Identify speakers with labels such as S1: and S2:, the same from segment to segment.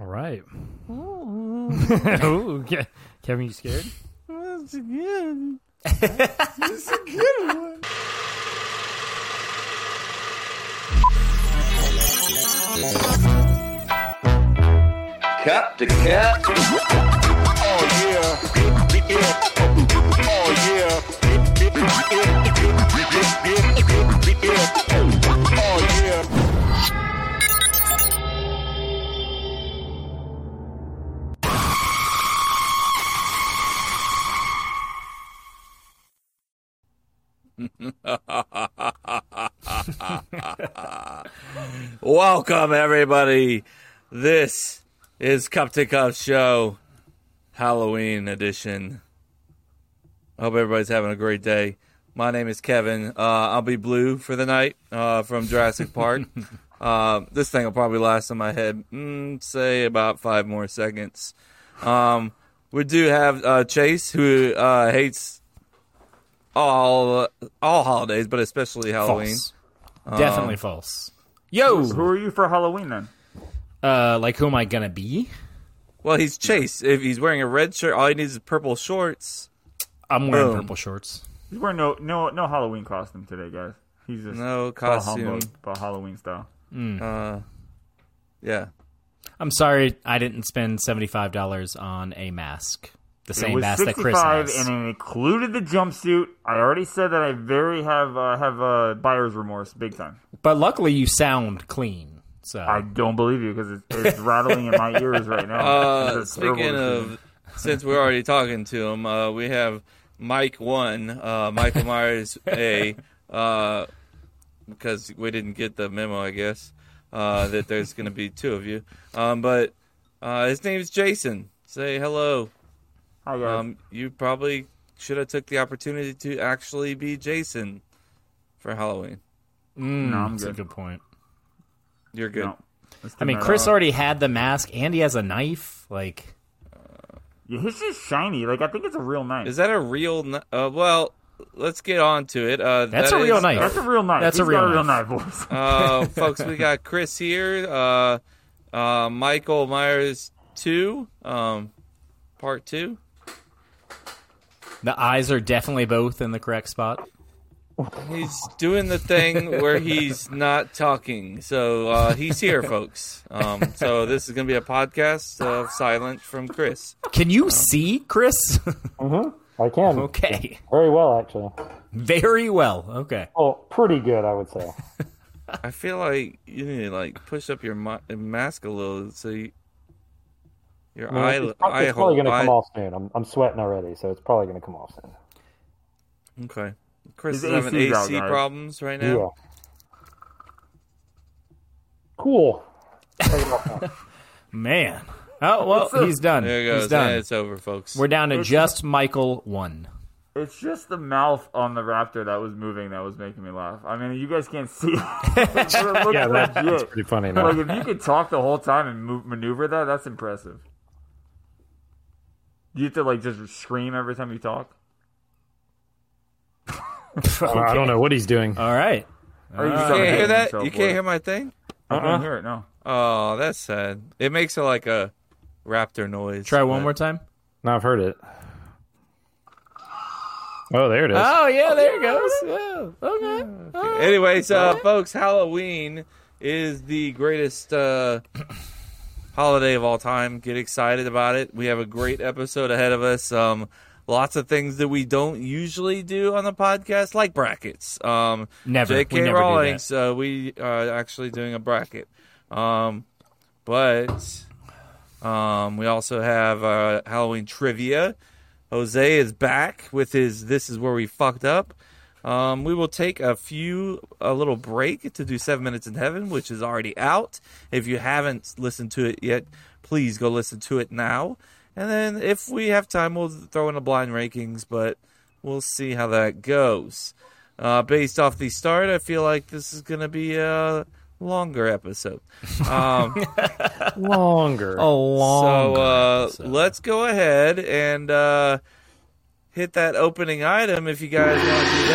S1: Ooh, Ke- Kevin, you scared?
S2: That's a good. That's a good one.
S3: Cup to cup.
S4: Welcome, everybody. This is Cup to Cup Show Halloween edition. I hope everybody's having a great day. My name is Kevin. Uh, I'll be blue for the night uh, from Jurassic Park. uh, this thing will probably last in my head, mm, say, about five more seconds. Um, we do have uh, Chase, who uh, hates all all holidays, but especially Halloween.
S1: False. Definitely false. Yo,
S2: Who are you for Halloween then?
S1: uh, like who am I gonna be?
S4: Well, he's Chase. If he's wearing a red shirt, all he needs is purple shorts.
S1: I'm wearing
S4: Boom.
S1: purple shorts.
S2: He's wearing no no no Halloween costume today, guys. He's just
S4: No
S2: bah
S4: costume.
S2: humbug, bah Halloween style.
S4: Yeah.
S1: I'm sorry, I didn't spend seventy five dollars on a mask. The
S2: It
S1: same
S2: was
S1: mask that Chris
S2: 65
S1: has.
S2: and it included the jumpsuit. I already said that I very have uh, have uh, buyer's remorse big time.
S1: But luckily, you sound clean. So
S2: I don't believe you because it's, it's rattling in my ears right now.
S4: Uh,
S2: This is a terrible
S4: speaking
S2: decision.
S4: of, since we're already talking to him, uh, we have Mike One, uh, Michael Myers A, uh, because we didn't get the memo, I guess, uh, that there's going to be two of you. Um, but uh, his name is Jason. Say hello.
S2: Hi, guys.
S4: Um, you probably should have took the opportunity to actually be Jason for Halloween.
S1: Mm,
S2: No, I'm
S1: that's
S2: good.
S1: a good point.
S4: You're good.
S2: No. Let's
S1: I
S2: do
S1: mean,
S2: that.
S1: Chris already had the mask, and he has a knife. Like,
S2: Yeah, his is shiny. Like I think it's a real knife.
S4: Is that a real? kn- Uh, well, let's get on to it. Uh,
S1: That's
S4: that
S1: a real
S4: is-
S1: knife.
S2: That's a real knife.
S1: That's a
S2: He's
S1: real
S2: got a real
S1: knife.
S2: knife, boys.
S4: Uh, folks, we got Chris here. Uh, uh, Michael Myers two, um, part two.
S1: the eyes are definitely both in the correct spot.
S4: He's doing the thing where he's not talking, so uh, he's here, folks. Um, so this is gonna be a podcast of silence from Chris.
S1: Can you see, Chris?
S5: Uh-huh. Mm-hmm. I can
S1: okay,
S5: very well, actually.
S1: very well. Okay,
S5: Oh, pretty good, I would say.
S4: I feel like you need to like push up your mi- mask a little so you, your
S5: I mean,
S4: eye
S5: it's prob-
S4: eye
S5: it's probably
S4: hole.
S5: going to
S4: eye-
S5: come off soon. I'm, I'm sweating already, so it's probably going to come off soon.
S4: Okay. Chris
S2: His
S4: is having
S2: AC
S4: AC
S2: 's out, guys.
S4: problems right
S5: Yeah.
S4: now.
S5: Cool. Take it off now.
S1: man. Oh well, he's done.
S4: There it
S1: He's
S4: goes.
S1: done.
S4: Yeah, It's over, folks.
S1: We're down to just Michael one.
S2: It's just the mouth on the raptor that was moving that was making me laugh. I mean, you guys can't see it, but it looked
S5: yeah, that, that's
S2: legit.
S5: pretty funny.
S2: Like
S5: Now.
S2: if you could talk the whole time and move, maneuver that, that's impressive. You have to like just scream every time you talk.
S5: I don't know what he's doing.
S1: All right.
S2: Or you
S4: you can't hear that? You can't hear my thing?
S2: I
S5: Uh-uh.
S2: can't hear it. No.
S4: Oh, that's sad. It makes a, like a raptor noise.
S1: Try one more time.
S5: Now I've heard it. Oh, there it is.
S1: Oh yeah, there it goes. Yeah. Okay.
S4: time. Anyways, uh, folks, Halloween is the greatest uh, holiday of all time. Get excited about it. We have a great episode ahead of us. Um, lots of things that we don't usually do on the podcast, like brackets. Um,
S1: Never. We
S4: J.K.
S1: never do that.
S4: Rowling. So uh, we are actually doing a bracket. Um, but um, we also have uh, Halloween trivia. Jose is back with his "This is where we fucked up." Um, we will take a few a little break to do seven minutes in heaven, which is already out. If you haven't listened to it yet, please go listen to it now. And then if we have time, we'll throw in a blind rankings, but we'll see how that goes. Uh, based off the start, I feel like this is going to be a longer episode. Um,
S5: Longer.
S1: A long.
S4: so uh, let's go ahead and uh, hit that opening item if you guys want to do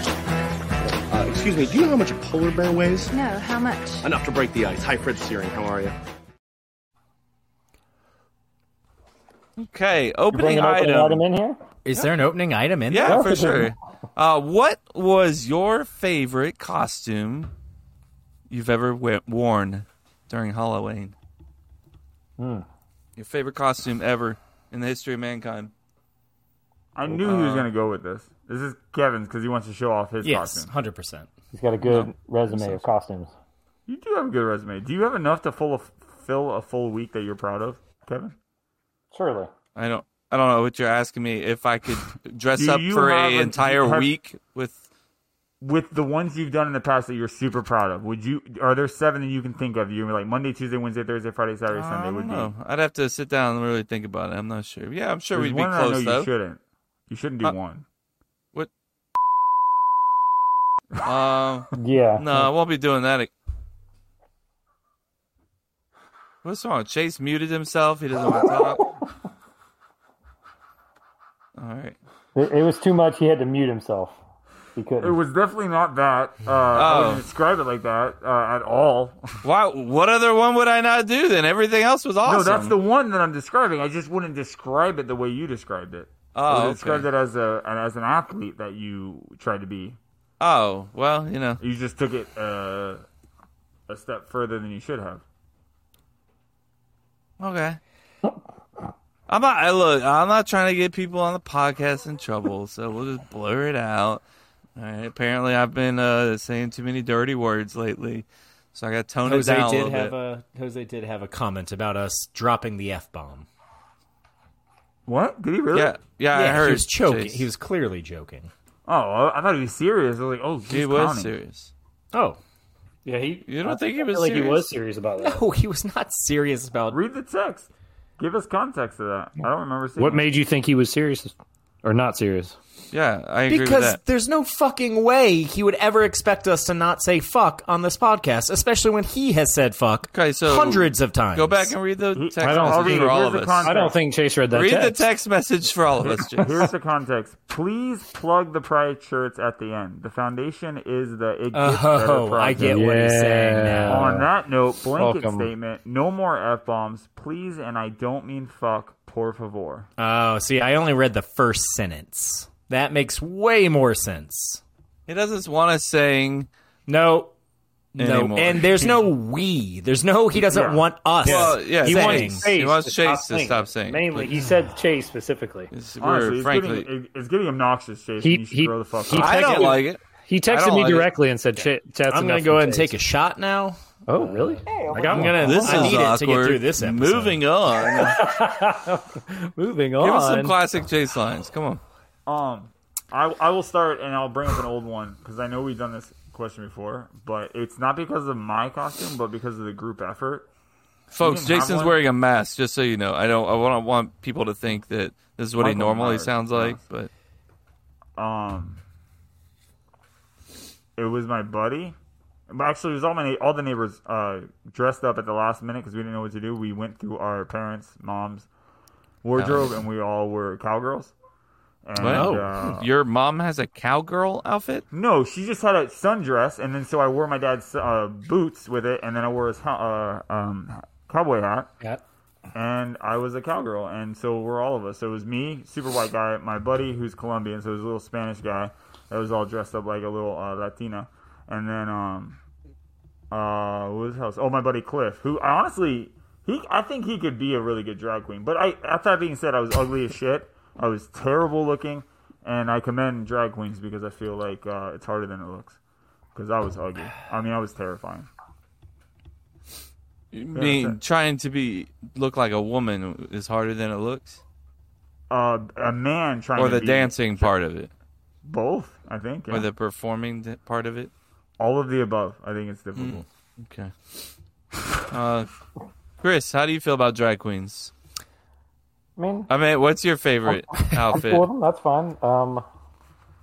S4: that.
S6: Uh, excuse me, do you know how much a polar bear weighs?
S7: No, how much?
S6: Enough to break the ice. Hi, Fred Searing. How are you?
S4: Okay,
S5: You
S4: opening
S5: bring an open item
S4: item.
S5: in here?
S1: Is there an opening item in
S4: Yeah,
S1: there?
S4: for sure. Uh, what was your favorite costume you've ever we- worn during Halloween?
S2: Hmm.
S4: Your favorite costume ever in the history of mankind?
S5: Oh,
S2: I knew he
S5: uh-huh.
S2: was going to go with this. This is Kevin's because he wants to show off his
S1: Yes,
S2: costume.
S1: hundred percent.
S5: He's got a good resume of costumes.
S2: You do have a good resume. Do you have enough to full fill a full week that you're proud of, Kevin?
S5: Surely.
S4: I don't. I don't know what you're asking me. If I could dress
S2: Do
S4: up
S2: you
S4: for
S2: have
S4: an
S2: a-
S4: entire
S2: have-
S4: week with
S2: With the ones you've done in the past that you're super proud of, would you? Are there seven that you can think of? You're like Monday, Tuesday, Wednesday, Thursday, Friday, Saturday,
S4: I
S2: Sunday.
S4: don't
S2: Would be.
S4: know. I'd have to sit down and really think about it. I'm not sure. Yeah, I'm sure
S2: There's
S4: we'd be
S2: one that I know
S4: close
S2: you
S4: though.
S2: shouldn't. You shouldn't do
S4: Uh,
S2: one.
S4: Um,
S5: Yeah.
S4: no, I won't be doing that. What's wrong? Chase muted himself. He doesn't want to talk. All right.
S5: It, it was too much. He had to mute himself. He
S2: It
S5: couldn't.
S2: was definitely not that. Uh, I
S4: Oh.
S2: wouldn't describe it like that uh, at all.
S4: Why? What other one would I not do? Then everything else was awesome.
S2: No, that's the one that I'm describing. I just wouldn't describe it the way you described it. I
S4: Oh,
S2: would
S4: okay.
S2: described it as a and as an athlete that you tried to be.
S4: oh, well, you know.
S2: You just took it uh, a step further than you should have.
S4: Okay. I'm not. I look. I'm not trying to get people on the podcast in trouble, so we'll just blur it out. All right. Apparently, I've been uh, saying too many dirty words lately, so I got to tone it
S1: Jose
S4: down a
S1: did
S4: little
S1: have
S4: bit.
S1: a Jose did have a comment about us dropping the f bomb.
S2: What? Did he really?
S4: yeah, yeah, I heard
S1: he was joking.
S4: Chase.
S1: He was clearly joking.
S2: Oh, I, I thought he was serious. I was like, oh, he's
S4: He was
S2: clowning.
S4: serious.
S1: Oh
S5: Yeah, he.
S4: You don't think he was
S5: like
S4: serious?
S5: he was serious about that?
S1: no, he was not serious about.
S2: Read the text. Give us context to that. I don't remember seeing.
S5: What
S2: it.
S5: made you think he was serious or not serious?
S4: Yeah, I agree with
S1: Because
S4: that.
S1: there's no fucking way he would ever expect us to not say fuck on this podcast, especially when he has said fuck
S4: Okay, so
S1: hundreds of times.
S4: Go back and read the text
S5: I don't-
S4: message
S2: I'll read
S4: for
S2: it.
S4: all
S2: Here's
S4: of
S2: the
S4: us.
S2: con-
S5: I don't think Chase read that.
S4: read
S5: text.
S4: the text message for all of us. Chase.
S2: Here's the context. Please plug the pride shirts at the end. The foundation is the it gets better
S1: Oh,
S2: project.
S1: I get what he's saying
S5: Yeah.
S1: now.
S2: On that note, blanket
S5: Welcome.
S2: statement: no more f bombs, please. And I don't mean fuck. Por favor.
S1: Oh, see, I only read the first sentence. That makes way more sense.
S4: He doesn't want us saying.
S1: No. No,
S4: Anymore.
S1: and there's no we. There's no he doesn't
S2: Yeah.
S1: want us.
S4: Well, yeah,
S1: He
S4: Chase.
S1: wants-
S4: he wants Chase to stop saying.
S5: Mainly, he said Chase specifically.
S4: It's- we're
S2: Honestly, it's,
S4: frankly,
S2: getting, it- it's getting obnoxious, Jason.
S5: He-
S2: you should
S5: he-
S2: grow the fuck
S5: he-
S2: up.
S4: I don't
S5: Technically-
S4: like it.
S5: He
S4: I
S5: texted
S4: don't
S5: me
S4: like it.
S5: directly and said, "Ch- "That's
S1: I'm
S5: enough
S1: gonna go
S5: from
S1: ahead and
S5: Chase."
S1: take a shot now.
S5: Oh, really? I got
S1: I'm
S5: one.
S1: gonna.
S4: This
S1: I
S4: is
S1: need
S4: awkward.
S1: it to get through this episode.
S4: Moving on.
S5: Moving
S4: Give us some
S5: on.
S4: classic Chase lines. Come on.
S2: Um, I, I will start and I'll bring up an old one because I know we've done this question before, but it's not because of my costume, but because of the group effort.
S4: Folks,
S2: You didn't have
S4: Jason's
S2: one?
S4: wearing a mask, just so you know. I don't I want want people to think that this is what he
S2: Michael
S4: normally
S2: Myers,
S4: sounds like,
S2: yes.
S4: but
S2: Um, it was my buddy. But actually, it was all my all the neighbors uh, dressed up at the last minute because we didn't know what to do. We went through our parents' mom's wardrobe, and we all were cowgirls. And,
S4: Wow.
S2: uh,
S4: your mom has a cowgirl outfit?
S2: No, she just had a sundress, and then so I wore my dad's uh, boots with it, and then I wore his uh, um, cowboy hat, and I was a cowgirl, and so were all of us. So it was me, super white guy, my buddy who's Colombian, so it was a little Spanish guy that was all dressed up like a little uh, Latina, and then um, uh, what was else? Oh, my buddy Cliff, who I honestly he I think he could be a really good drag queen, but I after that being said, I was ugly as shit, I was terrible looking, and I commend drag queens because I feel like uh, it's harder than it looks. Because I was ugly. I mean, I was terrifying.
S4: You mean
S2: okay.
S4: trying to be look like a woman is harder than it looks?
S2: Uh, a man trying
S4: Or
S2: to
S4: the
S2: be
S4: dancing part of it?
S2: both, I think, yeah.
S4: Or the performing d- part of it?
S2: all of the above. I think it's difficult.
S8: Mm.
S4: Okay. Uh Chris, how do you feel about drag queens?
S5: I mean,
S4: I mean, what's your favorite outfit?
S5: cool with him, that's fine. Um,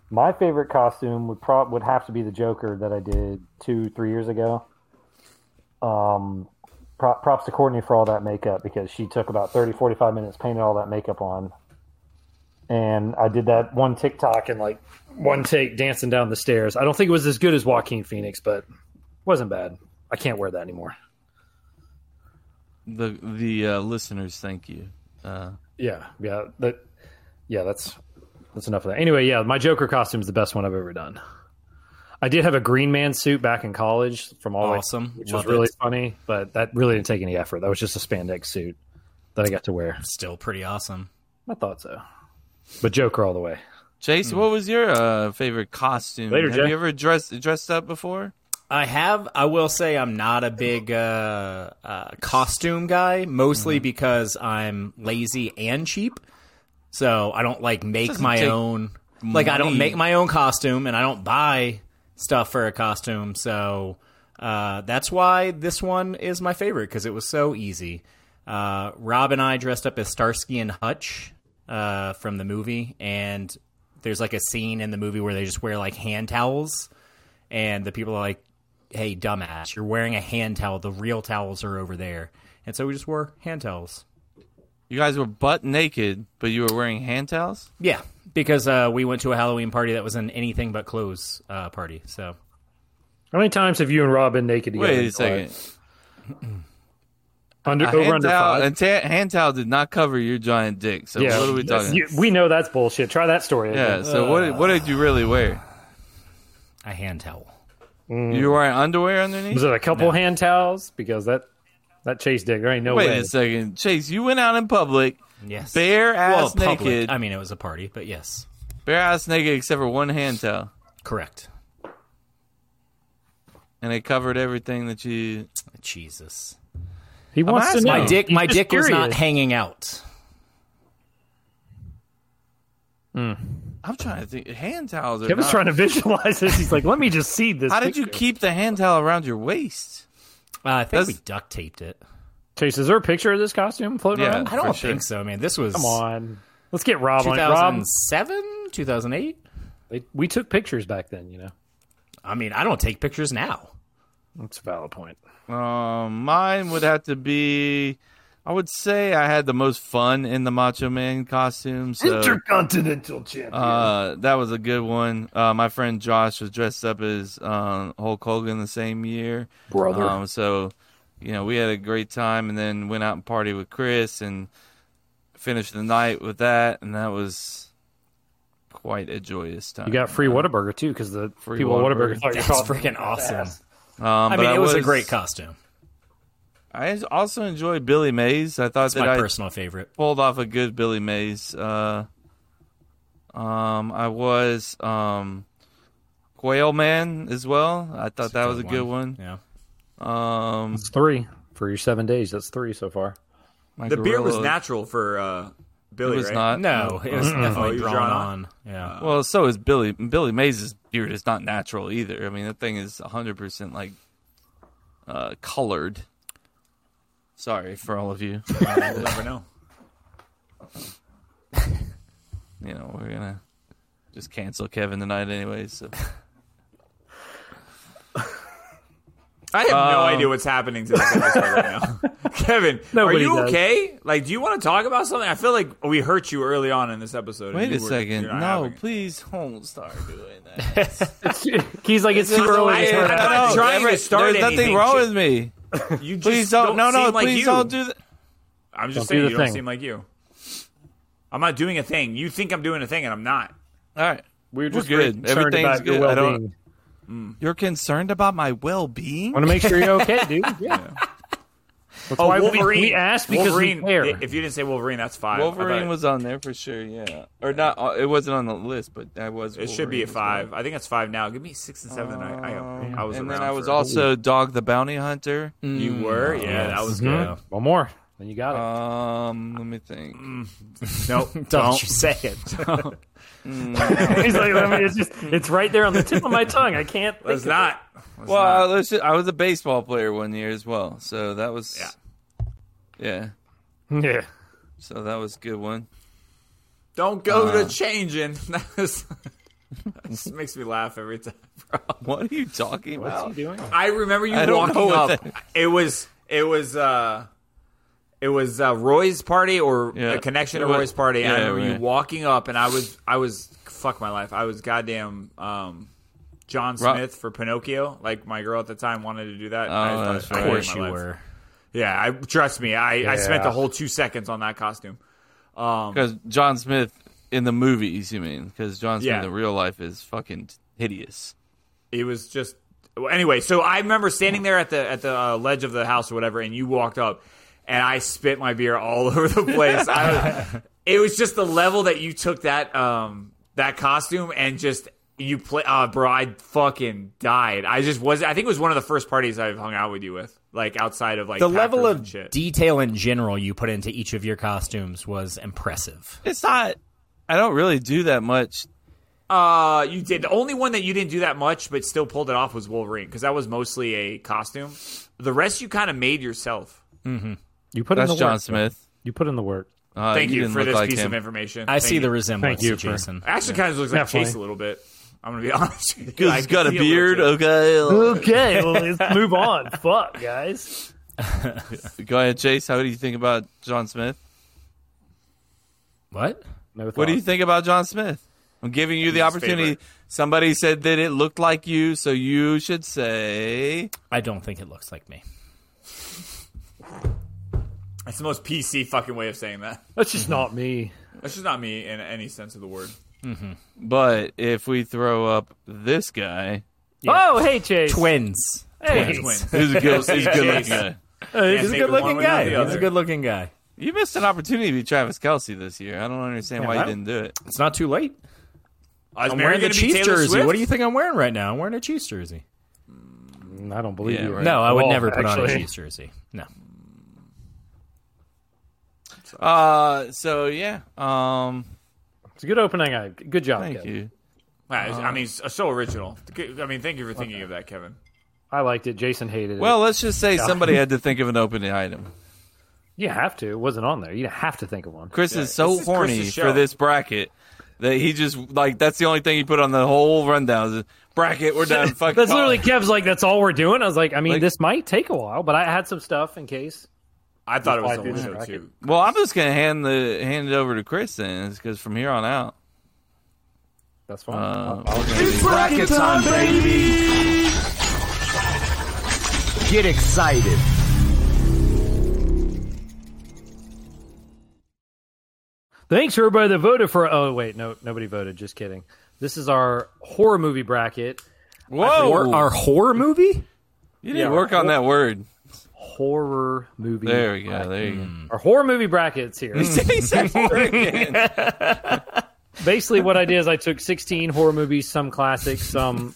S5: my favorite costume would prob would have to be the Joker that I did two, three years ago. Um, pro- props to Courtney for all that makeup because she took about 30, 45 minutes painting all that makeup on. And I did that one TikTok and like one take dancing down the stairs. I don't think it was as good as Joaquin Phoenix, but wasn't bad. I can't wear that anymore.
S4: The the uh, listeners thank you. Uh,
S6: yeah, yeah, that, yeah, that's that's enough of that. Anyway, yeah, my Joker costume is the best one I've ever done. I did have a Green Man suit back in college from all
S1: Awesome.
S6: which
S1: Love
S6: was really
S1: it.
S6: funny, but that really didn't take any effort. That was just a spandex suit that I got to wear.
S1: Still pretty awesome.
S6: I thought so, but Joker all the way.
S4: Jace, what was your uh, favorite costume?
S6: Hmm. Later,
S4: Have
S6: Jay.
S4: you ever dressed dressed up before?
S1: I have. I will say I'm not a big uh, uh, costume guy, mostly
S4: Mm-hmm.
S1: because I'm lazy and cheap. So I don't like make
S4: Doesn't
S1: my
S4: take
S1: own. Like I don't
S4: money.
S1: make my own costume, and I don't buy stuff for a costume. So uh, that's why this one is my favorite because it was so easy. Uh, Rob and I dressed up as Starsky and Hutch uh, from the movie, and there's like a scene in the movie where they just wear like hand towels and the people are like, "Hey, dumbass, you're wearing a hand towel. The real towels are over there." And so we just wore hand towels.
S4: You guys were butt naked, but you were wearing hand towels.
S1: Yeah, because uh, we went to a Halloween party that was an anything but clothes uh, party. So
S6: How many times have you and Rob been naked together? in
S4: Wait
S6: your
S4: a second.
S6: life? Under,
S4: A
S6: over
S4: hand
S6: under
S4: towel,
S6: five.
S4: a ta- hand towel did not cover your giant dick. So what are we
S6: that's-
S4: talking?
S6: you- we know that's bullshit. Try that story.
S4: yeah.
S6: again.
S4: So what did, what did you really wear?
S1: a hand towel.
S6: Mm.
S4: You were wearing underwear
S6: Was
S4: underneath.
S6: it a couple hand towels? Because that that chase dick, there ain't no
S4: Wait
S6: way.
S4: a second, Chase. You went out in public,
S1: Yes,
S4: bare
S1: well,
S4: ass
S1: public.
S4: naked,
S1: I mean, it was a party, but yes,
S4: bare ass naked, except for one hand towel,
S1: correct.
S4: and it covered everything that you.
S1: Jesus,
S6: He wants to
S4: asking.
S6: know.
S1: my dick,
S6: He's
S1: my
S6: just
S1: dick was not
S6: curious.
S1: hanging out.
S4: I'm trying to think. Hand towels are.
S6: Kevin's
S4: not-
S6: trying to visualize this. He's like, let me just see this.
S4: How did you
S6: picture."
S4: keep the hand towel around your waist?
S1: Uh, I think
S4: That's-
S1: we duct taped it.
S6: Chase? Is there a picture of this costume floating
S4: Yeah.
S6: around?
S1: I don't
S4: For sure.
S1: think so. I mean, this was
S6: Come on, let's get Rob on. it. Rob,
S1: 2007, 2008.
S6: they- we took pictures back then. You know,
S1: I mean, I don't take pictures now.
S6: that's a valid point.
S4: Um, mine would have to be. I would say I had the most fun in the Macho Man costume. So, Intercontinental champion. Uh, that was a good one. Uh, my friend Josh was dressed up as um, Hulk Hogan the same year, brother. Um, so, you know, we had a great time, and then went out and party with Chris, and finished the night with that, and that was quite a joyous time.
S6: You got free Whataburger too, because the
S4: Free
S6: people at
S4: Whataburger.
S6: Whataburger thought you
S1: That's
S6: called
S1: freaking awesome.
S4: Um,
S1: I
S4: but
S1: mean, it was, a great
S4: costume.
S1: costume.
S4: I also enjoyed Billy Mays. I thought
S1: It's
S4: that
S1: my
S4: I
S1: personal favorite.
S4: pulled off a good Billy Mays. Uh, um, I was um, Quail Man as well. I thought that was a good one.
S1: Yeah.
S4: Um,
S6: It's three for your seven days. That's three so far.
S4: my
S8: The beer was
S4: gorilla-
S8: natural for uh,
S4: It
S8: Billy,
S4: was
S8: right?
S4: not.
S1: No, it was definitely
S8: Oh, you were
S1: drawn,
S8: drawn
S1: on. Yeah.
S4: Well, so is Billy. Billy Mays' beard is not natural either. I mean, that thing is 100 percent like uh, colored. Sorry for all of you.
S8: You'll never know.
S4: you know, we're gonna just cancel Kevin tonight anyway. So
S8: I have no
S4: Um,
S8: idea what's happening to this episode right now. Kevin, are
S6: Nobody
S8: you
S6: does.
S8: okay? Like, do you want to talk about something? I feel like we hurt you early on in this episode. and
S4: wait
S8: you
S4: a
S8: were-
S4: second.
S8: you're not
S4: No,
S8: having it.
S4: please don't start doing that.
S6: He's like, it's too
S8: It's
S6: early.
S8: like-
S6: to
S8: I'm
S6: start out.
S8: not trying
S4: Never-
S8: to start
S4: There's nothing
S8: anything,
S4: wrong
S8: Chip.
S4: with me.
S8: You just
S4: Please don't. No, no.
S8: seem like
S4: please
S8: you.
S4: don't do that.
S8: I'm just
S6: Don't do
S8: saying
S6: the
S8: you
S6: thing.
S8: don't seem like you. I'm not doing a thing. You think I'm doing a thing, and I'm not.
S4: All right.
S6: We We're
S4: We're
S6: just
S4: good.
S6: good. concerned
S4: Everything's
S6: about your
S4: good. I don't-
S6: well-being.
S4: You're concerned about my well-being.
S6: Want to make sure you're okay, dude. Yeah.
S2: Oh,
S6: That's Oh, why we-
S8: Wolverine.
S6: We, asked because
S8: Wolverine.
S6: we care.
S8: If you didn't say Wolverine, that's five. I
S4: Wolverine
S8: thought-
S4: was on there for sure. Yeah, or not. uh, It wasn't on the list, but I was.
S8: It should
S4: Wolverine
S8: be a
S4: as well.
S8: five. I think it's five now. Give me six and seven. I, I, I was
S4: Um, And
S8: around
S4: then I was
S8: for-
S4: also Dog the Bounty Hunter.
S8: You
S2: Mm.
S8: were?
S2: Oh,
S8: Yeah, that was good.
S1: Yeah.
S6: One more, then you got it.
S4: Um, let me think.
S8: Mm. Nope. Don't,
S1: you say it.
S6: He's like, I mean, it's just, it's right there on the tip of my tongue. I can't. think
S8: Let's
S6: of it.
S8: not. Let's
S4: Well,
S8: not.
S4: let's just, I was a baseball player one year as well, so that was.
S8: Yeah.
S4: Yeah.
S6: Yeah.
S4: So that was a good one.
S8: don't go
S4: Uh.
S8: to changing. That is- that just makes me laugh every time.
S4: What are you talking about?
S6: doing?
S8: I remember you
S4: I don't know
S8: walking
S4: what
S8: up. It was. It was. uh it was uh, Roy's party or
S4: Yeah.
S8: a connection to
S4: It was-
S8: Roy's party. and I
S4: yeah,
S8: remember you
S4: right.
S8: walking up, and I was, I was, fuck my life. I was goddamn um, John
S4: Ro-
S8: Smith for Pinocchio. Like my girl at the time wanted to do that.
S4: Oh,
S8: I thought-
S4: that's
S8: I
S4: right.
S1: Of
S8: hated
S1: course
S8: my
S1: you
S8: life.
S1: were.
S8: Yeah, I trust me. I, I spent
S6: Yeah.
S8: the whole two seconds on that costume. Um,
S4: Because John Smith in the movies, you mean? Because John Smith
S8: Yeah.
S4: in real life is fucking hideous.
S8: it was just well, anyway. So I remember standing there at the at the uh, ledge of the house or whatever, and you walked up, and I spit my beer all over the place. I was, it was just the level that you took that um that costume and just you play. Uh, bro, I fucking died. I just was. I think it was one of the first parties I've hung out with you with, like outside of like
S1: the
S8: Packers
S1: level
S8: and
S1: of
S8: shit.
S1: detail in general you put into each of your costumes was impressive.
S4: It's not. I don't really do that much.
S8: Uh, you did. The only one that you didn't do that much, but still pulled it off was Wolverine because that was mostly a costume. The rest you kind of made yourself.
S6: You put
S4: That's
S6: in the work.
S4: John Smith.
S6: You put in the work.
S4: Uh,
S8: Thank you,
S4: didn't
S8: for
S4: look
S8: this
S4: like
S8: piece
S4: him.
S8: of information.
S1: I
S8: Thank
S1: see
S8: you.
S1: the resemblance
S6: you
S1: to
S6: for-
S1: Jason.
S8: Actually, kind of looks like
S6: Definitely.
S8: Chase a little bit. I'm gonna be honest. with you. I
S4: He's got a
S8: can see little
S4: beard.
S8: bit.
S4: Okay.
S6: Okay, well, let's move on. Fuck, guys.
S4: Go ahead, Chase. How do you think about John Smith?
S1: What?
S6: No
S4: What do you think about John Smith? I'm giving you the
S8: his
S4: opportunity.
S8: favorite.
S4: Somebody said that it looked like you, so you should say
S1: I don't think it looks like me.
S8: That's the most PC fucking way of saying that.
S6: That's just not me.
S8: That's just not me in any sense of the word.
S4: But if we throw up this guy,
S6: Oh, hey, Chase.
S1: Twins.
S6: Hey.
S8: Twins.
S4: who's a good, he's a good
S8: Chase.
S4: looking guy.
S8: He's a good-looking guy.
S1: He's a good looking guy.
S4: You missed an opportunity to be Travis Kelsey this year. I don't understand why you
S1: I
S4: didn't do it.
S1: It's not too late.
S8: I'm
S1: I'm wearing the Chiefs jersey. What do you think I'm wearing right now? I'm wearing a Chiefs jersey.
S6: I don't believe
S4: Yeah,
S6: you.
S4: right.
S1: No, I would
S6: Well,
S1: never put on a
S6: actually-
S1: Chiefs jersey. No.
S4: Uh, so yeah. Um,
S6: It's a good opening. I, good job,
S4: thank
S6: Kevin.
S4: you.
S8: I mean, it's so original. I mean, thank you for thinking of that, Kevin.
S6: I liked it. Jason hated it.
S4: Well, let's just say somebody had to think of an opening item.
S6: you have to. It wasn't on there. You have to think of one.
S4: Chris is so
S8: this is
S4: horny
S8: Chris's show.
S4: for this bracket that he just like that's the only thing he put on the whole rundown. Is, bracket, we're done. Fuck.
S6: That's
S4: off."
S6: literally Kev's like, that's all we're doing. I was like, I mean,
S4: Like-
S6: this might take a while, but I had some stuff in case.
S8: I thought it was
S6: I
S8: the
S6: did
S8: whole
S6: that.
S8: show
S6: I
S8: too.
S4: Well, I'm just gonna hand the hand it over to Chris then, because from here on out,
S6: That's fine.
S4: uh,
S9: Bracket time, baby! Get excited.
S6: Thanks for everybody that voted for. Oh wait, no, nobody voted. Just kidding. This is our horror movie bracket.
S4: whoa,
S1: Or our horror movie?
S4: you didn't work on that word.
S6: Horror movie.
S4: There we go. There you go.
S6: Our horror movie brackets here.
S4: He said horror again.
S6: Basically, what I did is I took 16 horror movies, some classics, some.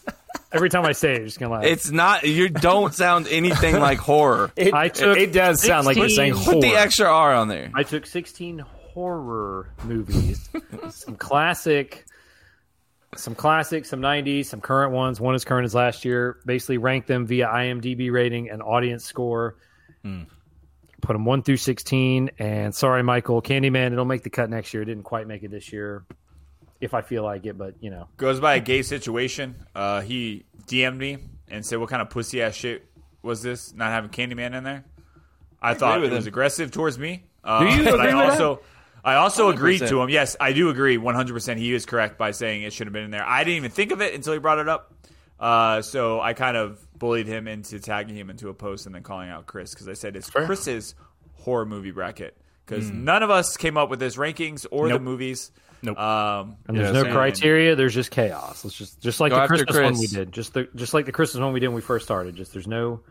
S6: Every time I say it, it's gonna laugh.
S4: It's not. You don't sound anything like horror.
S6: I took.
S1: It does sound like you're saying
S6: 16
S1: horror.
S4: Put the extra R on there.
S6: I took 16 horror movies, some classic, some classic, some 90s, some current ones. One as current as last year. Basically, ranked them via IMDb rating and audience score. Put them one through 16. And sorry, Michael, Candyman, it'll make the cut next year. It didn't quite make it this year, if I feel like it. But you know,
S8: Goes by a gay situation. Uh, he DM'd me and said, "What kind of pussy ass shit was this? Not having Candyman in there." I thought it
S4: with
S8: was
S4: him.
S8: aggressive towards me. Uh,
S4: you
S8: but I
S4: agree with
S8: also, I also agreed
S4: 100%.
S8: to him. Yes, I do agree 100%. He is correct by saying it should have been in there. I didn't even think of it until he brought it up. Uh, so I kind of bullied him into tagging him into a post and then calling out Chris because I said it's Chris's horror movie bracket because
S4: Hmm.
S8: none of us came up with this rankings or the movies.
S1: Nope.
S8: Um,
S6: and there's
S4: Yeah,
S6: no
S4: same.
S6: criteria. There's just chaos. It's just just like
S4: Go
S6: the
S4: after
S6: Christmas one
S4: Chris.
S6: we did. Just the just like the Christmas one we did when we first started. Just there's no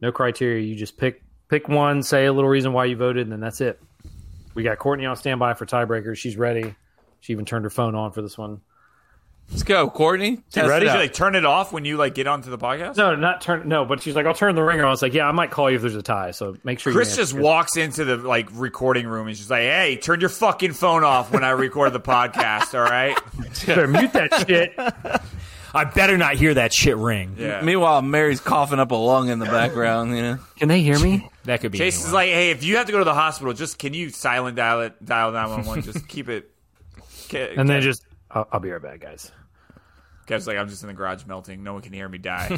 S6: no criteria. You just pick pick one, say a little reason why you voted, and then that's it. We got Courtney on standby for tiebreaker. She's ready. She even turned her phone on for this one.
S4: Let's go, Courtney. Test
S6: ready?
S4: it
S8: Did
S4: out.
S8: you like turn it off when you like get onto the podcast?
S6: No, not turn. No, but she's like, I'll turn the ringer on. I was like, yeah, I might call you if there's a tie. So make sure.
S8: Chris
S6: you answer.
S8: just walks into the like recording room and she's like, "Hey, turn your fucking phone off when I record the podcast, all right?"
S6: Better mute that shit.
S1: I better not hear that shit ring.
S8: Yeah.
S4: Meanwhile, Mary's coughing up a lung in the background. You know,
S6: Can they hear me?
S1: That could be.
S8: Chase is
S1: anyone.
S8: like, "Hey, if you have to go to the hospital, just can you silent dial it, dial nine one one, just keep it." Ke-
S6: And then just, I'll, I'll be right back, guys.
S8: Kev's like, "I'm just in the garage melting. No one can hear me die."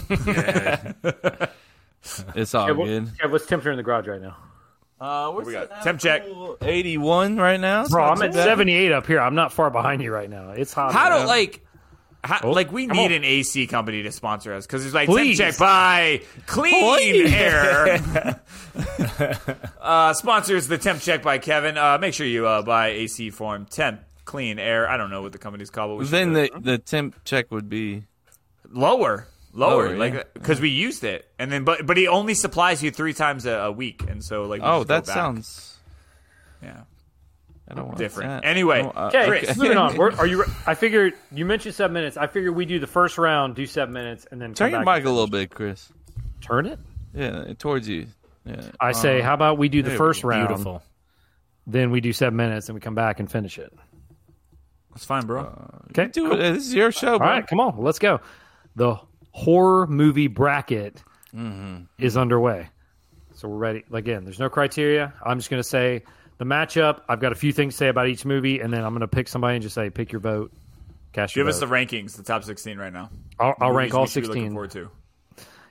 S4: it's all
S6: Kev, what-
S4: good.
S6: Kev, what's temperature in the garage right now?
S4: Uh, what's
S8: we got? Temp check.
S4: 81 right now. It's
S6: Bro,
S4: not
S6: I'm
S4: too
S6: at
S4: bad.
S6: 78 up here. I'm not far behind you right now. It's hot.
S4: How
S6: out
S4: do
S6: there.
S4: like?
S8: How,
S6: Oh,
S8: like we
S6: come
S8: need
S6: on.
S8: an AC company to sponsor us because it's like
S6: Please.
S8: Temp check by Clean
S1: Please.
S8: Air. uh, sponsors the temp check by Kevin. Uh, make sure you uh, buy AC form temp clean air. I don't know what the company's called, but we should
S4: Then
S8: do
S4: the
S8: it.
S4: the temp check would be
S8: lower, lower,
S4: Lower, yeah.
S8: like because we used it, and then but but he only supplies you three times a, a week, and so like we
S4: oh
S8: just go
S4: that
S8: back.
S4: sounds
S8: yeah
S4: I don't want
S8: different.
S4: that.
S8: Anyway,
S4: No, uh,
S6: Okay,
S8: Chris.
S6: moving on. We're, are you? re- I figured you mentioned seven minutes. I figure we do the first round, do seven minutes, and then
S4: turn
S6: come
S4: your
S6: back.
S4: mic a little bit, Chris.
S6: Turn it.
S4: Yeah, towards you. Yeah.
S6: I say, how about we do the
S4: there we
S6: first
S4: go.
S6: round,
S1: Beautiful.
S6: then we do seven minutes, and we come back and finish it.
S8: that's fine, bro.
S6: Okay,
S4: Do
S6: cool.
S4: it. This is your show,
S6: All
S4: bro.
S6: right, come on, let's go. The horror movie bracket is underway, so we're ready. Again, there's no criteria. I'm just going to say the matchup. I've got a few things to say about each movie, and then I'm going to pick somebody and just say, pick your vote. Cash your
S8: Give us the
S6: vote.
S8: rankings, the top sixteen right now.
S6: I'll, I'll
S8: Movies
S6: rank all
S8: we should be Looking
S6: 16.
S8: forward to.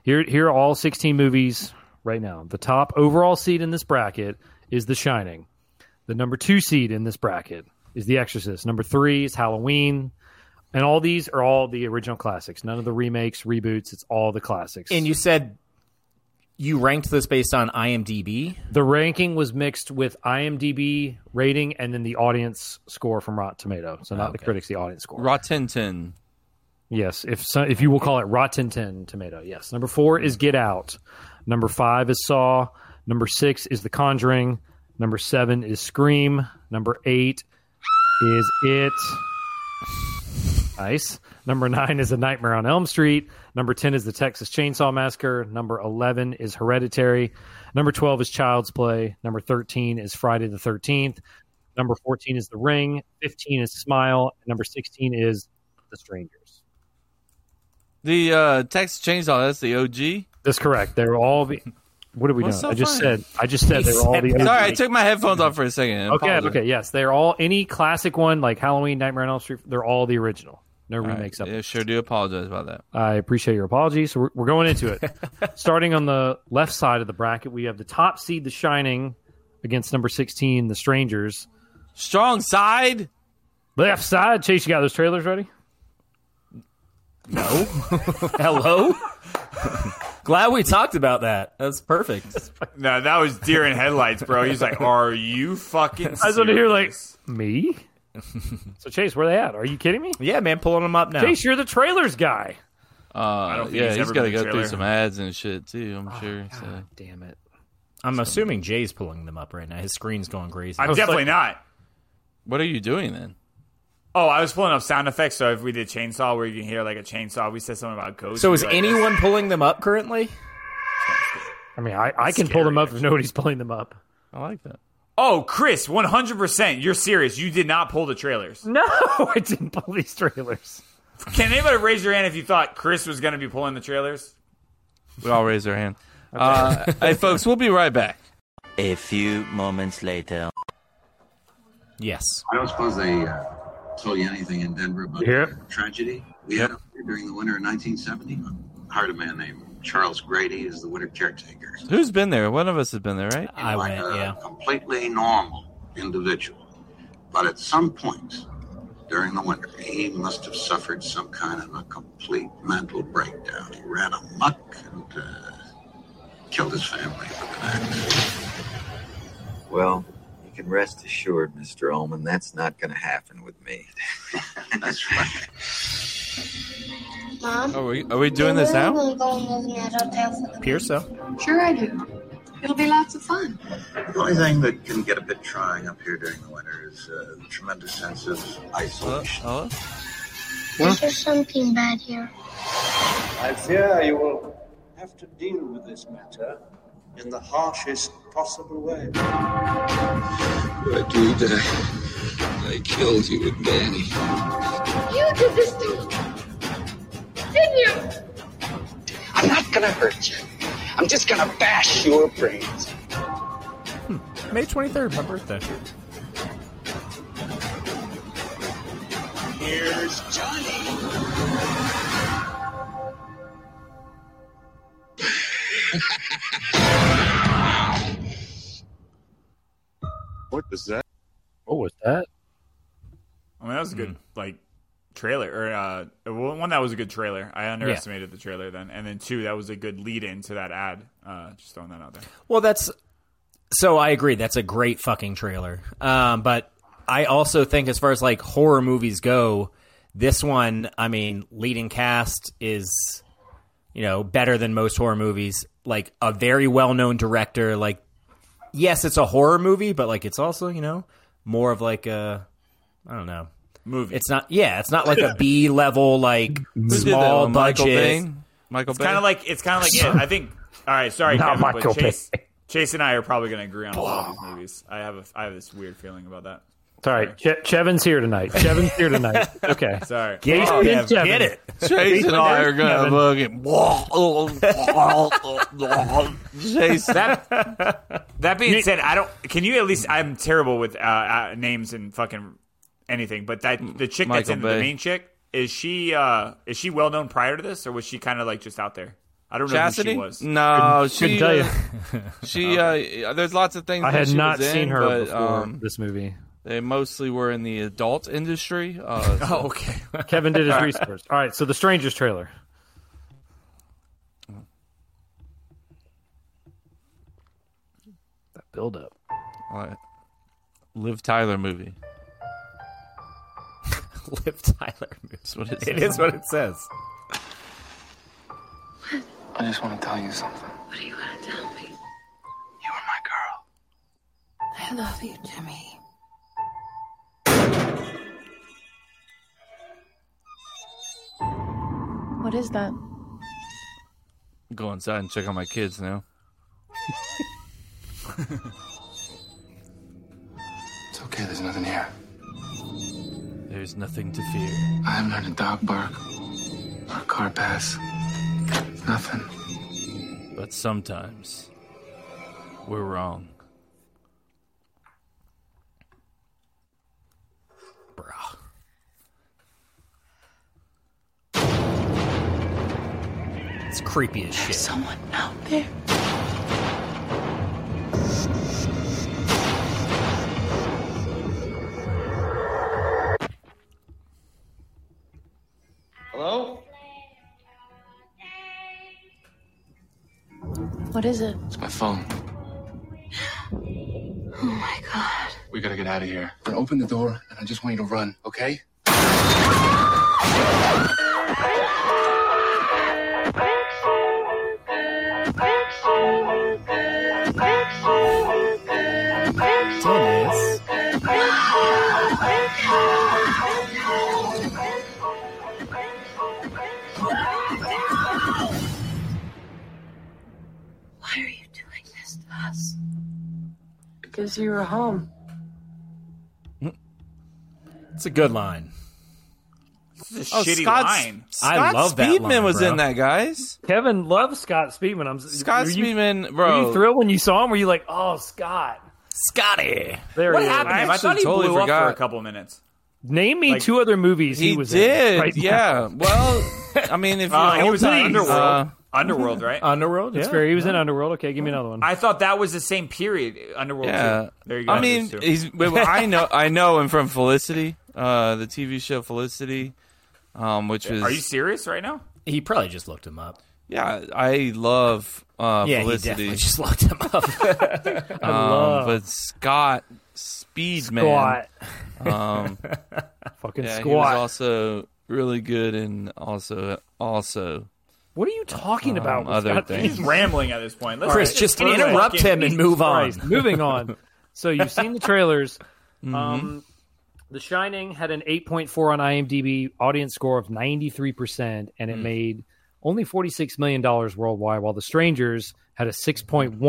S6: Here, here are all 16 movies right now. The top overall seed in this bracket is The Shining. The number two seed in this bracket is The Exorcist. Number three is Halloween. And all these are all the original classics. None of the remakes, reboots. It's all the classics.
S1: And you said you ranked this based on IMDb.
S6: the ranking was mixed with IMDb rating and then the audience score from Rotten Tomato. So not the critics, the audience score.
S4: Rotten ten.
S6: Yes, if so, if you will call it Rotten Ten Tomato. Yes. Number four is Get Out. Number five is Saw. Number six is The Conjuring. Number seven is Scream. Number eight is It. Nice. Number nine is A Nightmare on Elm Street. Number ten is The Texas Chainsaw Massacre. Number eleven is Hereditary. Number twelve is Child's Play. Number thirteen is Friday the Thirteenth. Number fourteen is The Ring. Fifteen is Smile. And number sixteen is The Strangers.
S4: The uh, Texas Chainsaw. That's the OG.
S6: That's correct. They were all the. What are we doing?
S4: What's
S6: I
S4: so
S6: just
S4: funny?
S6: said. I just said they were all the.
S4: Sorry, I
S6: OG.
S4: took my headphones off for a second.
S6: okay.
S4: Apologize.
S6: Okay. Yes, they're all any classic one like Halloween, Nightmare on Elm Street. They're all the original. No
S4: All right.
S6: remakes up.
S4: Yeah, sure do apologize about that.
S8: Uh,
S6: I appreciate your apology. So we're, we're going into it. Starting on the left side of the bracket, we have the top seed, The Shining, against number sixteen, The Strangers.
S4: Strong side.
S6: Left side, Chase. You got those trailers ready?
S1: Hello. Glad we talked about that. That's perfect.
S8: No, that was deer in headlights, bro. He's like, "Are you fucking?" I
S6: just wanna hear, like- Me. so Chase, where they at? Are you kidding me?
S1: Yeah, man, pulling them up now.
S6: Chase, you're the trailers guy.
S4: Uh,
S8: don't think
S4: yeah,
S8: he's
S4: he's
S8: ever
S4: got to
S8: been
S4: go
S8: in
S4: through
S8: trailer. Oh,
S4: some ads and shit too. I'm sure. So.
S6: Damn it.
S1: I'm assuming Jay's pulling them up right now. His screen's going crazy.
S8: I'm definitely not.
S4: What are you doing then?
S8: Oh, I was pulling up sound effects. So if we did chainsaw, where you can hear like a chainsaw, we said something about ghosts.
S1: so
S8: we'd
S1: is
S8: be like,
S1: anyone pulling them up currently?
S6: I mean, I, I can pull them up if nobody's pulling them up.
S4: I like that.
S8: Oh, Chris, one hundred percent. You're serious. You did not pull the trailers.
S6: No, I didn't pull these trailers.
S8: Can anybody raise your hand if you thought Chris was going to be pulling the trailers?
S4: We all raise our hand. Uh, hey, folks, we'll be right back.
S5: A few moments later.
S1: Yes.
S10: I don't suppose they uh, told you anything in Denver about the tragedy we had up there during the winter of 1970. Hired a man named Charles Grady as the winter caretaker.
S4: Who's been there? One of us has been there, right?
S1: I
S10: like
S1: went,
S10: a
S1: yeah.
S10: completely normal individual. But at some point during the winter, he must have suffered some kind of a complete mental breakdown. He ran amok and uh, killed his family with an axe.
S11: Well, you can rest assured, Mr. Ullman, that's not going to happen with me.
S10: That's right.
S12: Mom,
S4: Are we, are we doing this now?
S12: I'm going to live in that hotel for the
S1: Appears so.
S12: Sure, I do. It'll be lots of fun.
S10: The only thing that can get a bit trying up here during the winter is uh, the tremendous sense of
S4: Hello?
S10: isolation.
S4: Hello?
S12: There's just something bad here.
S5: I fear you will have to deal with this matter in the harshest possible way.
S11: I do that. I killed you with Danny.
S12: You did this to me. Didn't you?
S5: I'm not going to hurt you. I'm just going to bash your brains.
S1: May 23rd, my birthday.
S5: Here's Johnny.
S6: What was
S2: Mm.
S6: that?
S8: I mean, that was a good like
S2: trailer or uh, well, one that was a good trailer. I underestimated yeah. the trailer then, and then two that was a good lead in to that ad. Uh, just throwing that out there.
S1: Well, that's so I agree. That's a great fucking trailer. Um, but I also think as far as like horror movies go, this one, I mean, leading cast is you know better than most horror movies. Like a very well known director. Like yes, it's a horror movie, but like it's also you know more of like a I don't know
S2: movie.
S1: It's not. Yeah, it's not like a B level like small that, budget. Michael
S2: Bay. Michael it's kind of like it's kind of like yeah, I think. All right, sorry, Kevin, Michael Chase, Bay. Chase and I are probably going to agree on all these movies. I have a, I have this weird feeling about that.
S6: It's all right. Che- Chevin's here tonight. Chevin's here tonight. Okay.
S2: Sorry.
S1: Get, oh, get, Chevin. get it.
S4: Chase and I are going to look at
S2: Chase. That, that being said, I don't. Can you at least? I'm terrible with uh, uh, names and fucking anything, but that the chick Michael that's in Bay. the main chick is she uh is she well known prior to this or was she kind of like just out there? I don't know
S4: Chastity?
S2: who she was.
S4: No, she tell you. she uh, there's lots of things
S6: I had not seen
S4: in,
S6: her
S4: but,
S6: before um, this movie.
S4: They mostly were in the adult industry. Uh, so.
S2: oh, okay.
S6: Kevin did his research. All right, so the Strangers trailer.
S13: That build up.
S4: All right. uh, Liv Tyler movie.
S1: Liv Tyler moves. What it, it is what it says.
S10: I just want to tell you something.
S12: What do you want to tell me?
S10: You are my girl.
S12: I love you, Jimmy.
S14: What is that?
S4: Go inside and check on my kids now.
S10: it's okay, there's nothing here.
S4: There's nothing to fear.
S10: I haven't heard a dog bark or a car pass. Nothing.
S4: But sometimes we're wrong.
S1: Bruh. It's creepy as
S12: There's
S1: shit.
S12: someone out there.
S10: Hello?
S14: What is it?
S10: It's my phone.
S12: Oh my god.
S10: We gotta get out of here. But open the door, and I just want you to run, okay?
S12: Why are you doing this to us?
S14: Because you were home.
S1: It's a good line.
S2: This
S4: Oh,
S2: is a shitty line.
S1: I love that
S4: Speedman
S1: line,
S4: was
S1: bro.
S4: in that, guys.
S6: Kevin loves Scott Speedman. I'm
S4: Scott
S6: were you-
S4: Speedman,
S6: Were
S4: bro.
S6: you thrilled when you saw him? Were you like, oh, Scott?
S1: Scotty.
S6: There
S2: What
S6: he is.
S2: happened? to him? I,
S4: actually
S2: thought he
S4: totally
S2: blew up for
S4: forgot.
S2: a couple minutes.
S6: Name me
S2: Like,
S6: two other movies he,
S4: He
S6: was
S4: did.
S6: in. Right now.
S4: yeah. Well, I mean, if you
S2: Uh, he
S4: old
S2: was in
S4: times,
S2: Underworld.
S4: uh,
S2: Underworld, right?
S1: Underworld.
S6: That's
S1: yeah.
S6: fair. He was in Underworld. Okay, give me another one.
S2: I thought that was the same period. Underworld.
S4: yeah.
S2: Two. There you go.
S4: I mean,
S2: Those two.
S4: he's. well, I know. I know him from Felicity, uh, the TV show Felicity, um, which was.
S2: are you serious right now?
S1: He probably just looked him up.
S4: Yeah, I love uh,
S1: Yeah, he
S4: Felicity.
S1: definitely just looked him up.
S4: um, but Scott Speedman.
S6: Squat.
S4: Um,
S6: Fucking
S4: yeah, he was
S6: squat.
S4: also really good and also also
S6: what are you talking about?
S4: um,
S6: with
S4: other
S6: Scott
S4: things.
S2: He's rambling at this point. Let's
S1: Chris,
S2: let's
S1: just
S2: let's
S1: interrupt
S2: fucking-
S1: him and move on.
S6: Christ. Moving on. So you've seen the trailers.
S4: Mm-hmm.
S6: Um, the Shining had an 8.4 on IMDb audience score of 93%, and
S4: Mm.
S6: it made only $46 million worldwide, while The Strangers had a 6.1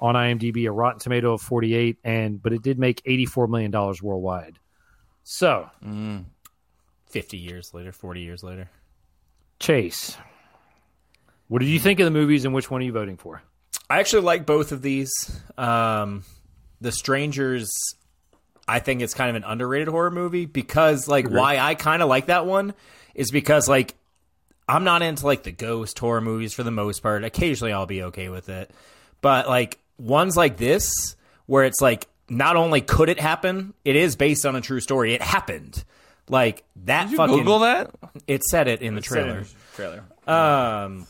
S6: on IMDb, a Rotten Tomato of 48, and but it did make $84 million worldwide. So,
S1: Fifty years later, forty years later.
S6: Chase, what did you think of the movies, and which one are you voting for?
S1: I actually like both of these. Um, the Strangers, I think it's kind of an underrated horror movie because, like, why I kind of like that one is because, like, I'm not into like the ghost horror movies for the most part. Occasionally, I'll be okay with it, but like ones like this where it's like not only could it happen, it is based on a true story. It happened. Like that
S4: Did you
S1: fucking
S4: Google that?
S1: It said it in the
S2: It said it in
S1: trailer.
S2: the trailer.
S1: Um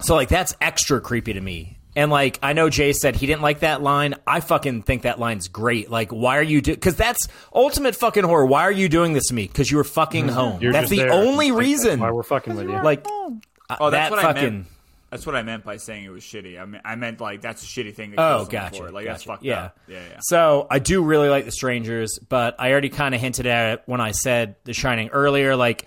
S1: so like that's extra creepy to me. And like I know Jay said he didn't like that line. I fucking think that line's great. Like why are you do cuz that's ultimate fucking horror. Why are you doing this to me? Cuz you were fucking home.
S6: Mm-hmm. You're
S1: that's
S6: just
S1: the
S6: there.
S1: only
S6: That's
S1: reason.
S6: why we're fucking with you.
S1: Like uh,
S2: Oh, that's
S1: that
S2: what
S1: fucking
S2: I meant. That's what I meant by saying it was shitty. I mean, I meant like that's a shitty thing. That
S1: Oh,
S2: kills someone
S1: gotcha.
S2: For. it. Like that's
S1: gotcha.
S2: fucked
S1: yeah.
S2: up. Yeah, yeah.
S1: So I do really like The Strangers, but I already kind of hinted at it when I said The Shining earlier. Like,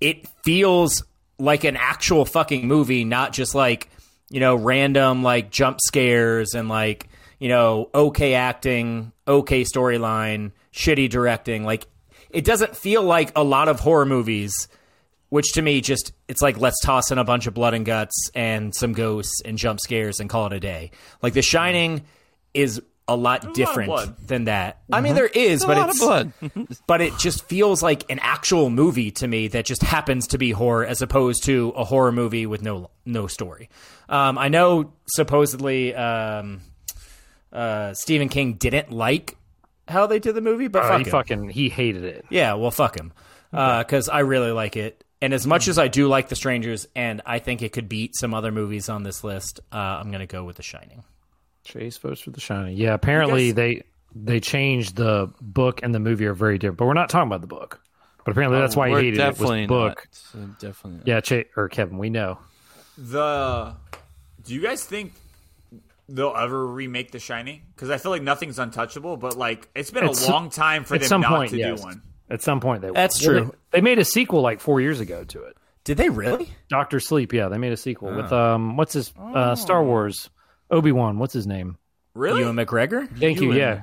S1: it feels like an actual fucking movie, not just like, you know, random like jump scares and like, you know, okay acting, okay storyline, shitty directing. Like, it doesn't feel like a lot of horror movies which to me just it's like let's toss in a bunch of blood and guts and some ghosts and jump scares and call it a day. Like The Shining is a lot
S2: lot of
S1: different
S2: blood.
S1: than that. I mean there is,
S4: Mm-hmm. There's a
S1: but
S4: lot
S1: it's
S4: of blood.
S1: but it just feels like an actual movie to me that just happens to be horror as opposed to a horror movie with no no story. Um, I know supposedly um, uh, Stephen King didn't like how they did the movie, but
S6: Oh,
S1: fuck
S6: he
S1: him.
S6: fucking he hated it.
S1: Yeah, well, fuck him. Because I really like it. And as much as I do like The Strangers, and I think it could beat some other movies on this list, uh, I'm going to go with The Shining.
S6: Chase votes for The Shining. Yeah, apparently they they changed the book and the movie are very different. But we're not talking about the book. But apparently that's
S1: Oh,
S6: why he
S4: We're
S6: hated it. Was
S4: definitely
S6: the book?
S4: not. Definitely. Not.
S6: Yeah, Chase or Kevin, we know.
S2: The do you guys think they'll ever remake The Shining? Because I feel like nothing's untouchable, but like it's been
S6: At
S2: a
S6: so-
S2: long time for
S6: at
S2: them
S6: some
S2: not
S6: point,
S2: to
S6: yes.
S2: do one.
S6: At some point they will.
S1: That's
S6: Well,
S1: true.
S6: They, they made a sequel like four years ago to it.
S1: Did they really?
S6: Doctor Sleep. Yeah, they made a sequel with
S1: Oh.
S6: um what's his uh, Star Wars Obi Wan. What's his name?
S2: Really?
S1: Ewan McGregor?
S6: Thank you.
S1: Ewan.
S6: Yeah,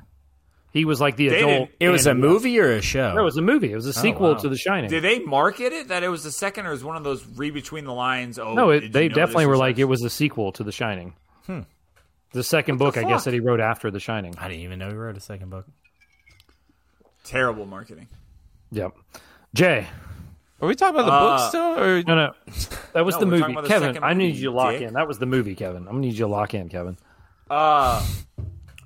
S6: he was like the
S2: They
S6: adult.
S2: didn't-
S1: It was a
S6: in-
S1: movie or a show?
S6: No, it was a movie. It was a sequel
S1: wow.
S6: to The Shining.
S2: Oh, Did they market it that it was the second, or is one of those read between the lines? Oh,
S6: no,
S2: did
S6: it,
S2: you
S6: they
S2: know
S6: definitely
S2: this
S6: were
S2: is
S6: like it was a sequel to The Shining.
S1: Hmm.
S6: The second book, I guess, that he wrote after The Shining.
S1: I didn't even know he wrote a second book.
S2: terrible marketing?
S6: Yep. Jay.
S4: Are we talking about the
S2: Uh,
S4: book still? Or
S6: No, no. That was
S2: No,
S6: the
S2: we're talking
S6: movie.
S2: about the
S6: Kevin,
S2: second
S6: I need
S2: movie,
S6: you to lock
S2: dick.
S6: in. That was the movie, Kevin. I'm going to need you to lock in, Kevin.
S2: Uh,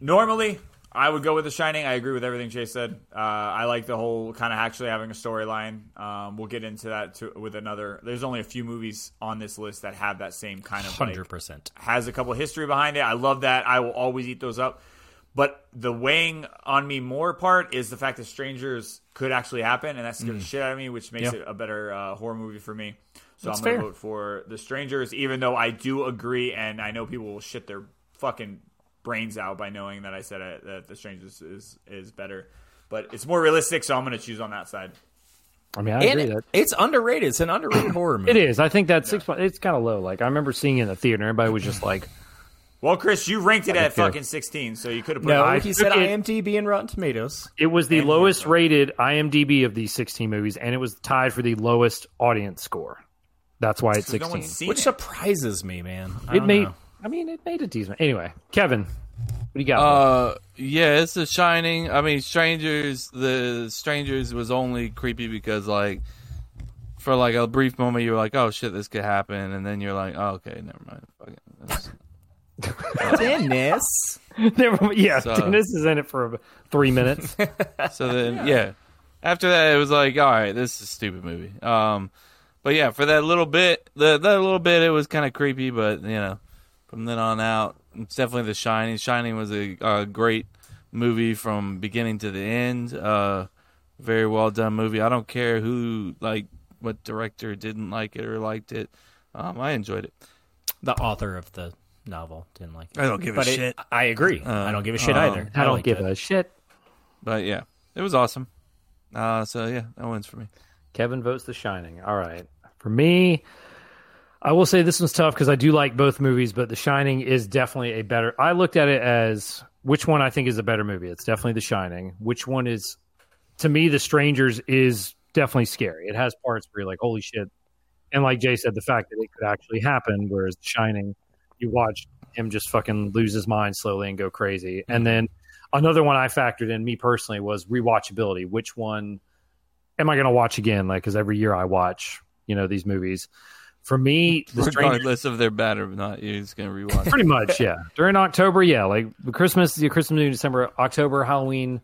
S2: normally, I would go with The Shining. I agree with everything Jay said. Uh, I like the whole kind of actually having a storyline. Um, we'll get into that to, with another. There's only a few movies on this list that have that same kind of like,
S1: 100%.
S2: has a couple of history behind it. I love that. I will always eat those up. But the weighing on me more part is the fact that strangers could actually happen, and that scared the shit out of me, which makes
S1: Mm. Yeah.
S2: it a better uh, horror movie for me. So
S1: That's
S2: I'm going
S1: fair.
S2: to vote for the strangers, even though I do agree, and I know people will shit their fucking brains out by knowing that I said it, that the strangers is is better. But it's more realistic, so I'm going to choose on that side.
S6: I mean, I
S1: And
S6: agree that.
S1: it- it's underrated. It's an underrated horror movie.
S6: It is. I think that's six. It's kind of low. Like I remember seeing it in the theater. Everybody was just like,
S2: Well, Chris, you ranked it at
S6: care.
S2: fucking 16, so you could have put
S1: No,
S2: it.
S1: he said
S6: took it-
S1: IMDb and Rotten Tomatoes.
S6: it was the lowest rated IMDb of these 16 movies, and it was tied for the lowest audience score. That's why it's
S2: No
S6: 16.
S2: one's seen
S1: Which
S2: it.
S1: surprises me, man. I
S6: it
S1: don't
S6: made.
S1: know.
S6: I mean, it made a decent. Anyway, Kevin, what do you got?
S4: Uh, yeah, it's The Shining. I mean, Strangers. The Strangers was only creepy because like. For like a brief moment, you were like, "Oh shit, this could happen," and then you're like, "Oh okay, never mind." Fuck it. That's-
S1: Dennis.
S6: Never- yeah,
S4: So-
S6: Dennis is in it for three minutes.
S4: So then, yeah. After that, it was like, all right, this is a stupid movie. Um, but yeah, for that little bit, the, that little bit, it was kind of creepy. But you know, from then on out, it's definitely The Shining. Shining was a, a great movie from beginning to the end. Uh, very well done movie. I don't care who like what director didn't like it or liked it. Um, I enjoyed it.
S1: The author of the novel didn't like it.
S4: I don't give a
S1: But it-
S4: shit.
S1: I agree. I don't give a shit
S4: um,
S1: either.
S6: Uh, I don't
S1: liked
S6: give
S1: it.
S6: a shit.
S4: But yeah, it was awesome. Uh, so yeah, that wins for me.
S6: Kevin votes The Shining. All right. For me, I will say this one's tough because I do like both movies, but The Shining is definitely a better. I looked at it as which one I think is a better movie. It's definitely The Shining. Which one is, to me, The Strangers is definitely scary. It has parts where you're like, holy shit. And like Jay said, the fact that it could actually happen, whereas The Shining, you watch him just fucking lose his mind slowly and go crazy. And then another one I factored in, me personally, was rewatchability. Which one am I going to watch again? Like, because every year I watch, you know, these movies. For me, The Strangers,
S4: Regardless of they're bad or not, you're just gonna rewatch. it.
S6: pretty much, yeah. During October, yeah, like Christmas, the Christmas, December, October, Halloween.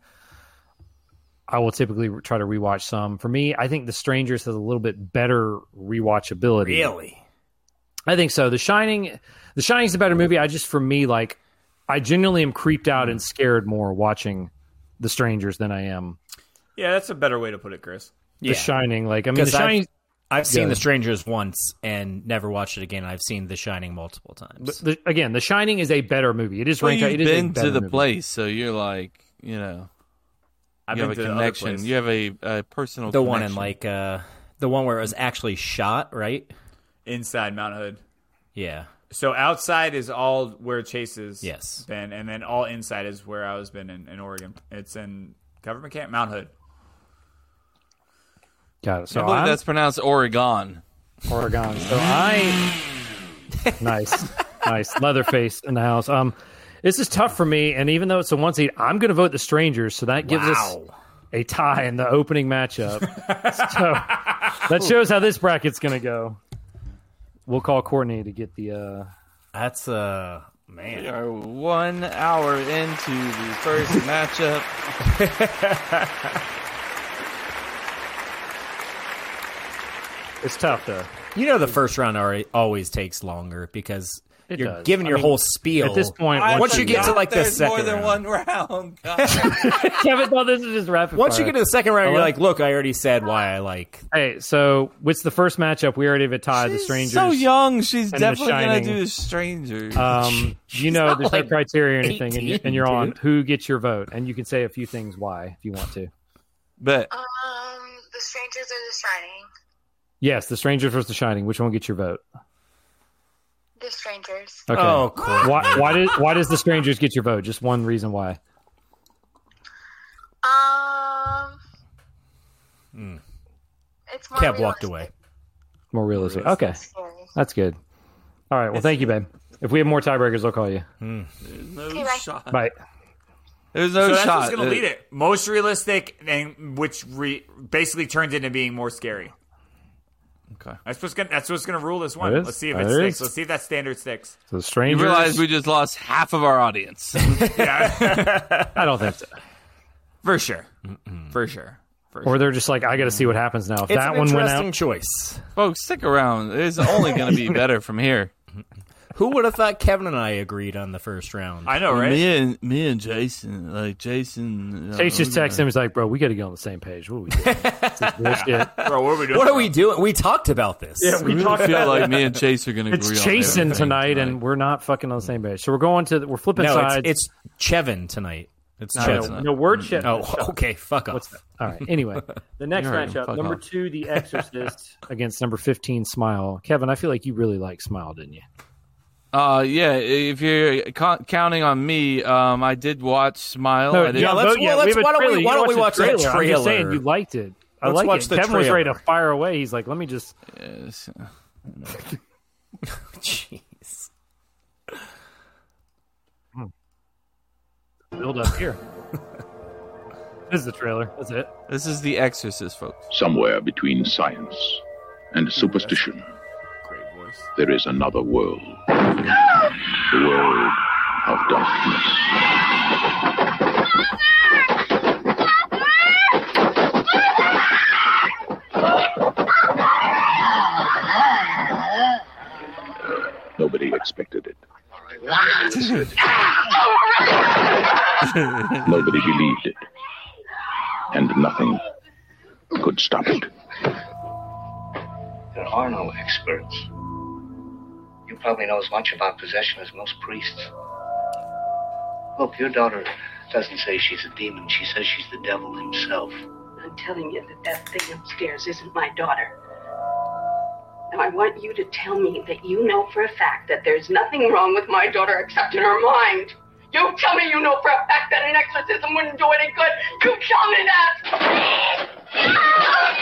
S6: I will typically try to rewatch some. For me, I think The Strangers has a little bit better rewatchability.
S1: Really?
S6: I think so. The Shining, The Shining's a better movie. I just for me like I genuinely am creeped out and scared more watching The Strangers than I am.
S8: Yeah, that's a better way to put it, Chris.
S6: The
S1: Yeah.
S6: Shining, like I mean, The
S1: Because I've-
S6: Shining.
S1: I've seen
S6: Yeah.
S1: The Strangers once and never watched it again. I've seen The Shining multiple times.
S6: The, again, The Shining is a better movie. It is
S4: Well,
S6: ranked.
S4: you've
S6: it is a
S4: been
S6: better
S4: to the
S6: movie.
S4: place, so you're like, you know,
S1: I've
S4: you
S1: been
S4: have
S1: to
S4: a
S1: the other
S4: connection.
S1: place.
S4: You have a, a personal.
S1: the one in
S4: connection.
S1: like uh, the one where it was actually shot, right?
S8: Inside Mount Hood.
S1: Yeah.
S8: So outside is all where Chase has
S1: Yes.
S8: been, and then all inside is where I was been in, in Oregon. It's in government camp Mount Hood.
S6: Got it. So
S4: I believe
S6: I'm-
S4: that's pronounced Oregon.
S6: Oregon. So I nice, nice Leatherface in the house. Um, this is tough for me, and even though it's a one seed, I'm going to vote the Strangers. So that gives us a tie in the opening matchup. so that shows how this bracket's going to go. We'll call Courtney to get the. Uh,
S1: That's uh man.
S4: We are one hour into the first matchup.
S6: it's tough though.
S1: You know, the first round alre- always takes longer because
S6: It
S1: you're
S6: does.
S1: giving
S6: I
S1: your
S6: mean,
S1: whole spiel.
S6: at this point,
S1: once,
S6: once
S1: you
S6: you
S1: get to
S6: got
S1: like the
S4: There's
S1: second
S4: more than
S1: round,
S4: one round. God.
S6: Kevin, no, this is just rapid.
S1: once you
S6: fire.
S1: get to the second round, you're
S6: Hello?
S1: like, look, I already said why I like.
S6: Hey, so what's the first matchup? We already have a tie. the Strangers.
S4: So young, she's
S6: and The
S4: definitely gonna
S6: Shining.
S4: do the strangers.
S6: Um, you know,
S4: not
S6: there's
S4: like
S6: no criteria or anything, and, you,
S4: 18,
S6: and you're on
S4: dude.
S6: who gets your vote, and you can say a few things why if you want to.
S4: but
S15: Um, the strangers are the shining.
S6: Yes, The Strangers versus The Shining. Which one gets your vote?
S15: The strangers.
S6: Okay.
S1: Oh,
S6: why, why did why does The Strangers get your vote? Just one reason why.
S15: Um,
S1: Mm.
S15: it's more.
S1: Kev walked away.
S6: More realistic. Okay, that's good. All right. Well, thank you, babe. If we have more tiebreakers, I'll call you.
S4: Hmm. no
S15: Okay, bye.
S4: shot.
S6: Bye.
S4: There's no
S8: so that's
S4: shot.
S8: what's going
S4: Uh,
S8: to lead it. Most realistic, and which re- basically turns into being more scary.
S4: Okay.
S8: That's what's going. That's what's going to rule this one.
S6: That is-
S8: Let's see if
S6: that
S8: it sticks.
S6: is.
S8: Let's see if that standard sticks.
S6: So The
S4: You
S6: Strangers.
S4: realize we just lost half of our audience.
S6: I don't think so.
S8: For sure. For sure. For sure.
S6: Or they're just like, I got to see what happens now. If
S1: It's
S6: that
S1: an
S6: one went
S1: interesting
S6: out,
S1: choice.
S4: Folks, stick around. It's only going to be better from here.
S1: Who would have thought Kevin and I agreed on the first round?
S8: I know, right?
S4: Me and me and Jason, like Jason. uh,
S6: Chase just texts him. He's like, "Bro, we got to get on the same page. What are we doing? This is bullshit.
S8: Bro, what are we doing?
S1: What are we doing? We talked about this.
S8: Yeah, we
S4: I
S8: talked
S4: feel
S8: about
S4: like me and Chase are going to agree.
S6: It's
S4: on
S6: Jason
S4: everything
S6: tonight, and we're not fucking on the same page. So we're going to we're flipping
S1: no,
S6: sides.
S1: it's, it's Chevin tonight. It's
S4: No,
S1: Chevin.
S4: it's not.
S6: no word shit.
S1: Oh, okay. Fuck off.
S6: What's that? All right. Anyway, the next
S4: You're right.
S6: matchup,
S4: Fuck
S6: number
S4: off.
S6: two, The Exorcist against number fifteen, Smile. Kevin, I feel like you really like Smile, didn't you?
S4: Uh, yeah. If you're co- counting on me, um, I did watch Smile. I did-
S1: Oh, yeah, let's-
S6: vote
S1: well, let's-
S6: have a
S1: why don't we-
S6: trailer. You
S1: why don't
S6: watch
S1: we
S6: the
S1: watch that
S6: I'm just saying
S1: trailer?
S6: you liked it. I
S1: Let's
S6: like
S1: watch
S6: it.
S1: the
S6: Kevin was ready to
S1: trailer.
S6: fire away. He's like, "Let me just."
S4: Yes.
S1: Jeez.
S6: build up here. this is the trailer. That's it.
S4: This is The Exorcist, folks.
S16: Somewhere between science and superstition,
S8: Great voice.
S16: there is another world. The world of darkness. Nobody expected it. Nobody believed it. And nothing could stop it.
S10: There are no experts. You probably know as much about possession as most priests. Look, your daughter doesn't say she's a demon. She says she's the devil himself.
S12: I'm telling you that that thing upstairs isn't my daughter. Now, I want you to tell me that you know for a fact that there's nothing wrong with my daughter except in her mind. You tell me you know for a fact that an exorcism wouldn't do any good. You tell me that.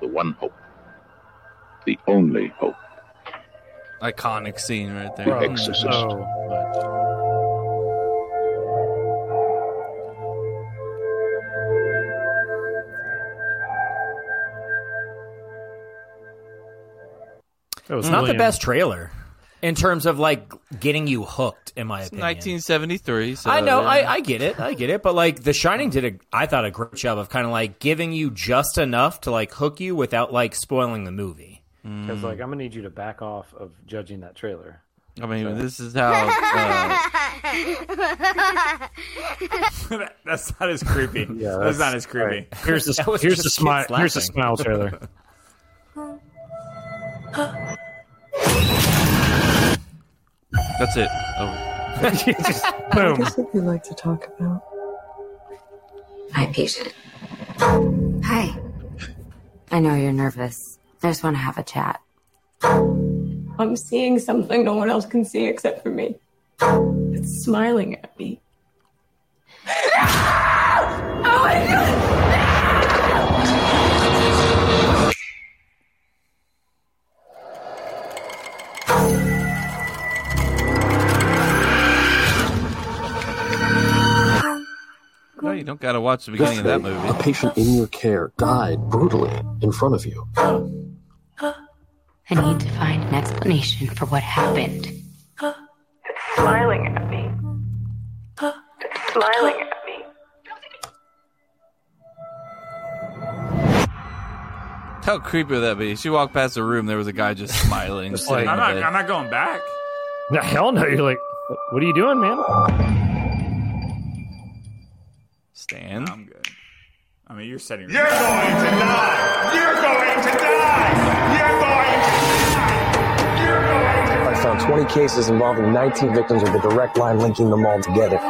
S16: The one hope. The only hope.
S4: Iconic scene right there.
S16: The Exorcist.
S6: Oh,
S1: That was it's not the best trailer in terms of like getting you hooked. In my
S4: It's
S1: opinion,
S4: 1973. So,
S1: I know,
S4: yeah.
S1: I, I get it, I get it, but like The Shining did a, I thought a great job of kind of like giving you just enough to like hook you without like spoiling the movie.
S6: Because like I'm gonna need you to back off of judging that trailer.
S4: I mean, this is how. Uh,
S8: that's not as creepy.
S6: Yeah,
S8: that's,
S6: that's-
S8: not as creepy.
S6: all right. Here's the- That was here's just the smi- kids here's the laughing. smile trailer.
S4: that's it. Oh. Over.
S17: What is it you like to talk about?
S12: Hi, patient. Hi. I know you're nervous. I just want to have a chat.
S17: I'm seeing something no one else can see except for me. It's smiling at me.
S4: No, you don't got to watch the beginning of that
S5: Yesterday,
S4: movie.
S5: A patient in your care died brutally in front of you.
S12: I need to find an explanation for what happened.
S17: Smiling at me. It's smiling at me.
S4: How creepy would that be? She walked past the room. There was a guy just smiling.
S8: Just
S4: sitting
S8: like, I'm
S4: in
S8: not.
S4: bed.
S8: I'm not going back.
S6: No, hell no. You're like, what are you doing, man?
S4: Stan.
S8: I'm good. I mean, you're setting.
S2: You're going to die. You're going to die. You're going to
S5: I found 20 cases involving 19 victims with a direct line linking them all together.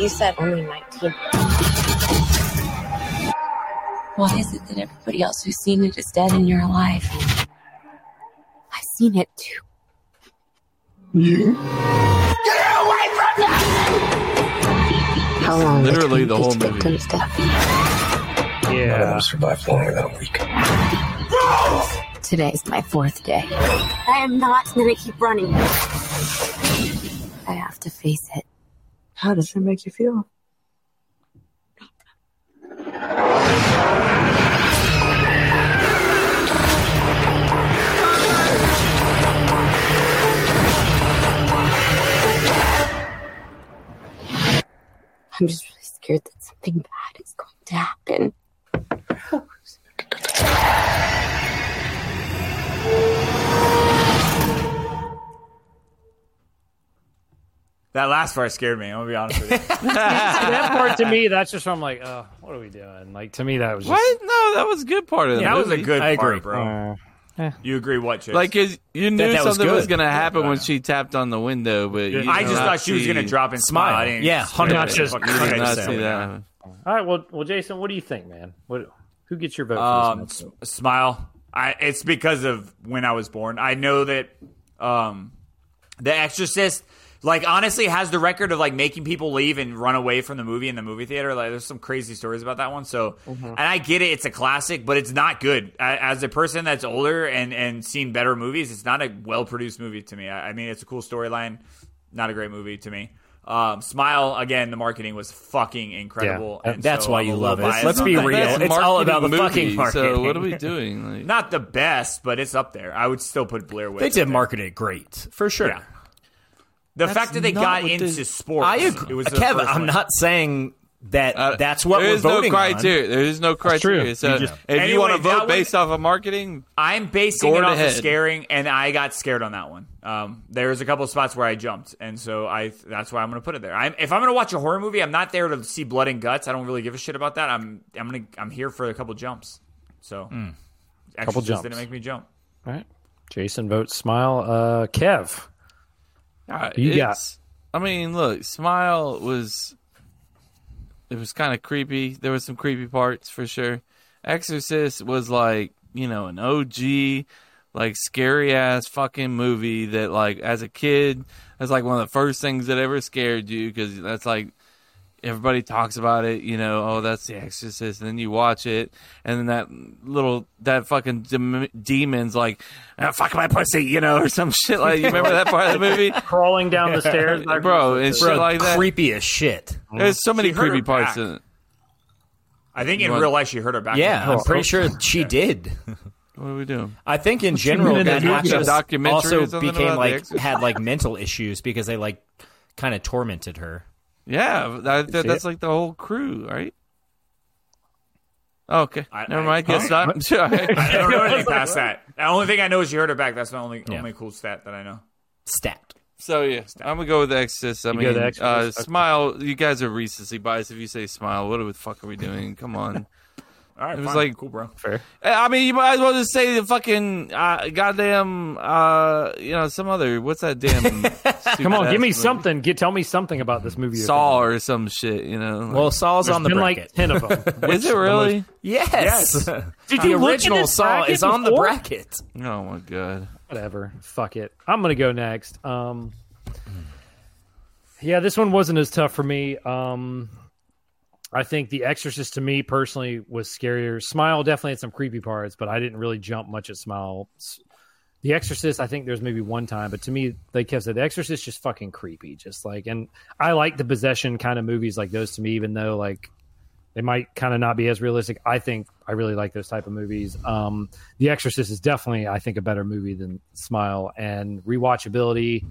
S12: You said only 19. Why is it that everybody else who's seen it is dead and you're alive? I've seen it too.
S5: You?
S18: Get away from
S12: How long?
S4: Literally the whole movie.
S5: Yeah. survived longer than a week.
S12: Today's my fourth day. I am not gonna keep running. I have to face it.
S17: How does it make you feel?
S12: I'm just really scared that something bad is going to happen.
S8: That last part scared me. I'm gonna be honest with you.
S6: that part to me, that's just from like, oh, what are we doing? Like to me, that was just,
S4: What? No, that was a good part of the
S8: Yeah, that was
S4: movie.
S8: a good
S4: I
S8: part,
S4: agree.
S8: bro. You agree? What? Chase?
S4: Like is, you knew
S8: that was
S4: something was,
S8: good.
S4: going to happen when she tapped on the window, but you
S8: I
S4: did
S8: just
S4: not
S8: thought she was
S4: see-
S8: gonna drop and smile. I didn't
S4: Yeah,
S8: expect
S4: hundred
S8: that.
S4: percent.
S8: Fuck,
S4: You
S8: I
S4: did not
S8: understand.
S4: see that.
S6: all right. Well, well, Jason, what do you think, man? What? Who gets your vote? for
S8: Um,
S6: this matchup?
S8: s- smile. I, it's because of when I was born. I know that um, The Exorcist, like honestly, has the record of like making people leave and run away from the movie in the movie theater. Like, there's some crazy stories about that one. So, and I get it; it's a classic, but it's not good. I, as a person that's older and and seen better movies, it's not a well produced movie to me. I, I mean, it's a cool storyline, not a great movie to me. Um, Smile again. The marketing was fucking incredible.
S1: Yeah.
S8: and
S1: That's
S8: so
S1: why
S8: I'm
S1: you
S8: a
S1: love
S8: little
S1: it.
S8: biased
S1: Let's
S8: on
S1: be
S8: that.
S1: real.
S8: That's
S1: It's all
S8: marketing
S1: about the
S8: movie,
S1: fucking
S8: so
S1: marketing.
S8: what are we doing?
S4: doing? Like,
S8: Not the best, but it's up there. I would still put Blair Witch.
S1: They
S8: up
S1: did
S8: there.
S1: market it great for sure.
S8: Yeah. The
S1: That's
S8: fact that they
S1: not
S8: got
S1: what
S8: into
S1: they-
S8: sports.
S1: I agree.
S8: It was the
S1: Kevin,
S8: first
S1: I'm
S8: one.
S1: not saying that that's what
S4: Uh, there
S1: we're
S4: is no
S1: voting on.
S4: criteria. There is no criteria. So
S1: You just-
S4: if you want to
S8: Anyway, that
S4: vote
S8: one-
S4: based off of marketing,
S8: I'm basing
S4: Go
S8: it off
S4: ahead.
S8: of scaring, and I got scared on that one. Um, there's a couple of spots where I jumped, and so I that's why I'm going to put it there. I'm, if I'm going to watch a horror movie, I'm not there to see blood and guts. I don't really give a shit about that. I'm I'm gonna I'm here for a couple jumps. So,
S6: Mm. Couple
S8: Exorcist
S6: jumps.
S8: didn't make me jump.
S6: All right. Jason votes smile. Uh, Kev.
S4: Uh,
S6: Who you got?
S4: it's- I mean, look, Smile was. It was kind of creepy. There was some creepy parts for sure. Exorcist was like you know an OG, like scary ass fucking movie that like as a kid that's like one of the first things that ever scared you because that's like everybody talks about it, you know, oh, that's The Exorcist, and then you watch it, and then that little that fucking dem- demon's like, "Ah, fuck my pussy, you know, or some shit like. You remember that part of the movie?
S6: Crawling down the stairs, like-
S4: bro, and shit
S1: Bro,
S4: like that.
S1: Creepy as shit.
S4: There's so many
S8: She hurt her
S4: creepy parts
S8: back.
S4: in it.
S8: I think
S4: You
S8: in
S4: want-
S8: real life she hurt her back.
S1: Yeah, I'm pretty sure she
S8: Yeah.
S1: did.
S4: What are we doing?
S1: I think in general that
S4: Watch a
S1: actress
S4: documentary or
S1: also
S4: something
S1: became
S4: about the
S1: like
S4: Exorcist?
S1: had like mental issues because they like kind of tormented her.
S4: Yeah, that, that,
S1: See
S4: that's
S1: it?
S4: like the whole crew, right? Oh, Okay, never mind. Guess
S2: Huh?
S4: not. Sure.
S2: I don't know anything past that. The only thing I know is you heard her back. That's the only
S4: Yeah.
S2: only cool stat that I know.
S1: Stat.
S4: So yeah, I'm gonna go with the Exorcist. I
S2: You go
S4: mean,
S2: with The
S4: Uh,
S2: Exorcist? Okay.
S4: smile. You guys are recency biased. If you say smile, what the fuck are we doing? Come on.
S2: All right,
S4: It was
S2: fine.
S4: like-
S2: cool, bro.
S6: Fair.
S4: Eh, I mean, you might as well just say the fucking uh, goddamn, uh, you know, some other. What's that damn?
S6: Come on, give
S4: stupid-ass movie?
S6: me something. Get, tell me something about this movie.
S4: Saw or some shit. You know.
S1: Well, Saw's
S6: There's
S1: on the
S6: been, like,
S1: bracket.
S6: 10 of 'em.
S4: Is it really?
S1: yes.
S6: Yes. Did
S1: the
S6: you look at
S1: original
S6: this
S1: Saw
S6: bracket
S1: is on the
S6: before?
S1: bracket.
S4: Oh my god.
S6: Whatever. Fuck it. I'm gonna go next. Um, yeah, this one wasn't as tough for me. Um, I think The Exorcist to me personally was scarier. Smile definitely had some creepy parts, but I didn't really jump much at Smile. S- The Exorcist, I think there's maybe one time, but to me, like Kev said, The Exorcist just fucking creepy. Just like, and I like the possession kind of movies like those to me, even though like they might kind of not be as realistic. I think I really like those type of movies. Um, the Exorcist is definitely, I think, a better movie than Smile and rewatchability.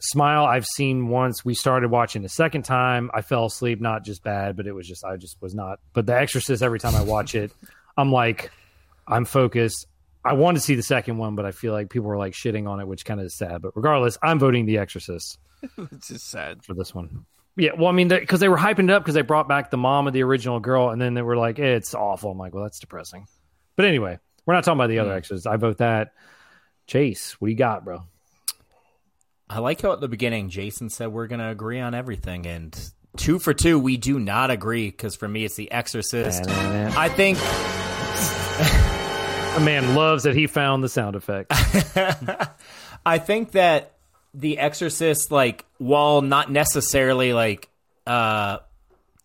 S6: Smile, I've seen once. We started watching the second time. I fell asleep, not just bad, but it was just, I just was not. But The Exorcist, every time I watch it, I'm like, I'm focused. I want to see the second one, but I feel like people were like shitting on it, which kind of is sad. But regardless, I'm voting The Exorcist
S4: it's just sad
S6: for this one. Yeah, well, I mean, because they were hyping it up because they brought back the mom of the original girl, and then they were like, eh, "It's awful." I'm like, "Well, that's depressing." But anyway, we're not talking about the other exes. I vote that. Chase, what do you got, bro?
S1: I like how at the beginning Jason said we're going to agree on everything and two for two we do not agree cuz for me it's The Exorcist. I think
S6: A man loves that he found the sound effect.
S1: I think that The Exorcist, like, while not necessarily like uh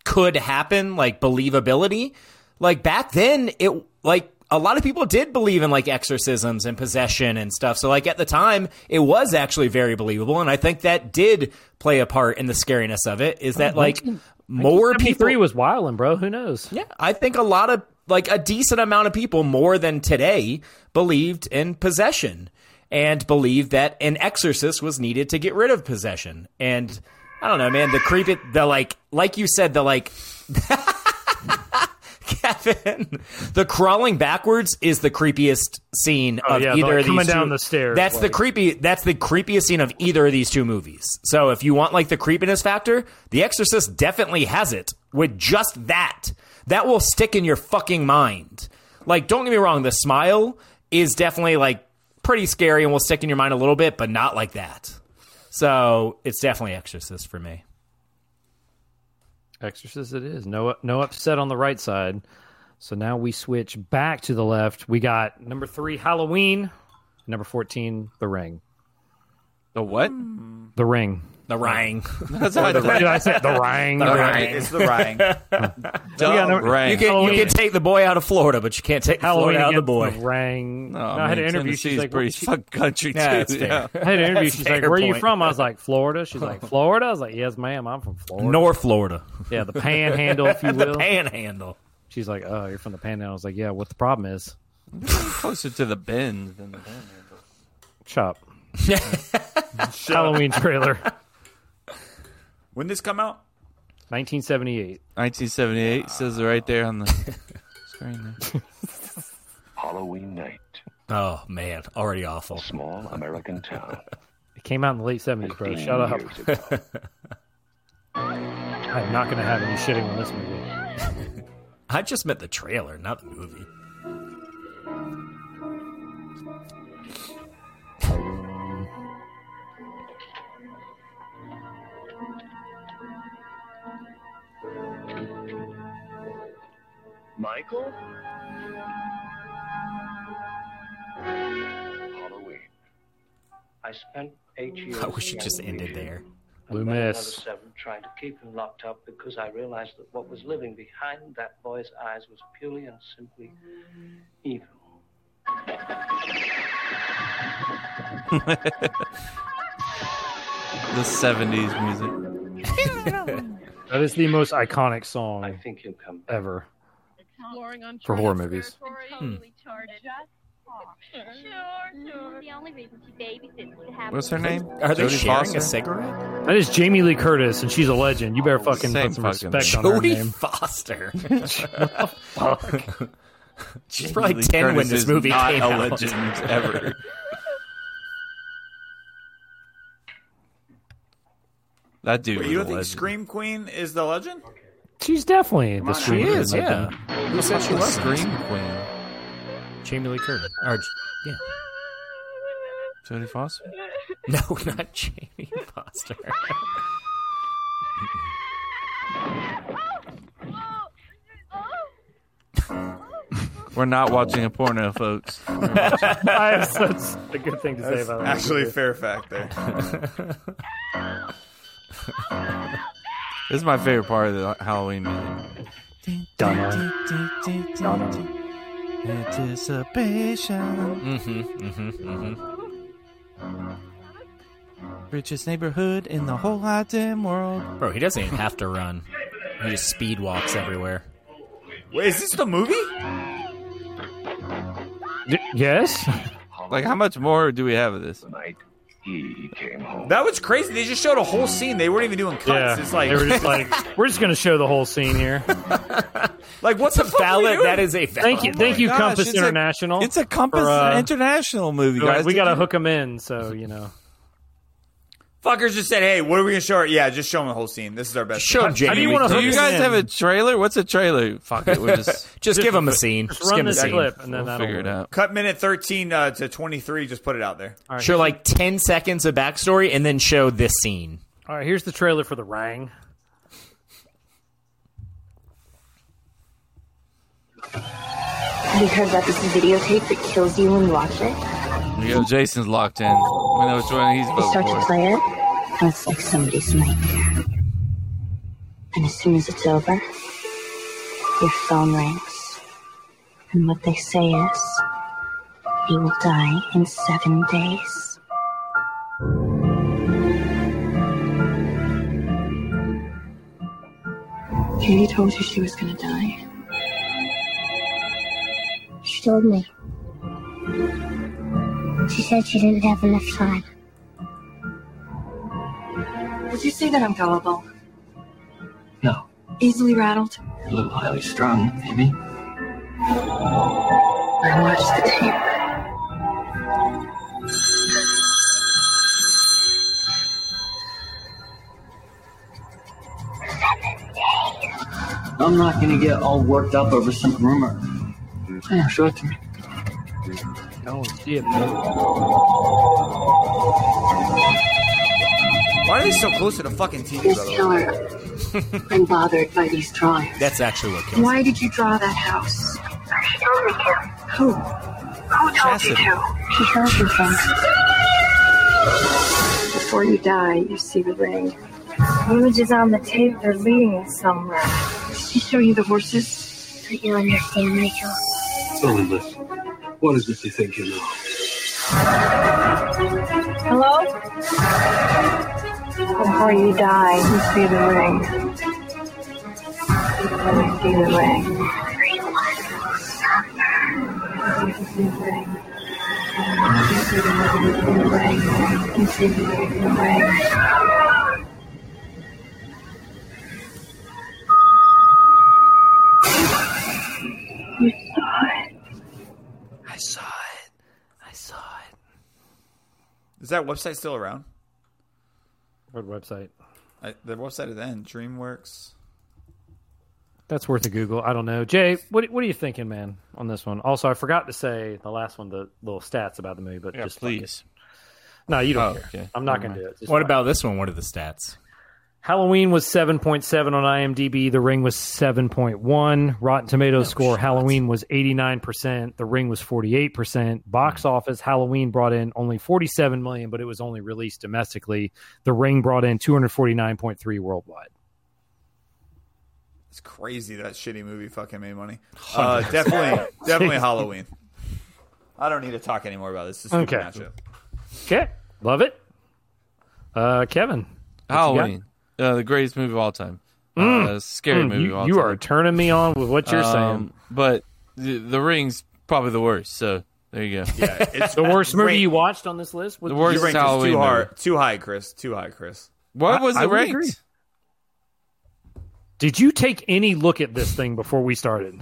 S1: could happen, like believability, like back then it like a lot of people did believe in like exorcisms and possession and stuff. So like at the time it was actually very believable and I think that did play a part in the scariness of it is that like more people
S6: P3 was wilding, bro. Who knows?
S1: yeah, I think a lot of like a decent amount of people more than today believed in possession and believed that an exorcist was needed to get rid of possession. And I don't know, man, the creepy the like like you said the like Kevin, the crawling backwards is the creepiest scene
S6: Oh,
S1: of
S6: yeah, the,
S1: either
S6: like,
S1: of these
S6: coming
S1: two.
S6: down the stairs,
S1: That's the
S6: like-
S1: creepy. That's the creepiest scene of either of these two movies. So if you want like the creepiness factor, The Exorcist definitely has it with just that. That will stick in your fucking mind. Like, don't get me wrong, the smile is definitely like pretty scary and will stick in your mind a little bit, but not like that. So it's definitely Exorcist for me.
S6: Exorcist it is. No no upset on the right side. So now we switch back to the left. We got number three, Halloween. Number fourteen, The Ring.
S4: The what?
S6: The Ring.
S1: The Ring.
S4: That's how I
S6: What did I say? The Ring.
S1: The Ring. It's the Ring.
S4: Dumb
S6: Yeah, no-
S4: rank.
S1: You can, you can take the boy out of Florida, but you can't take the
S6: Halloween
S1: Florida out of the
S6: against
S1: boy.
S6: the Ring.
S4: No,
S6: No,
S4: I
S6: I had
S4: mean,
S6: an interview.
S4: Oh, Tennessee's
S6: She's like,
S4: pretty
S6: she-
S4: fuck country
S1: Yeah,
S4: too.
S1: that's fair.
S4: yeah.
S6: I had an interview.
S1: That's
S6: She's like,
S1: fair
S6: "Where are you
S1: point.
S6: from?" I was like, "Florida." She's like, "Florida." I was like, "Yes, ma'am. I'm from Florida."
S1: North Florida.
S6: Yeah, the Panhandle, if you
S1: the
S6: will.
S1: panhandle.
S6: She's like, "Oh, you're from the Panhandle." I was like, "Yeah." What the problem is?
S4: Closer to the bend than the bend.
S6: Chop. Halloween trailer,
S2: When this come out?
S6: 1978.
S4: 1978 says it right there on the screen. There.
S10: Halloween night,
S1: Oh man, already awful.
S10: small American town.
S6: It came out in the late 70s, bro.
S10: 15
S6: Shut up.
S10: years ago.
S6: I'm not going to have any shitting on this movie.
S1: I just meant the trailer, not the movie.
S10: Michael? Halloween.
S12: I spent eight years.
S1: I wish it
S12: in
S1: just ended
S12: Amnesia,
S1: there.
S12: and then
S6: Loomis.
S12: Another seven trying to keep him locked up because I realized that what was living behind that boy's eyes was purely and simply evil.
S4: the 70s music.
S6: That is the most iconic song
S12: I think he'll come.
S6: ever
S19: exploring on
S6: for horror movies.
S19: territory. Totally charted.
S4: What's her name?
S1: Are they
S4: Jodie
S1: sharing
S4: Foster?
S1: a cigarette?
S6: That is Jamie Lee Curtis, and she's a legend. You better fucking
S4: Oh, Same
S6: put
S4: fucking
S6: some respect on her
S1: Jodie
S6: name.
S1: Foster.
S6: What the fuck?
S1: She's probably
S4: Jamie Lee
S1: 10 when
S4: Curtis
S1: this
S4: is
S1: movie
S4: not
S1: came
S4: a
S1: out.
S4: legend ever. That dude.
S8: Wait,
S4: was
S8: you
S4: a
S8: don't think
S4: legend.
S8: Scream Queen is the legend?
S6: She's definitely the
S4: on,
S6: scream
S4: she
S6: queen,
S4: is,
S6: I
S4: yeah.
S6: think.
S1: Who said she
S4: The
S1: was
S4: Scream Queen?
S1: Jamie Lee Curtis. Or, yeah.
S4: Jodie Foster.
S1: No, not Jamie Foster.
S4: We're not watching a porno, folks.
S6: I have such a good thing to say
S8: That's
S6: about that.
S8: actually
S6: movie.
S8: fair fact there.
S4: This is my favorite part of the Halloween movie. Anticipation.
S1: Mm-hmm, mm-hmm, mm-hmm.
S4: Richest neighborhood in the whole goddamn world.
S1: Bro, he doesn't even have to run. He just speed walks everywhere.
S8: Wait, is this the movie?
S6: D- yes.
S4: Like, how much more do we have of this?
S8: That was crazy. They just showed a whole scene. They weren't even doing cuts.
S6: Yeah.
S8: It's like,
S6: they were just like, we're just going to show the whole scene here.
S4: Oh
S8: like what's a
S1: Valid. That is a valid.
S6: Thank you, thank you,
S4: gosh,
S6: Compass
S4: it's a-
S6: International.
S4: It's a Compass
S6: For, uh,
S4: International movie,
S6: They're like,
S4: guys.
S6: we
S4: Did
S6: got to
S4: you-
S6: hook them in, so you know.
S8: Fuckers just said, "Hey, what are we gonna show?" her? Yeah, just show them the whole scene. This is our best.
S1: Show
S8: scene.
S1: Jamie.
S6: do you
S1: Lee
S6: wanna
S1: Curtis.
S4: Do you
S6: hook
S4: guys
S6: in.
S4: have a trailer? What's a trailer? Fuck it, we're just
S1: Just give him a scene.
S6: Just
S1: Just
S6: run
S1: give him a
S6: this
S1: scene.
S6: clip, and then
S4: we'll
S6: that'll
S4: figure it
S6: work.
S4: out.
S8: Cut minute thirteen uh, to twenty three. Just put it out there.
S6: All right,
S1: Show like 10 seconds of backstory and then show this scene.
S6: all right. Here's the trailer for the Rang.
S10: Have you heard about this videotape that kills you when you watch it?
S4: We go. Jason's locked in. We know which one he's
S10: You
S4: voting
S10: start to
S4: for.
S10: play it, and it's like somebody's nightmare. And as soon as it's over, your phone rings. And what they say is, you will die in seven days. Katie told you she was gonna die.
S20: She told me. She said she didn't have enough time.
S12: Would you say that I'm gullible?
S20: No.
S12: Easily rattled?
S20: A little highly strung, maybe.
S10: I watched the tape.
S20: I'm not gonna get all worked up over some rumor. Yeah, show it to me.
S6: Oh, see it, man.
S8: Why are they so close to the fucking TV?
S10: This
S8: by the way?
S10: killer. I'm bothered by these drawings.
S1: That's actually what kills.
S10: Why did you draw that house?
S21: She told me to.
S10: Who?
S21: Who told
S4: Cassidy.
S21: you to?
S10: She tells you things. Before you die, you see the ring.
S20: Images on the tape, they're leading us somewhere.
S10: Did she show you the horses?
S20: Don't you understand, Rachel?
S22: Tell me this. What is it you think you know?
S10: Hello? Before you die, you see the ring. You see the ring. You see the ring. You see the ring. You see the ring. You see the ring. You saw it.
S6: I saw it. I saw it.
S8: Is that website still around?
S6: What website?
S8: I, the website at the end, DreamWorks.
S6: That's worth a Google. I don't know, Jay. What What are you thinking, man, on this one? Also, I forgot to say the last one, the little stats about the movie, but
S4: Yeah,
S6: just fuck it.
S4: please.
S6: No, you don't
S4: Oh,
S6: care.
S4: okay.
S6: I'm not going to do it. Just
S1: What
S6: fuck it.
S1: about this one? What are the stats?
S6: Halloween was 7.7 on IMDb. The Ring was 7.1. Rotten
S4: Oh,
S6: Tomatoes score Halloween was 89%. The Ring was 48%. Box
S4: Hmm.
S6: office Halloween brought in only 47 million, but it was only released domestically. The Ring brought in 249.3 worldwide.
S8: It's crazy that shitty movie fucking made money. Uh, definitely, definitely Halloween. I don't need to talk anymore about this. This is a stupid
S6: Okay.
S8: matchup.
S6: Okay. Love it. Uh, Kevin.
S4: Halloween, uh, the greatest movie of all time. Uh, scary
S6: mm,
S4: movie of
S6: you,
S4: all
S6: you
S4: time.
S6: are turning me on with what you're
S4: Um,
S6: saying.
S4: But the, the Ring's probably the worst. So There you go.
S8: Yeah, it's
S6: the worst movie you watched on this list. Was
S4: The worst
S8: Your rank is
S4: Halloween
S8: too
S4: movie.
S8: hard, too high, Chris. Too high, Chris.
S4: What was
S6: I
S4: the
S6: would
S4: ranked?
S6: agree. Did you take any look at this thing before we started?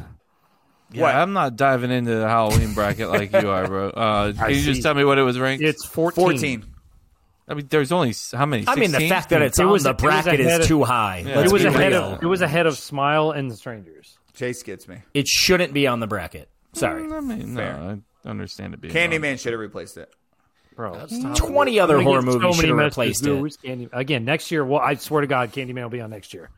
S4: Yeah, I'm not diving into the Halloween bracket like you are, bro. Uh,
S6: I
S4: can you
S6: see.
S4: just tell me what it was ranked?
S6: It's 14.
S8: 14.
S4: I mean, there's only s- how many?
S1: I mean, the
S4: 16?
S1: fact that it's
S6: It
S1: on
S6: was-
S1: the
S6: it was
S1: bracket
S6: ahead
S1: is
S6: of-
S1: too high.
S4: Yeah.
S1: Let's
S6: it was
S1: be
S6: ahead
S1: real.
S6: of it was ahead of Smile and the Strangers.
S8: Chase gets me.
S1: It shouldn't be on the bracket. Sorry.
S4: I mean,
S8: Fair.
S4: no, I understand it being
S8: Candyman should have replaced it.
S6: Bro,
S8: Mm.
S1: 20 other
S6: I'm gonna
S1: horror
S6: get so
S1: movies
S6: many
S1: should have
S6: messages,
S1: replaced
S6: dude,
S1: it.
S6: where's Candy- Again, next year. Well, I swear to God, Candyman will be on next year.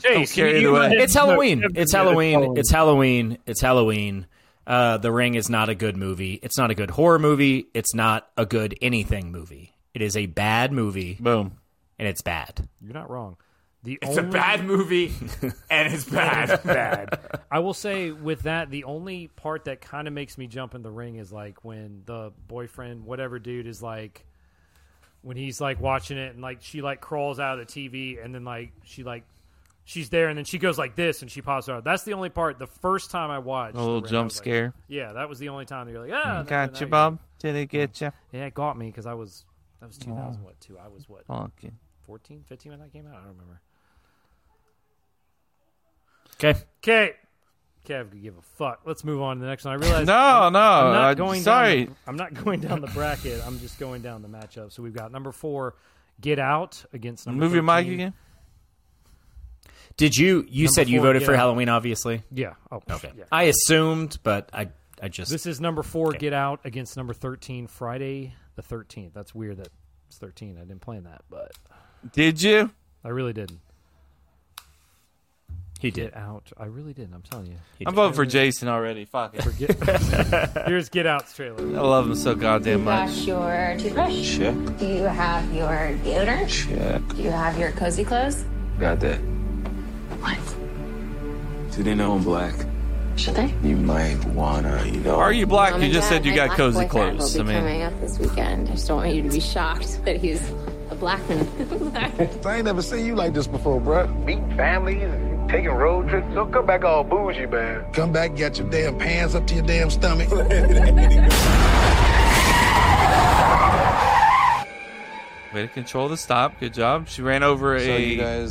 S6: Chase,
S4: carry it away.
S1: It's Halloween. It's Halloween. It's Halloween. It's Halloween. Uh, the Ring is not a good movie. It's not a good horror movie. It's not a good anything movie. It is a bad movie,
S4: Boom.
S1: and it's bad.
S6: You're not wrong. The
S8: It's a
S6: only-
S8: bad movie, and it's bad.
S6: bad. I will say with that, the only part that kind of makes me jump in the ring is like when the boyfriend, whatever dude, is like when he's like watching it and like she like crawls out of the TV and then like she like she's there and then she goes like this and she pops out. That's the only part. The first time I watched
S4: A little
S6: The Ring, I
S4: jump
S6: was like-
S4: scare.
S6: yeah, that was the only time that you're like, ah,
S4: Got you,
S6: you,
S4: Bob. Did it get you?
S6: Yeah, it got me because I was that was 2000 what two? I was what
S4: Honking.
S6: 14, 15 when that came out. I don't remember.
S1: Okay.
S6: Okay. Kev could give a fuck. Let's move on to the next one. I realize
S4: No, no.
S6: I'm not
S4: uh,
S6: going
S4: sorry.
S6: Down the, I'm not going down the bracket. I'm just going down the matchup. So we've got number four, Get Out against number.
S4: Move your mic
S6: 13.
S4: again.
S1: Did you? You
S6: Number
S1: said you
S6: four,
S1: voted
S6: Get
S1: for
S6: Out.
S1: Halloween, obviously.
S6: Yeah. Oh,
S1: Okay.
S6: Yeah.
S1: I assumed, but I, I just
S6: This is number four, Get Out against number thirteen, Friday the Thirteenth. That's weird that it's thirteen. I didn't plan that, but
S4: Did you?
S6: I really didn't.
S1: he
S6: Get
S1: did.
S6: Out. I really didn't. I'm telling you.
S4: I'm voting for Jason already. Fuck it.
S6: Here's Get Out's trailer.
S4: I love him so goddamn much.
S12: Wash your toothbrush? Do you have your deodorant? Do you have your cozy clothes?
S5: Got that.
S12: What?
S5: Do they know I'm black?
S12: Should they?
S5: You might wanna, you know.
S4: Are you black?
S12: Mom
S4: You
S12: and
S4: just
S12: Dad,
S4: said you
S12: my
S4: got
S12: black
S4: cozy
S12: boyfriend
S4: clothes. I
S12: Will be
S4: mean,
S12: coming up this weekend. I just don't want you to be shocked that he's a black man.
S5: I ain't never seen you like this before, bruh.
S10: Meeting families, taking road trips. Don't come back all bougie, man.
S5: Come back, get your damn pants up to your damn stomach.
S4: way to control the stop. Good job. She ran over
S5: So
S4: a.
S5: you guys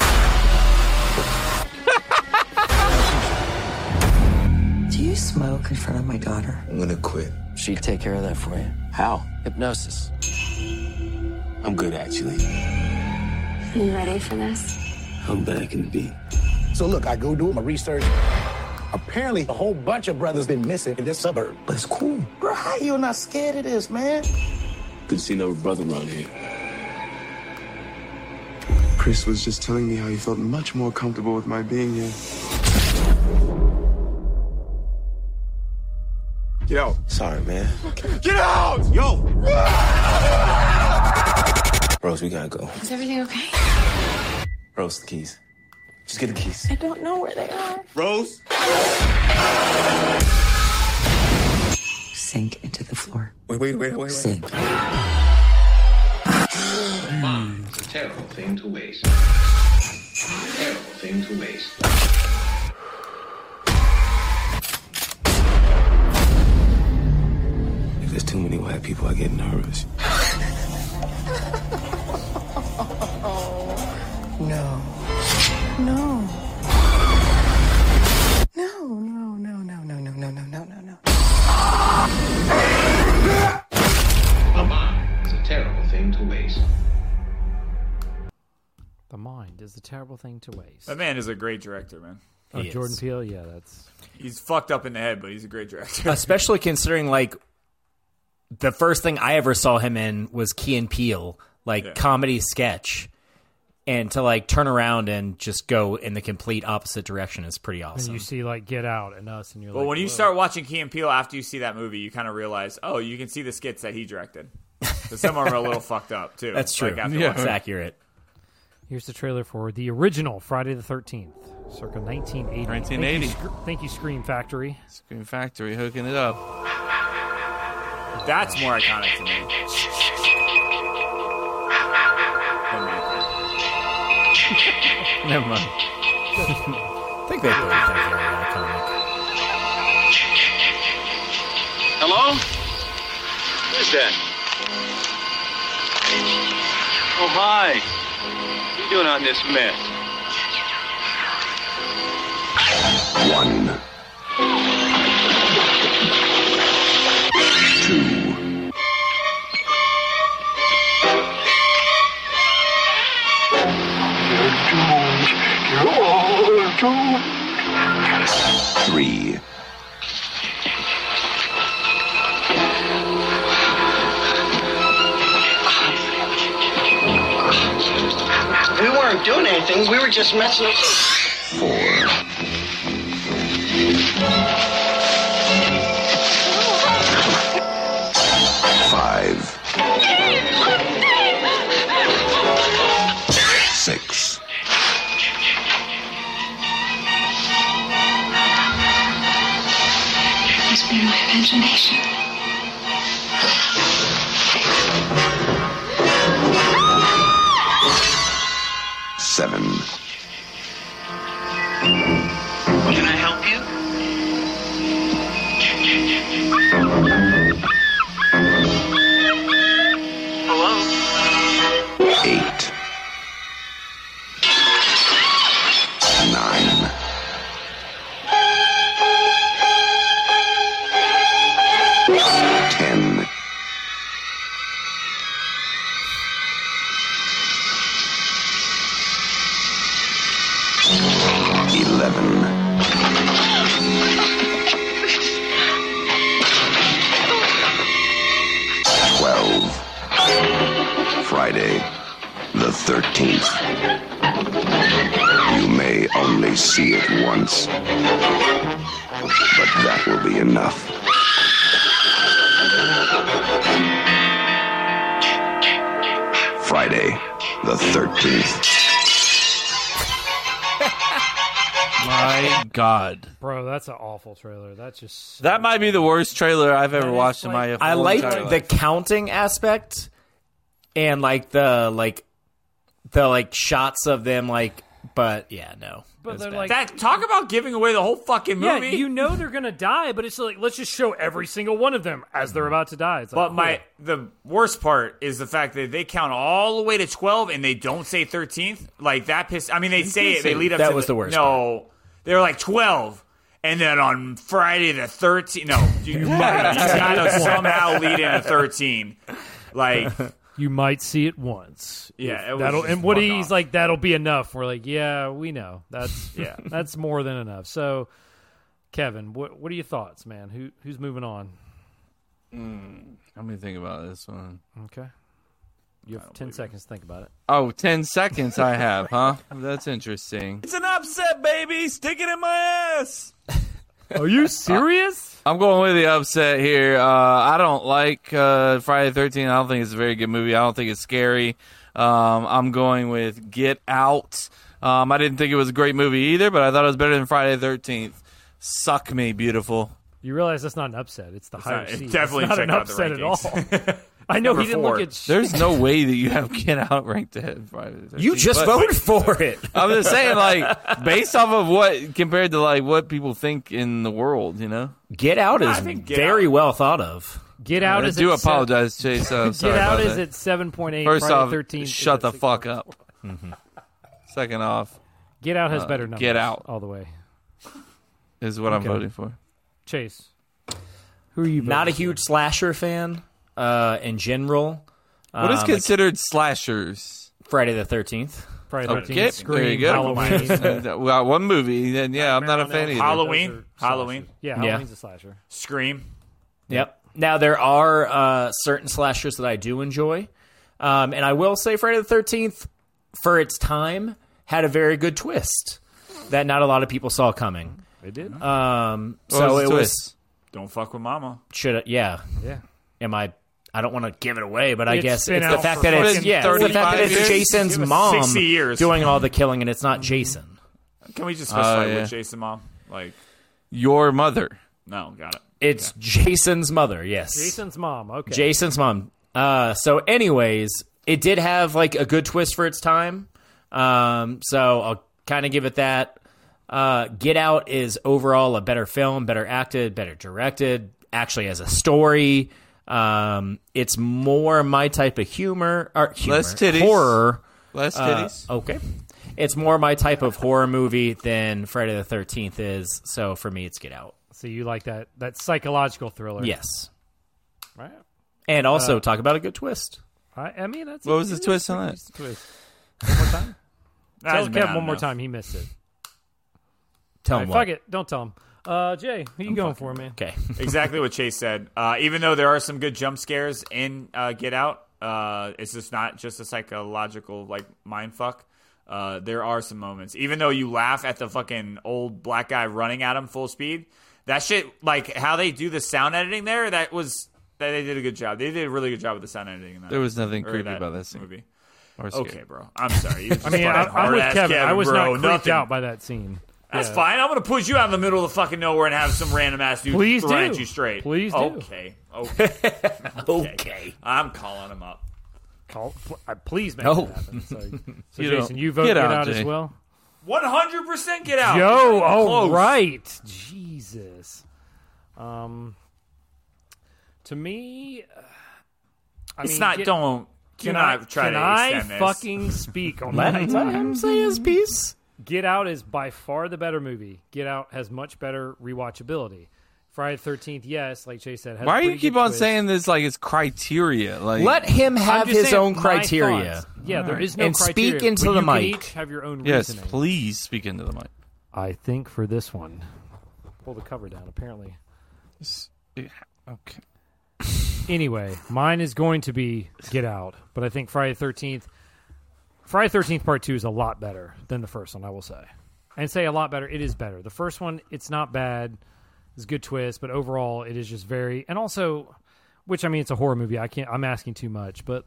S10: Do you smoke in front of my daughter? I'm gonna quit. She'd take care of that for you. How? Hypnosis. I'm good, actually.
S12: Are you ready for this?
S10: How bad can it be? So look, I go do my research. Apparently, a whole bunch of brothers been missing in this suburb. But it's cool. Bro, how you not scared of this, man?
S23: Didn't see no brother around here.
S5: Chris was just telling me how he felt much more comfortable with my being here. Get out. Sorry, man.
S24: Get out! Yo!
S5: Rose, we gotta go.
S12: Is everything okay?
S5: Rose, the keys. Just get the keys.
S12: I don't know where they are.
S24: Rose?
S10: Sink into the floor.
S24: Wait, wait, wait, wait.
S10: Sink.
S24: Mom, it's a terrible thing to waste. Terrible thing to waste.
S5: If there's too many white people, I get nervous.
S10: No. No. No, no, no, no, no, no, no, no, no, no, no.
S24: Mom, it's a terrible thing to waste.
S6: The mind is the terrible thing to waste.
S8: That man is a great director, man.
S6: Oh, Jordan Peele. Yeah, that's
S8: He's fucked up in the head, but he's a great director.
S1: especially considering like the first thing I ever saw him in was Key and Peele, like comedy sketch, and to like turn around and just go in the complete opposite direction is pretty awesome.
S6: And you see like Get Out and Us, and you're
S2: But
S6: like,
S2: when you
S6: "Whoa."
S2: start watching Key and Peele after you see that movie, you kind of realize, oh, you can see the skits that he directed. 'Cause some of them are a little fucked up too.
S1: That's true.
S2: Like, after
S1: yeah.
S2: watching-
S1: It's accurate.
S6: Here's the trailer for the original Friday the 13th, circa 1980. Thank
S4: 1980.
S6: you, Sc- thank you, Scream Factory.
S4: Scream Factory hooking it up.
S2: That's more iconic to me.
S4: Never mind.
S1: I think they believe that
S8: Hello? Who's that? Oh, hi. What are you doing out in this mess?
S10: One. Three.
S12: We weren't doing anything. We were just messing up.
S10: Five. Six.
S25: It's been my imagination.
S10: Seven.
S12: Can I help you?
S10: Eight. Nine. Ten. Eleven. Twelve. Friday, the 13th. You may only see it once, but that will be enough. Friday, the 13th.
S4: My God.
S6: Bro, that's an awful trailer. That's just
S4: That might be the worst trailer I've ever watched in my
S1: I, I
S4: whole
S1: liked
S4: entire
S1: the
S4: life.
S1: counting aspect and like the like the like shots of them like but yeah no
S6: But they're like
S2: That talk about giving away the whole fucking
S6: Yeah,
S2: movie.
S6: you know they're gonna die, but it's like let's just show every single one of them as they're about to die. It's like,
S2: But my the worst part is the fact that they count all the way to twelve and they don't say thirteenth. Like that pissed. I mean, they say it. They lead up.
S1: That
S2: to
S1: was the worst
S2: No, they were like twelve, and then on Friday the thirteenth. No, you, you gotta somehow lead in a thirteen. Like
S6: you might see it once.
S2: Yeah, it was
S6: that'll
S2: just
S6: and Woody's
S2: fuck off.
S6: like that'll be enough. We're like, yeah, we know that's
S2: Yeah.
S6: that's more than enough. So, Kevin, what what are your thoughts, man? Who who's moving on?
S4: Mm, Let me think about this one.
S6: Okay, you have ten seconds to think about it.
S4: Oh, 10 seconds I have, huh? That's interesting.
S2: it's an upset, baby. Stick it in my ass.
S6: Are you serious?
S4: I'm going with the upset here. Uh, I don't like uh, Friday the 13th. I don't think it's a very good movie. I don't think it's scary. Um, I'm going with Get Out. Um, I didn't think it was a great movie either, but I thought it was better than Friday the 13th. Suck me, beautiful.
S6: You realize that's not an upset. It's the higher
S2: not- it
S6: seed.
S2: definitely
S6: it's not an
S2: checked out
S6: upset
S2: the
S6: at all. I know
S2: Number
S6: he didn't look
S2: four.
S6: at. Shit.
S4: There's no way that you have Get Out ranked ahead of Friday the 13th.
S1: you just
S4: But-
S1: voted for it
S4: I'm just saying, like, based off of what, compared to, like, what people think in the world, you know?
S1: get out is
S2: I think Get
S1: very well thought of
S6: Get out
S4: I
S6: is
S4: do
S6: at seven-
S4: apologize, Chase. I'm sorry
S6: Get out
S4: about
S6: is
S4: that.
S6: at seven point eight.
S4: First
S6: Friday
S4: off,
S6: 13th is
S4: shut
S6: at
S4: the
S6: six.
S4: fuck up. Second off,
S6: Get out has
S4: Uh,
S6: better
S4: Get
S6: numbers.
S4: Out.
S6: all the way.
S4: is what
S6: Okay.
S4: I'm voting for.
S6: Chase, who are you?
S1: not a
S6: voting
S1: huge slasher fan uh in general Um,
S4: What is
S1: like
S4: considered slashers?
S1: friday the 13th
S6: for? Friday the
S4: Okay,
S6: 13th, Scream,
S4: there you go. uh,
S6: Halloween.
S4: well, one movie, then yeah, I'm not a fan either.
S6: Nightmare on Elm
S2: Halloween?
S6: Those are
S2: Halloween?
S6: slashers. Yeah,
S1: Yeah.
S6: Halloween's a slasher.
S2: Scream.
S1: Yep. Now there are uh, certain slashers that I do enjoy, um, and I will say Friday the Thirteenth for its time, had a very good twist that not a lot of people saw coming.
S6: It did.
S1: Um, so
S4: was
S1: it
S4: the
S1: was.
S8: Don't fuck with mama.
S1: Should I, yeah.
S6: Yeah.
S1: Am I? I don't want to give it away, but I
S6: It's
S1: guess
S6: been
S1: it's the
S6: out
S1: fact
S6: for
S1: that it's
S6: fucking
S1: yeah, it's the fact that
S6: 35
S1: it's
S6: years.
S1: Jason's
S6: Give us
S1: mom
S8: 60 years.
S1: doing all the killing, and it's not Jason.
S8: Can we just
S4: Oh,
S8: specify
S4: yeah.
S8: with Jason mom? Like,
S4: Your mother.
S8: no, got it.
S1: It's Jason's mother. Yes,
S6: Jason's mom. Okay.
S1: Jason's mom. Uh, so, anyways, it did have like a good twist for its time. Um, so I'll kind of give it that. Uh, Get Out is overall a better film, better acted, better directed. Actually, as a story, um, it's more my type of humor or humor,
S4: Less titties.
S1: horror.
S4: Less
S1: Uh,
S4: titties.
S1: okay. It's more my type of horror movie than Friday the 13th is. So for me, it's Get Out.
S6: So you like that that psychological thriller?
S1: Yes.
S6: Right.
S1: And also
S6: Uh,
S1: talk about a good twist.
S6: I, I mean, that's
S4: What was the twist on that?
S6: Twist. One more time.
S8: That
S6: Tell
S8: hasn't been
S6: Kev
S8: out
S6: one more
S8: enough.
S6: time. He missed it.
S1: Tell
S6: All
S1: him
S6: right,
S1: what.
S6: fuck it. Don't tell him. Uh, Jay, who you going for, man?
S1: Okay.
S8: exactly what Chase said. Uh, even though there are some good jump scares in uh, Get Out, uh, it's just not just a psychological like mind fuck. Uh, there are some moments, even though you laugh at the fucking old black guy running at him full speed. That shit, like how they do the sound editing there, that was that they did a good job. They did a really good job with the sound editing. In that,
S4: There was nothing
S8: or
S4: creepy
S8: that
S4: about that scene.
S8: movie.
S4: Or scary.
S8: Okay, bro. I'm sorry. You
S6: I mean, I, I'm with Kevin. I was not creeped out by that scene.
S8: That's
S6: Yeah.
S8: fine. I'm going to put you out in the middle of the fucking nowhere and have some random ass dude
S6: Please
S8: throw
S6: do.
S8: at you straight.
S6: Please do.
S8: Okay. Okay.
S1: Okay.
S8: I'm calling him up.
S6: Call, pl- uh, please make
S1: No.
S6: that happen. So, so
S4: You don't-
S6: Jason, you vote
S4: get
S6: Get
S4: out,
S6: Out,
S4: Jay.
S6: as well.
S8: 100% get out.
S6: Yo, all
S8: Ah, Close.
S6: right, Jesus. Um, to me, uh, I
S8: It's
S6: mean,
S8: not,
S6: get-
S8: don't, do
S6: Can
S8: not
S6: I,
S8: try
S6: can
S8: to
S6: I
S8: extend this.
S6: fucking speak on
S1: Let
S6: my
S1: him,
S6: time?
S1: let him say his piece.
S6: Get Out is by far the better movie. Get Out has much better rewatchability. Friday the 13th, yes, like Chase said. Has
S4: Why
S6: a
S4: do you
S6: pretty
S4: keep
S6: good
S4: on
S6: twist.
S4: saying this like it's criteria? Like
S1: Let him
S6: I'm
S1: have
S6: just
S1: his
S6: saying
S1: own
S6: my
S1: criteria.
S6: thoughts. Yeah, there is no
S1: And
S6: criteria.
S1: speak into
S6: but
S1: the
S6: you can
S1: mic.
S6: each have your own
S4: Yes,
S6: reasoning.
S4: please speak into the mic.
S6: I think for this one, pull the cover down. Apparently,
S4: Okay.
S6: anyway, mine is going to be Get Out, but I think Friday Thirteenth, Friday Thirteenth Part Two is a lot better than the first one. I will say, and say a lot better. It is better. The first one, it's not bad. It's a good twist, but overall, it is just very and also, which I mean, it's a horror movie. I can't. I'm asking too much, but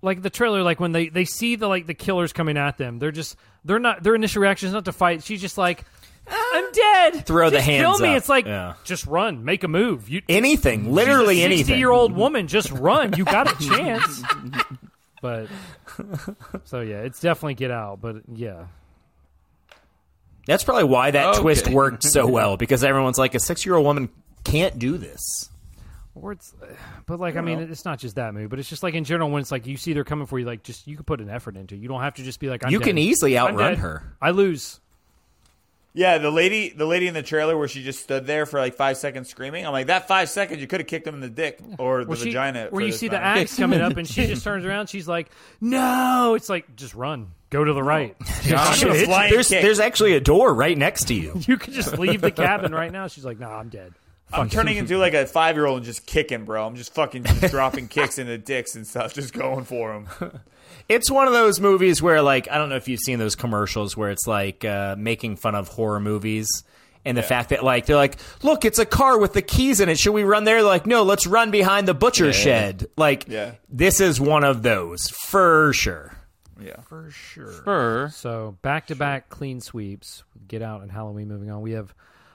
S6: like the trailer, like when they they see the like the killers coming at them, they're just they're not their initial reaction is not to fight. She's just like. I'm dead.
S1: Throw the
S6: Just
S1: hands
S6: Kill me.
S1: up.
S6: It's like
S1: Yeah.
S6: just run, make a move. You
S1: Anything, literally anything.
S6: year old woman, just run. You got a chance. but so yeah, it's definitely get out. But yeah,
S1: That's probably why that
S4: Okay.
S1: twist worked so well because everyone's like, a six year old woman can't do this.
S6: or it's but like I mean, it's not just that move, but it's just like in general when it's like you see they're coming for you, like just you can put an effort into. it. You don't have to just be like I'm
S1: you
S6: dead.
S1: can easily
S6: I'm
S1: outrun
S6: dead.
S1: her.
S6: I lose.
S8: Yeah, the lady, the lady in the trailer where she just stood there for like five seconds screaming. I'm like, that five seconds, you could have kicked him in the dick or the
S6: Well, she-
S8: vagina.
S6: where
S8: for
S6: you
S8: this
S6: see the
S8: matter.
S6: axe coming up, and she just turns around. She's like, "No!" It's like just run, go to the right.
S8: I'm
S1: Shit,
S8: gonna
S1: it's-
S8: fly and
S1: there's,
S8: kick.
S1: there's actually a door right next to you.
S6: You could just leave the cabin right now. She's like, "Nah, I'm dead."
S8: I'm turning into like a five year old and just kicking, bro. I'm just fucking just dropping kicks into dicks and stuff, just going for him.
S1: It's one of those movies where, like, I don't know if you've seen those commercials where it's like uh, making fun of horror movies. And the fact that, like, they're like, look, it's a car with the keys in it. Should we run there? Like, no, let's run behind the butcher shed. Like,
S8: Yeah.
S1: this is one of those for sure.
S8: Yeah.
S1: For sure.
S4: Fur.
S6: So back to back clean sweeps. Get out and Halloween. Moving on, we have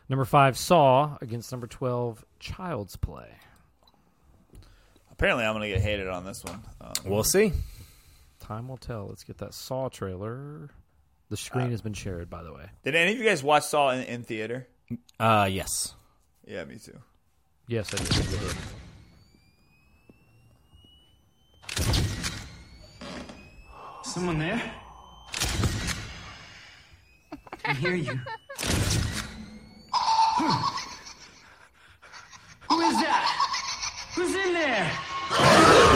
S6: number five Saw against number twelve Child's Play.
S8: Apparently, I'm gonna get hated on this one. Um,
S1: We'll see.
S6: Time will tell. Let's get that Saw trailer. The screen has been shared, by the way.
S8: did any of you guys watch Saw in, in theater?
S1: Uh, yes.
S8: Yeah, me too.
S6: Yes, I did.
S26: Someone there? I hear you. Who is that? Who's in there?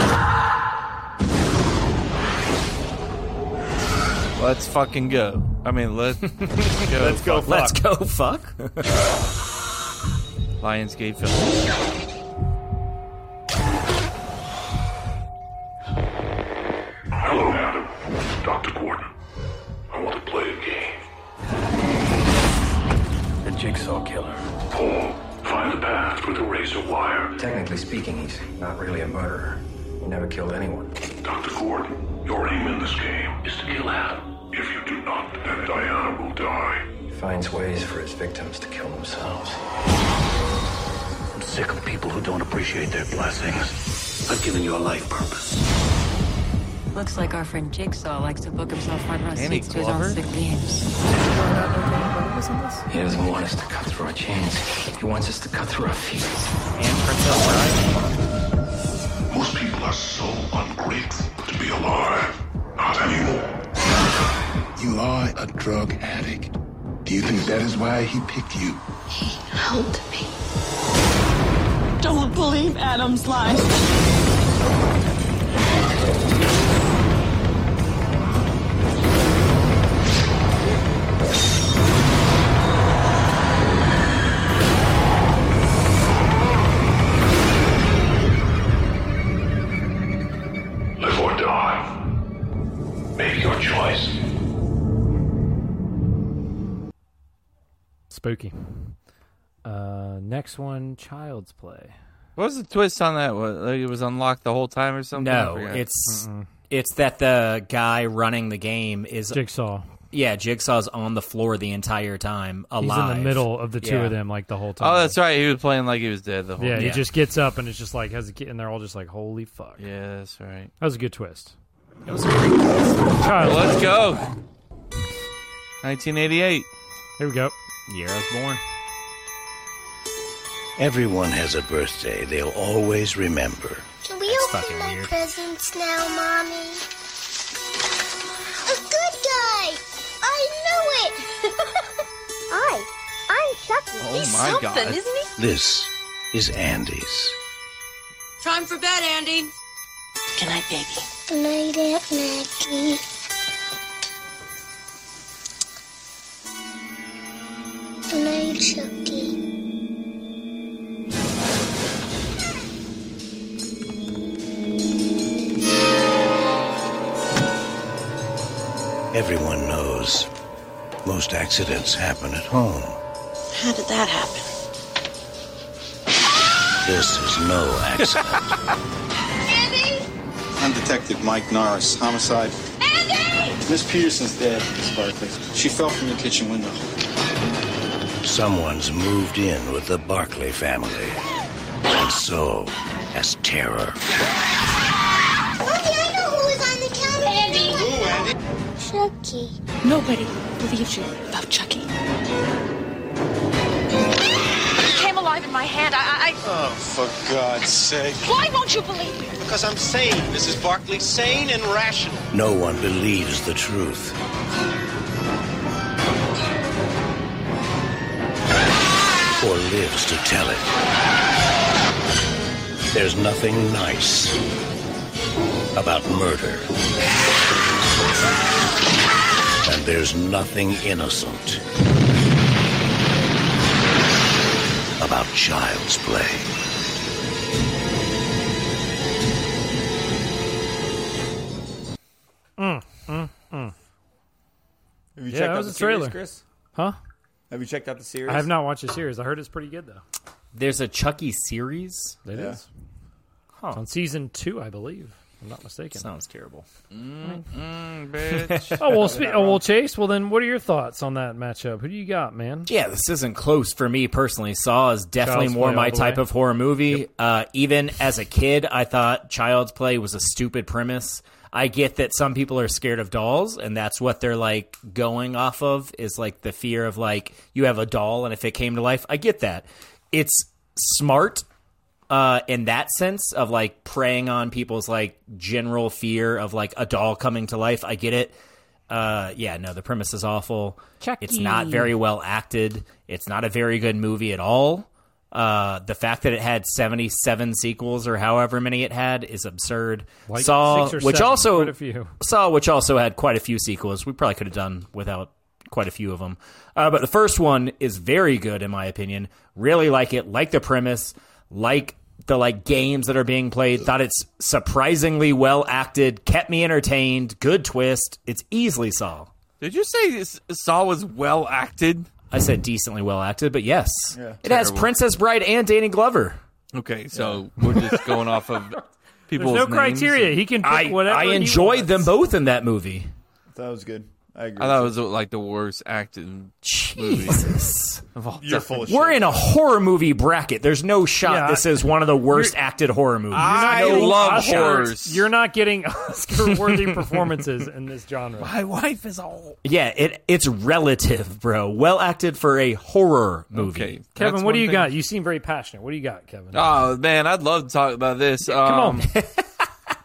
S4: Let's fucking go. I mean, let go.
S8: Let's go. Fuck.
S1: Let's go, fuck.
S4: Lionsgate film.
S27: Hello, madam. Dr. Gordon.
S28: thinking he's not really a murderer. He never killed anyone.
S5: Dr. Ford, your aim in this game is to kill Adam. If you do not, then Diana will die.
S28: He finds ways for his victims to kill themselves.
S5: I'm sick of people who don't appreciate their blessings. I've given your life purpose.
S29: Looks like our friend Jigsaw likes to book himself front row
S4: Danny
S29: seats to his own
S4: Glover?
S29: sick games.
S28: He doesn't want us to cut through our chains. He wants us to cut through our feet.
S5: Most people are so ungrateful to be alive. Not anymore.
S28: You are a drug addict. Do you think that is why he picked you?
S30: Help me. Don't believe Adam's lies.
S5: Live or die. Make your choice.
S6: Spooky. Uh, next one, Child's Play.
S4: What was the twist on that? What, like it was unlocked the whole time or something? I
S1: No,
S4: forget.
S1: it's it's that the guy running the game is
S6: Jigsaw.
S1: Yeah, Jigsaw's on the floor the entire time,
S6: He's
S1: alive.
S6: in the middle of the two
S1: Yeah.
S6: of them, like the whole time.
S4: Oh, that's right. He was playing like he was dead the whole.
S6: yeah,
S4: time.
S6: he just gets up and it's just like has a kid, and they're all just like, "Holy fuck!"
S4: Yeah, that's right.
S6: That was a good twist.
S1: That was a great twist.
S6: Child,
S4: Well, let's go. 1988.
S6: Here we go.
S1: Year I was born.
S31: Everyone has a birthday they'll always remember.
S32: Can we open my presents now, Mommy? A good guy! I know it! I, I'm Chucky.
S31: Oh He's my something, God. isn't
S32: he?
S31: This is Andy's.
S32: Time for bed, Andy. Good night, baby. Good night, Aunt Maggie. Good night, Chucky.
S31: Everyone knows most accidents happen at home.
S32: How did that happen?
S31: This is no accident.
S33: I'm Detective Mike Norris, homicide. Andy! Miss Peterson's dead, Miss Barkley. She fell from the kitchen window.
S31: Someone's moved in with the Barclay family, and so has terror.
S32: Okay, I know who was on the counter. Andy. Who, Andy? Chucky.
S34: Nobody believes you about Chucky.
S32: He came alive in my hand. I, I,
S33: Oh, for God's sake.
S32: Why won't you believe me?
S33: Because I'm sane, Mrs. Barkley, sane and rational.
S31: No one believes the truth. Or lives to tell it. There's nothing nice about murder. And there's nothing innocent about child's play.
S6: Mm, mm, mm.
S8: Have you
S6: Yeah,
S8: checked
S6: that
S8: out
S6: was
S8: the
S6: a trailer.
S8: series, Chris?
S6: Huh?
S8: Have you checked out the series?
S6: I have not watched the series. I heard it's pretty good though.
S1: There's a Chucky series.
S6: It is. It's on season two, I believe. if I'm not mistaken.
S1: Sounds terrible.
S4: Mm, bitch.
S6: oh well, spe- oh well, Chase. Well, then, what are your thoughts on that matchup? Who do you got, man?
S1: Yeah, this isn't close for me personally. Saw is definitely
S6: Child's
S1: more
S6: Play
S1: my
S6: all the
S1: type
S6: way.
S1: of horror movie. Uh, even as a kid, I thought Child's Play was a stupid premise. I get that some people are scared of dolls, and that's what they're like going off of is like the fear of like you have a doll, and if it came to life, I get that. It's smart uh, in that sense of like preying on people's like general fear of like a doll coming to life. I get it. Uh, yeah, no, the premise is awful. It's not
S35: Chucky.
S1: very well acted. It's not a very good movie at all. Uh, the fact that it had 77 sequels or however many it had is absurd.
S6: Like
S1: Saw,
S6: six or
S1: which
S6: seven,
S1: also
S6: quite a few.
S1: Saw, which also had quite a few sequels. We probably could have done without quite a few of them. Uh, but the first one is very good, in my opinion. Really like it. Like the premise. Like the like games that are being played. Thought it's surprisingly well acted. Kept me entertained. Good twist. It's easily Saw.
S4: Did you say this- Saw was well acted?
S1: I said decently well acted, but yes, it has
S4: Terrible.
S1: Princess Bride and Danny Glover.
S4: Okay, so we're just going off of people's
S6: There's no
S4: names
S6: criteria.
S4: and-
S6: He can pick
S1: I,
S6: whatever
S1: I
S6: he
S1: enjoyed
S6: wants.
S1: them both in that movie.
S36: That was good. I agree.
S4: I thought it was like the worst acting.
S1: Jesus,
S4: of all
S36: You're
S4: time.
S36: full of
S1: We're in a horror movie bracket. There's no shot
S6: Yeah,
S1: this is one of the worst
S6: you're-
S1: acted horror movies.
S8: Ah.
S4: I love horrors.
S6: You're not getting Oscar-worthy performances in this genre. My
S1: wife is old. Yeah, it it's relative, bro. Well acted for a horror movie.
S6: Kevin, what do you got? You seem very passionate. What do you got, Kevin?
S4: Oh man, I'd love to talk about this.
S6: come
S4: um, on.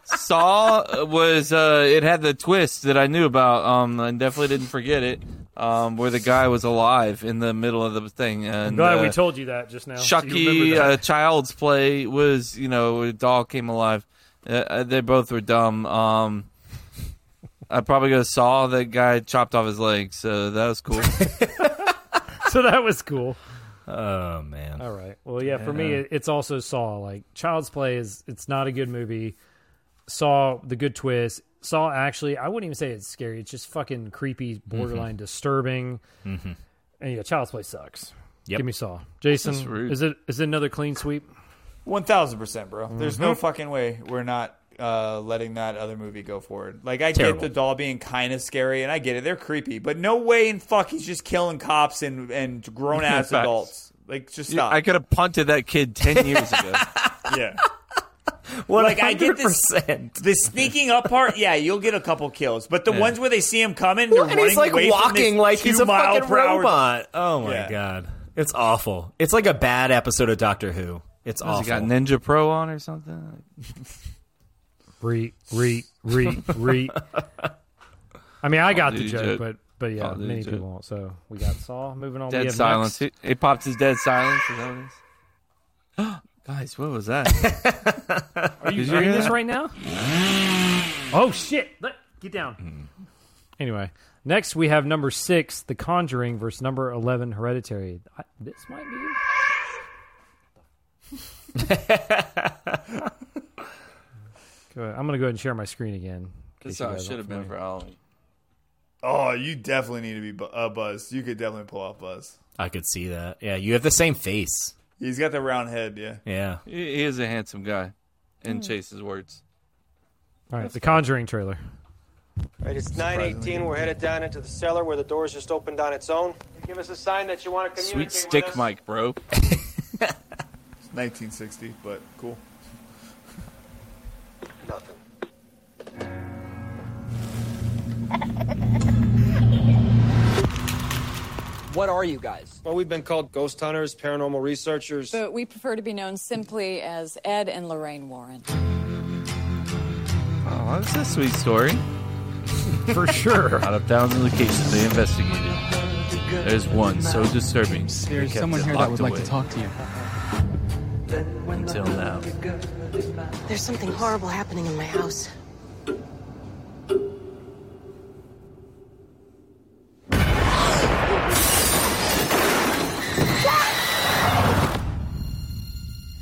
S4: Saw was uh, it had the twist that I knew about. Um, I definitely didn't forget it. Um, where the guy was alive in the middle of the thing. And,
S6: I'm glad
S4: uh,
S6: we told you that just now. so you remember
S4: Chucky,
S6: that.
S4: uh, Child's Play was you know it all came alive. Uh, Uh, they both were dumb. Um, I probably go saw that guy chopped off his leg, so that was cool.
S6: so that was cool.
S1: Oh man.
S6: All right. Well, yeah. For
S4: Yeah.
S6: me, it- it's also Saw. Like Child's Play is it's not a good movie. Saw the good twist. Saw actually, I wouldn't even say it's scary. It's just fucking creepy,
S1: Mm-hmm.
S6: borderline disturbing.
S1: Mhm.
S6: And yeah, Child's Play sucks.
S1: Yep.
S6: Give me Saw.
S4: That's
S6: Jason,
S4: rude.
S6: is it is it another clean sweep?
S8: One thousand percent, bro. There's no
S4: Mm-hmm.
S6: Mhm.
S8: fucking way we're not uh, letting that other movie go forward. Like I
S1: Terrible.
S8: get the doll being kind of scary, and I get it. They're creepy, but no way in fuck he's just killing cops and and grown ass
S4: Facts.
S8: adults. Like just
S4: Yeah,
S8: stop.
S4: I could have punted that kid ten years ago.
S8: yeah.
S1: Well,
S8: like I get this
S1: 100%.
S8: the sneaking up part. Yeah, you'll get a couple kills, but the
S1: Yeah.
S8: ones where they see him coming, they're
S1: and
S8: running
S1: he's like
S8: away from
S1: walking
S8: this
S1: like he's a
S8: two-mile
S1: fucking
S8: per hour-
S1: robot. Oh my
S8: Yeah.
S1: god, it's awful. It's like a bad episode of Doctor Who. It's
S4: Has
S1: awful.
S4: he got Ninja Pro on or something?
S6: Re re re re. I mean, I
S4: Call
S6: got
S4: of
S6: the
S4: Duty
S6: joke,
S4: joke.
S6: but but yeah,
S4: Call of Duty
S6: many
S4: joke.
S6: people won't. So we got Saw. Moving on. we
S4: Dead
S6: have
S4: silence.
S6: next.
S4: It, it pops his dead silence. Is that what it is? Guys, what was that?
S6: Are you
S4: Did
S6: hearing
S4: hear
S6: this
S4: that?
S6: right now? Oh shit! Let- Get down. Anyway, next we have number six, The Conjuring, versus number eleven, Hereditary. I, this might be. Go ahead. I'm gonna go ahead and share my screen again. in
S4: This
S6: case you
S4: song
S6: guys
S4: should
S6: aren't
S4: have been for
S6: familiar.
S4: Halloween.
S8: Oh, you definitely need to be bu- uh, Buzz. You could definitely pull off Buzz.
S1: I could see that. Yeah, you have the same face.
S8: He's got the round head. Yeah.
S1: Yeah.
S4: He he is a handsome guy, in Chase's words.
S6: All right, The Conjuring trailer.
S10: Right, it's 918. We're headed down into the cellar where the door's just opened on its own. Give us a sign that you want to
S4: Sweet
S10: communicate with
S4: stick,
S10: us.
S4: Mike, bro.
S8: 1960, but cool.
S10: What are you guys? Well, we've been called ghost hunters, paranormal researchers.
S12: But we prefer to be known simply as Ed and Lorraine Warren.
S4: Oh, that's a sweet story.
S6: For sure.
S4: Out of thousands of cases they investigated, there's one so disturbing. they
S10: There's
S4: kept
S10: someone
S4: it
S10: here that
S4: locked
S10: would like
S4: away
S10: to talk to you.
S4: Until now.
S34: There's something horrible happening in my house.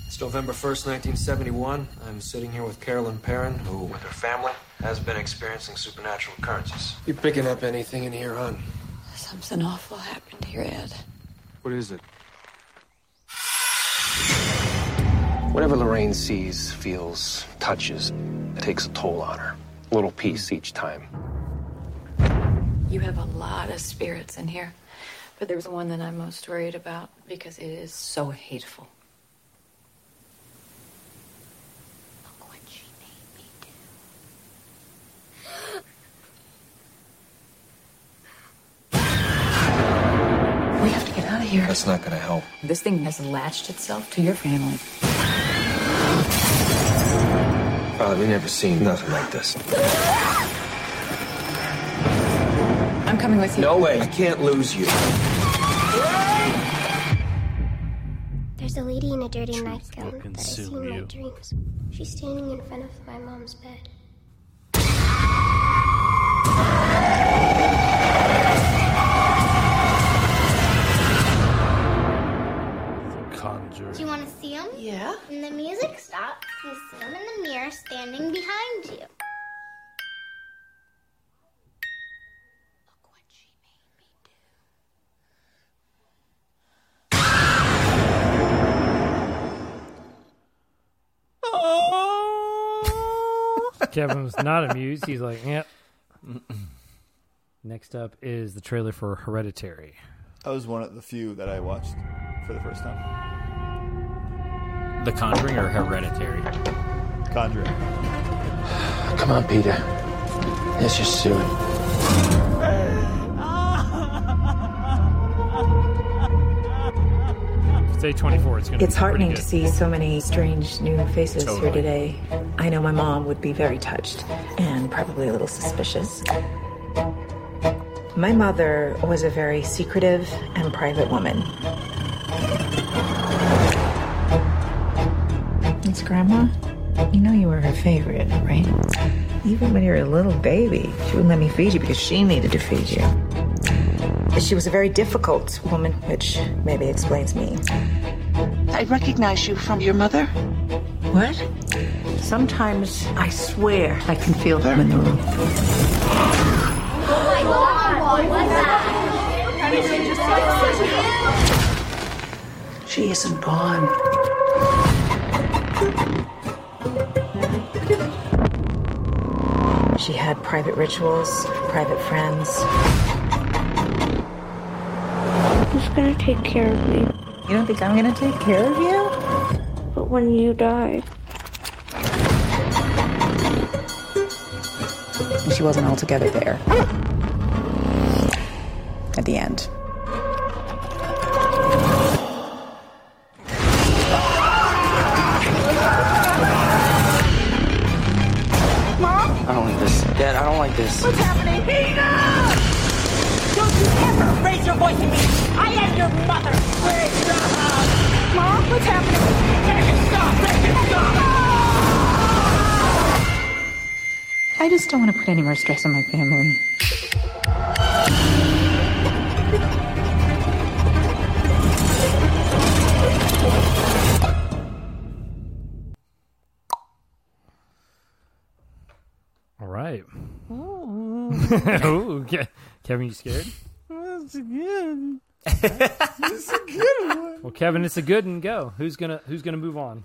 S28: It's November 1st, 1971. I'm sitting here with Carolyn Perrin, who, with her family, has been experiencing supernatural occurrences. You picking up anything in here, hon?
S12: Something awful happened here, Ed.
S28: What is it? Whatever Lorraine sees, feels, touches, it takes a toll on her. A little piece each time.
S12: You have a lot of spirits in here, but there's one that I'm most worried about because it is so hateful. We have to get out of here.
S28: That's not gonna help.
S12: This thing has latched itself to your family.
S28: Father, we never seen nothing like this.
S12: I'm coming with you.
S28: No way. I can't lose you.
S32: There's a lady in a dirty nightgown that I see
S28: consume
S32: in my
S28: you.
S32: dreams. She's standing in front of my mom's bed.
S4: Conjure.
S32: Do you want to see him? Yeah. When the music stops, you see him in the mirror standing behind you.
S6: Kevin was not amused. He's like, yep. Next up is the trailer for Hereditary.
S8: That was one of the few that I watched for the first time.
S1: The Conjuring or Hereditary?
S8: Conjuring.
S10: Come on, Peter. Let's just do it.
S6: Say 24. It's going to
S12: It's heartening to see so many strange new faces
S1: Totally.
S12: here today. I know my mom would be very touched and probably a little suspicious. My mother was a very secretive and private woman. It's Grandma. You know you were her favorite, right? Even when you were a little baby, she wouldn't let me feed you because she needed to feed you. She was a very difficult woman, which maybe explains me.
S37: I recognize you from your mother.
S12: What? Sometimes I swear I can feel them in the room. She isn't gone. She had private rituals, private friends.
S2: Who's gonna take care of me?
S12: You don't think I'm gonna take care of you?
S2: But when you die,
S12: And she wasn't altogether there. At the end.
S10: I don't like this. Dad, I don't like this.
S2: What's happening? Peter! Don't you ever raise your voice at me! I am your mother! Where's the house? Mom, what's happening? Make it stop! Make it stop!
S12: I just don't want to put any more stress on my family.
S6: All right. Ooh, Ke- Kevin, you scared?
S4: That's good.
S6: It's a good one. Well, Kevin, it's a good one. Go. Who's gonna Who's gonna move on?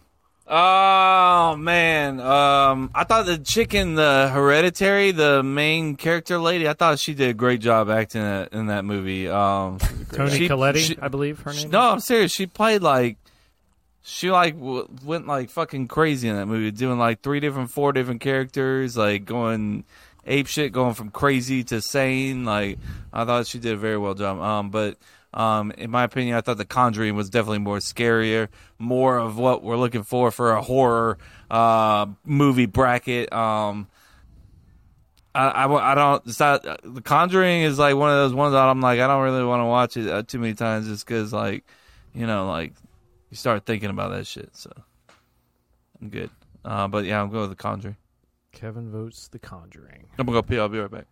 S4: Oh man, um, I thought the chick in the Hereditary, the main character lady, I thought she did a great job acting in that, in that movie. Um,
S6: Tony
S4: she-
S6: Colletti,
S4: she-
S6: I believe her
S4: she-
S6: name.
S4: no, I'm serious. She played like she like w- went like fucking crazy in that movie, doing like three different, four different characters, like going ape shit, going from crazy to sane. Like I thought she did a very well job. Um, but um, in my opinion, I thought The Conjuring was definitely more scarier, more of what we're looking for for a horror uh movie bracket. Um. I, I w- I don't. It's not, the Conjuring is like one of those ones that I'm like I don't really want to watch it uh, too many times just because like you know like you start thinking about that shit. So I'm good. Uh, but yeah, I'm going with the Conjuring.
S6: Kevin votes The Conjuring.
S4: I'm gonna go pee. I'll be right back.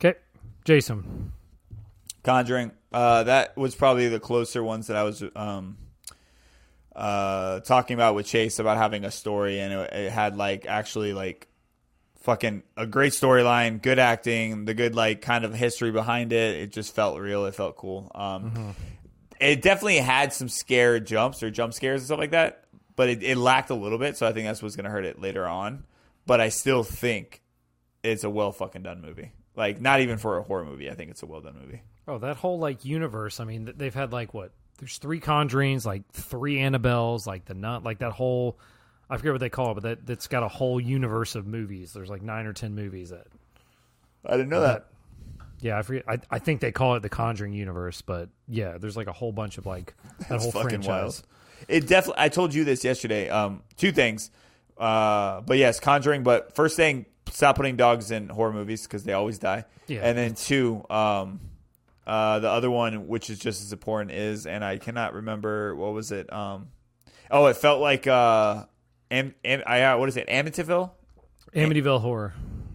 S6: Okay, Jason.
S8: Conjuring. Uh, that was probably the closer ones that I was um, uh, talking about with Chase about having a story, and it, it had like actually like fucking a great storyline, good acting, the good like kind of history behind it. It just felt real. It felt cool. Um, It definitely had some scare jumps or jump scares and stuff like that, but it, it lacked a little bit. So I think that's what's gonna hurt it later on. But I still think it's a well fucking done movie. Like not even for a horror movie, I think it's a well done movie.
S6: Oh, that whole like universe. I mean, th- they've had like what? There's three Conjurings, like three Annabelles, like the nut, like that whole. I forget what they call it, but that that's got a whole universe of movies. There's like nine or ten movies that.
S8: I didn't know that.
S6: Yeah, I forget. I, I think they call it the Conjuring universe, but yeah, there's like a whole bunch of like that
S8: That's
S6: whole
S8: fucking
S6: franchise.
S8: wild. It definitely. I told you this yesterday. Um, two things. Uh, but yes, Conjuring. But first thing, stop putting dogs in horror movies because they always die.
S6: Yeah.
S8: And then two, um, uh, the other one, which is just as important, is and I cannot remember what was it. Um, oh, it felt like uh, am, am, I, uh, what is it? Amityville.
S6: Amityville Horror.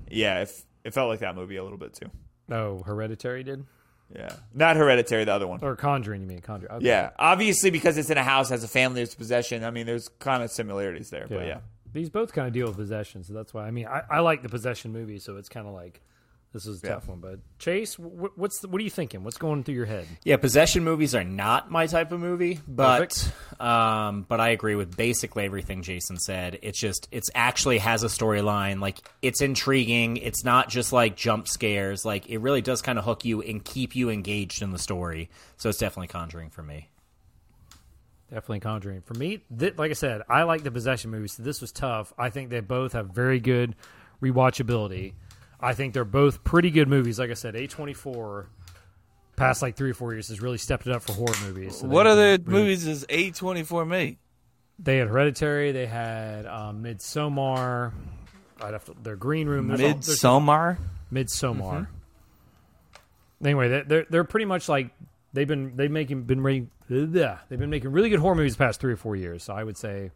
S8: Yeah, it, it felt like that movie a little bit too.
S6: Oh, Hereditary did
S8: Yeah, not Hereditary, the other one.
S6: or Conjuring? You mean Conjuring? Okay.
S8: Yeah, obviously because it's in a house, has a family, it's possession. I mean, there's kind of similarities there, but yeah.
S6: These both kind of deal with possession, so that's why. I mean, I, I like the possession movie, so it's kind of like This was a tough one, bud. Chase, wh- what's the, what are you thinking? What's going through your head?
S1: Yeah, possession movies are not my type of movie, but um, but I agree with basically everything Jason said. It's just it's actually has a storyline. Like it's intriguing. It's not just like jump scares. Like it really does kind of hook you and keep you engaged in the story. So it's definitely Conjuring for me.
S6: Definitely Conjuring. For me, th- like I said, I like the possession movies. So this was tough. I think they both have very good rewatchability. I think they're both pretty good movies. Like I said, A24 past like three or four years has really stepped it up for horror movies. So
S4: what
S6: they-
S4: other
S6: really-
S4: movies does A24 make?
S6: They had Hereditary. They had um, Midsommar. I'd have to, their Green Room. There's all- there's-
S4: Midsommar?
S6: Midsommar. Anyway, they're, they're they're pretty much like they've been they making been re- bleh. they've been making really good horror movies the past three or four years. So I would say,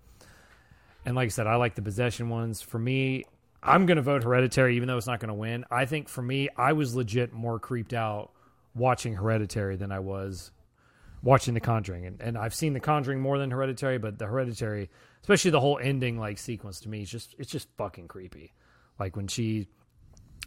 S6: and like I said, I like the possession ones. For me, I'm going to vote Hereditary, even though it's not going to win. I think for me, I was legit more creeped out watching Hereditary than I was watching The Conjuring, and, and I've seen The Conjuring more than Hereditary, but The Hereditary, especially the whole ending like sequence to me, is just it's just fucking creepy. Like when she,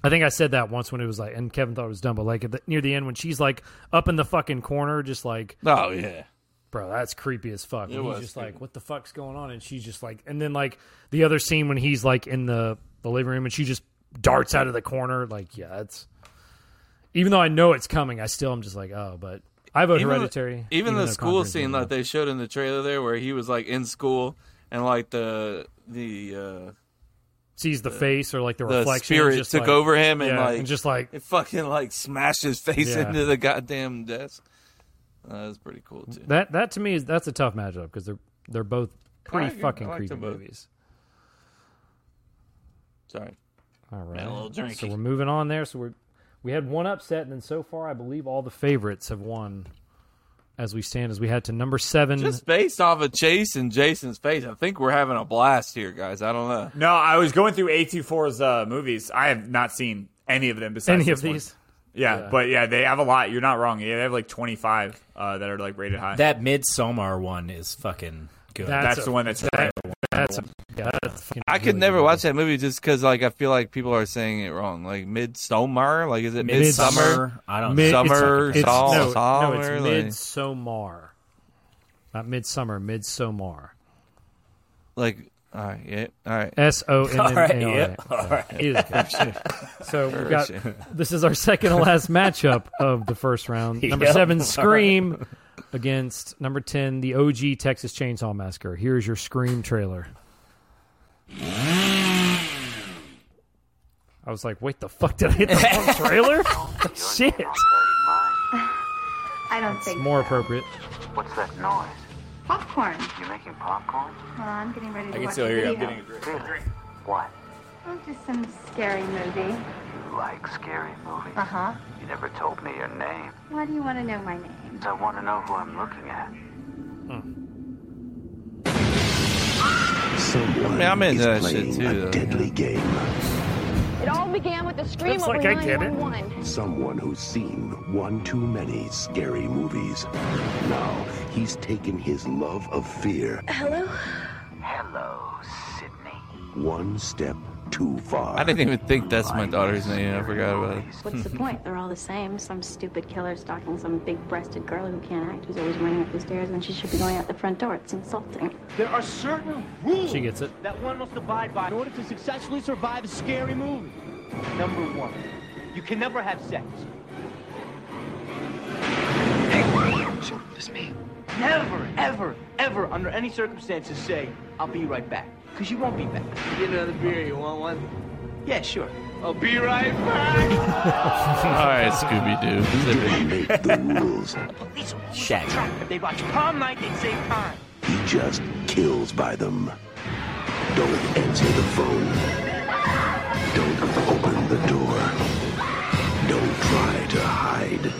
S6: I think I said that once when it was like, and Kevin thought it was dumb, but like at the, near the end when she's like up in the fucking corner, just like
S4: Oh, yeah.
S6: bro, that's creepy as fuck.
S4: It
S6: And he's
S4: was
S6: just
S4: creepy.
S6: like, what the fuck's going on? And she's just like, and then like the other scene when he's like in the the living room and she just darts out of the corner, like yeah, that's. Even though I know it's coming, I still am just like, oh, but I vote
S4: Even the-
S6: hereditary.
S4: Even, the
S6: though
S4: school
S6: Conjuring's
S4: scene
S6: not.
S4: that they showed in the trailer there, where he was like in school and like the the uh,
S6: sees the face or like the,
S4: the
S6: reflection.
S4: spirit
S6: just
S4: took
S6: like-
S4: over him and
S6: yeah,
S4: like
S6: just like
S4: it fucking like smashed his face
S6: Yeah.
S4: into the goddamn desk. that was pretty cool too.
S6: that. That to me is that's a tough matchup because they're they're both
S4: I
S6: pretty
S4: agree.
S6: fucking
S4: I liked
S6: creepy
S4: them both.
S6: movies.
S4: Sorry,
S6: All right,
S4: a little drinky.
S6: so we're moving on there. So we're we had one upset, and then so far I believe all the favorites have won. As we stand, as we head to number seven.
S4: just based off of Chase and Jason's face, I think we're having a blast here, guys. I don't know.
S8: No, I was going through A24's uh, movies. I have not seen any of them besides
S6: Any of
S8: this one.
S6: these?
S8: Yeah,
S6: Yeah.
S8: but yeah, they have a lot. You're not wrong. Yeah, they have like 25 uh, that are like rated high.
S1: That Midsommar one is fucking good.
S8: That's That's a- the one that's- that-
S6: that's a- yeah, that's fucking
S4: I could
S6: really
S4: never
S6: good.
S4: watch that movie just because, like, I feel like people are saying it wrong. Like midsummer, like is it midsummer?
S1: Midsummer. I don't
S6: Mid- it's-
S4: Summer,
S6: it's,
S4: sol-
S6: no,
S4: summer,
S6: no, it's
S4: like-
S6: midsomar, not midsummer, midsomar.
S4: Like, all right, yeah, all right.
S6: S O N N A R.
S4: yeah,
S6: Yeah, it is good. so we've got
S4: Sure.
S6: this is our second to last matchup of the first round. Number
S1: Yep.
S6: seven,
S1: All right.
S6: Scream, against number ten, the OG Texas Chainsaw Massacre. Here's your Scream trailer. I was like, wait, the fuck did I hit the wrong trailer? Shit,
S3: I don't think
S6: more appropriate.
S3: What's that noise? Popcorn. You're making popcorn? Well, I'm getting ready to watch a video.
S33: What?
S3: Oh, just some scary movie.
S33: You like scary movies?
S3: Uh-huh.
S33: You never told me your name.
S3: Why do you want to know my name?
S33: I want to know who I'm looking at.
S4: I mean, I'm into that shit too. though.
S7: It all began with the scream
S33: Looks
S7: over
S33: like I get it.
S7: 911.
S33: Someone who's seen one too many scary movies. Now he's taken his love of fear
S7: Hello?
S33: Hello, Sydney. one step too far.
S4: I didn't even think that's my daughter's name. I forgot about it.
S7: What's
S12: Mm-hmm.
S7: the point? They're all the same. Some stupid killer stalking some big-breasted girl who can't act, who's always running up the stairs when she should be going out the front door. It's insulting.
S38: There are certain rules
S6: She gets it.
S38: that one must abide by in order to successfully survive a scary movie. Number one, you can never have sex.
S33: It's me.
S38: Never, ever, ever, under any circumstances, say, I'll be right back. Because you won't be back. Get another beer, you want one? Yeah, sure. I'll be right
S4: All
S38: back.
S4: right, Scooby Doo.
S38: Police are always
S33: Shaggy.
S38: trapped. If They watch prom night, they save time.
S33: He just kills by them. Don't answer the phone. Don't open the door. Don't try to hide.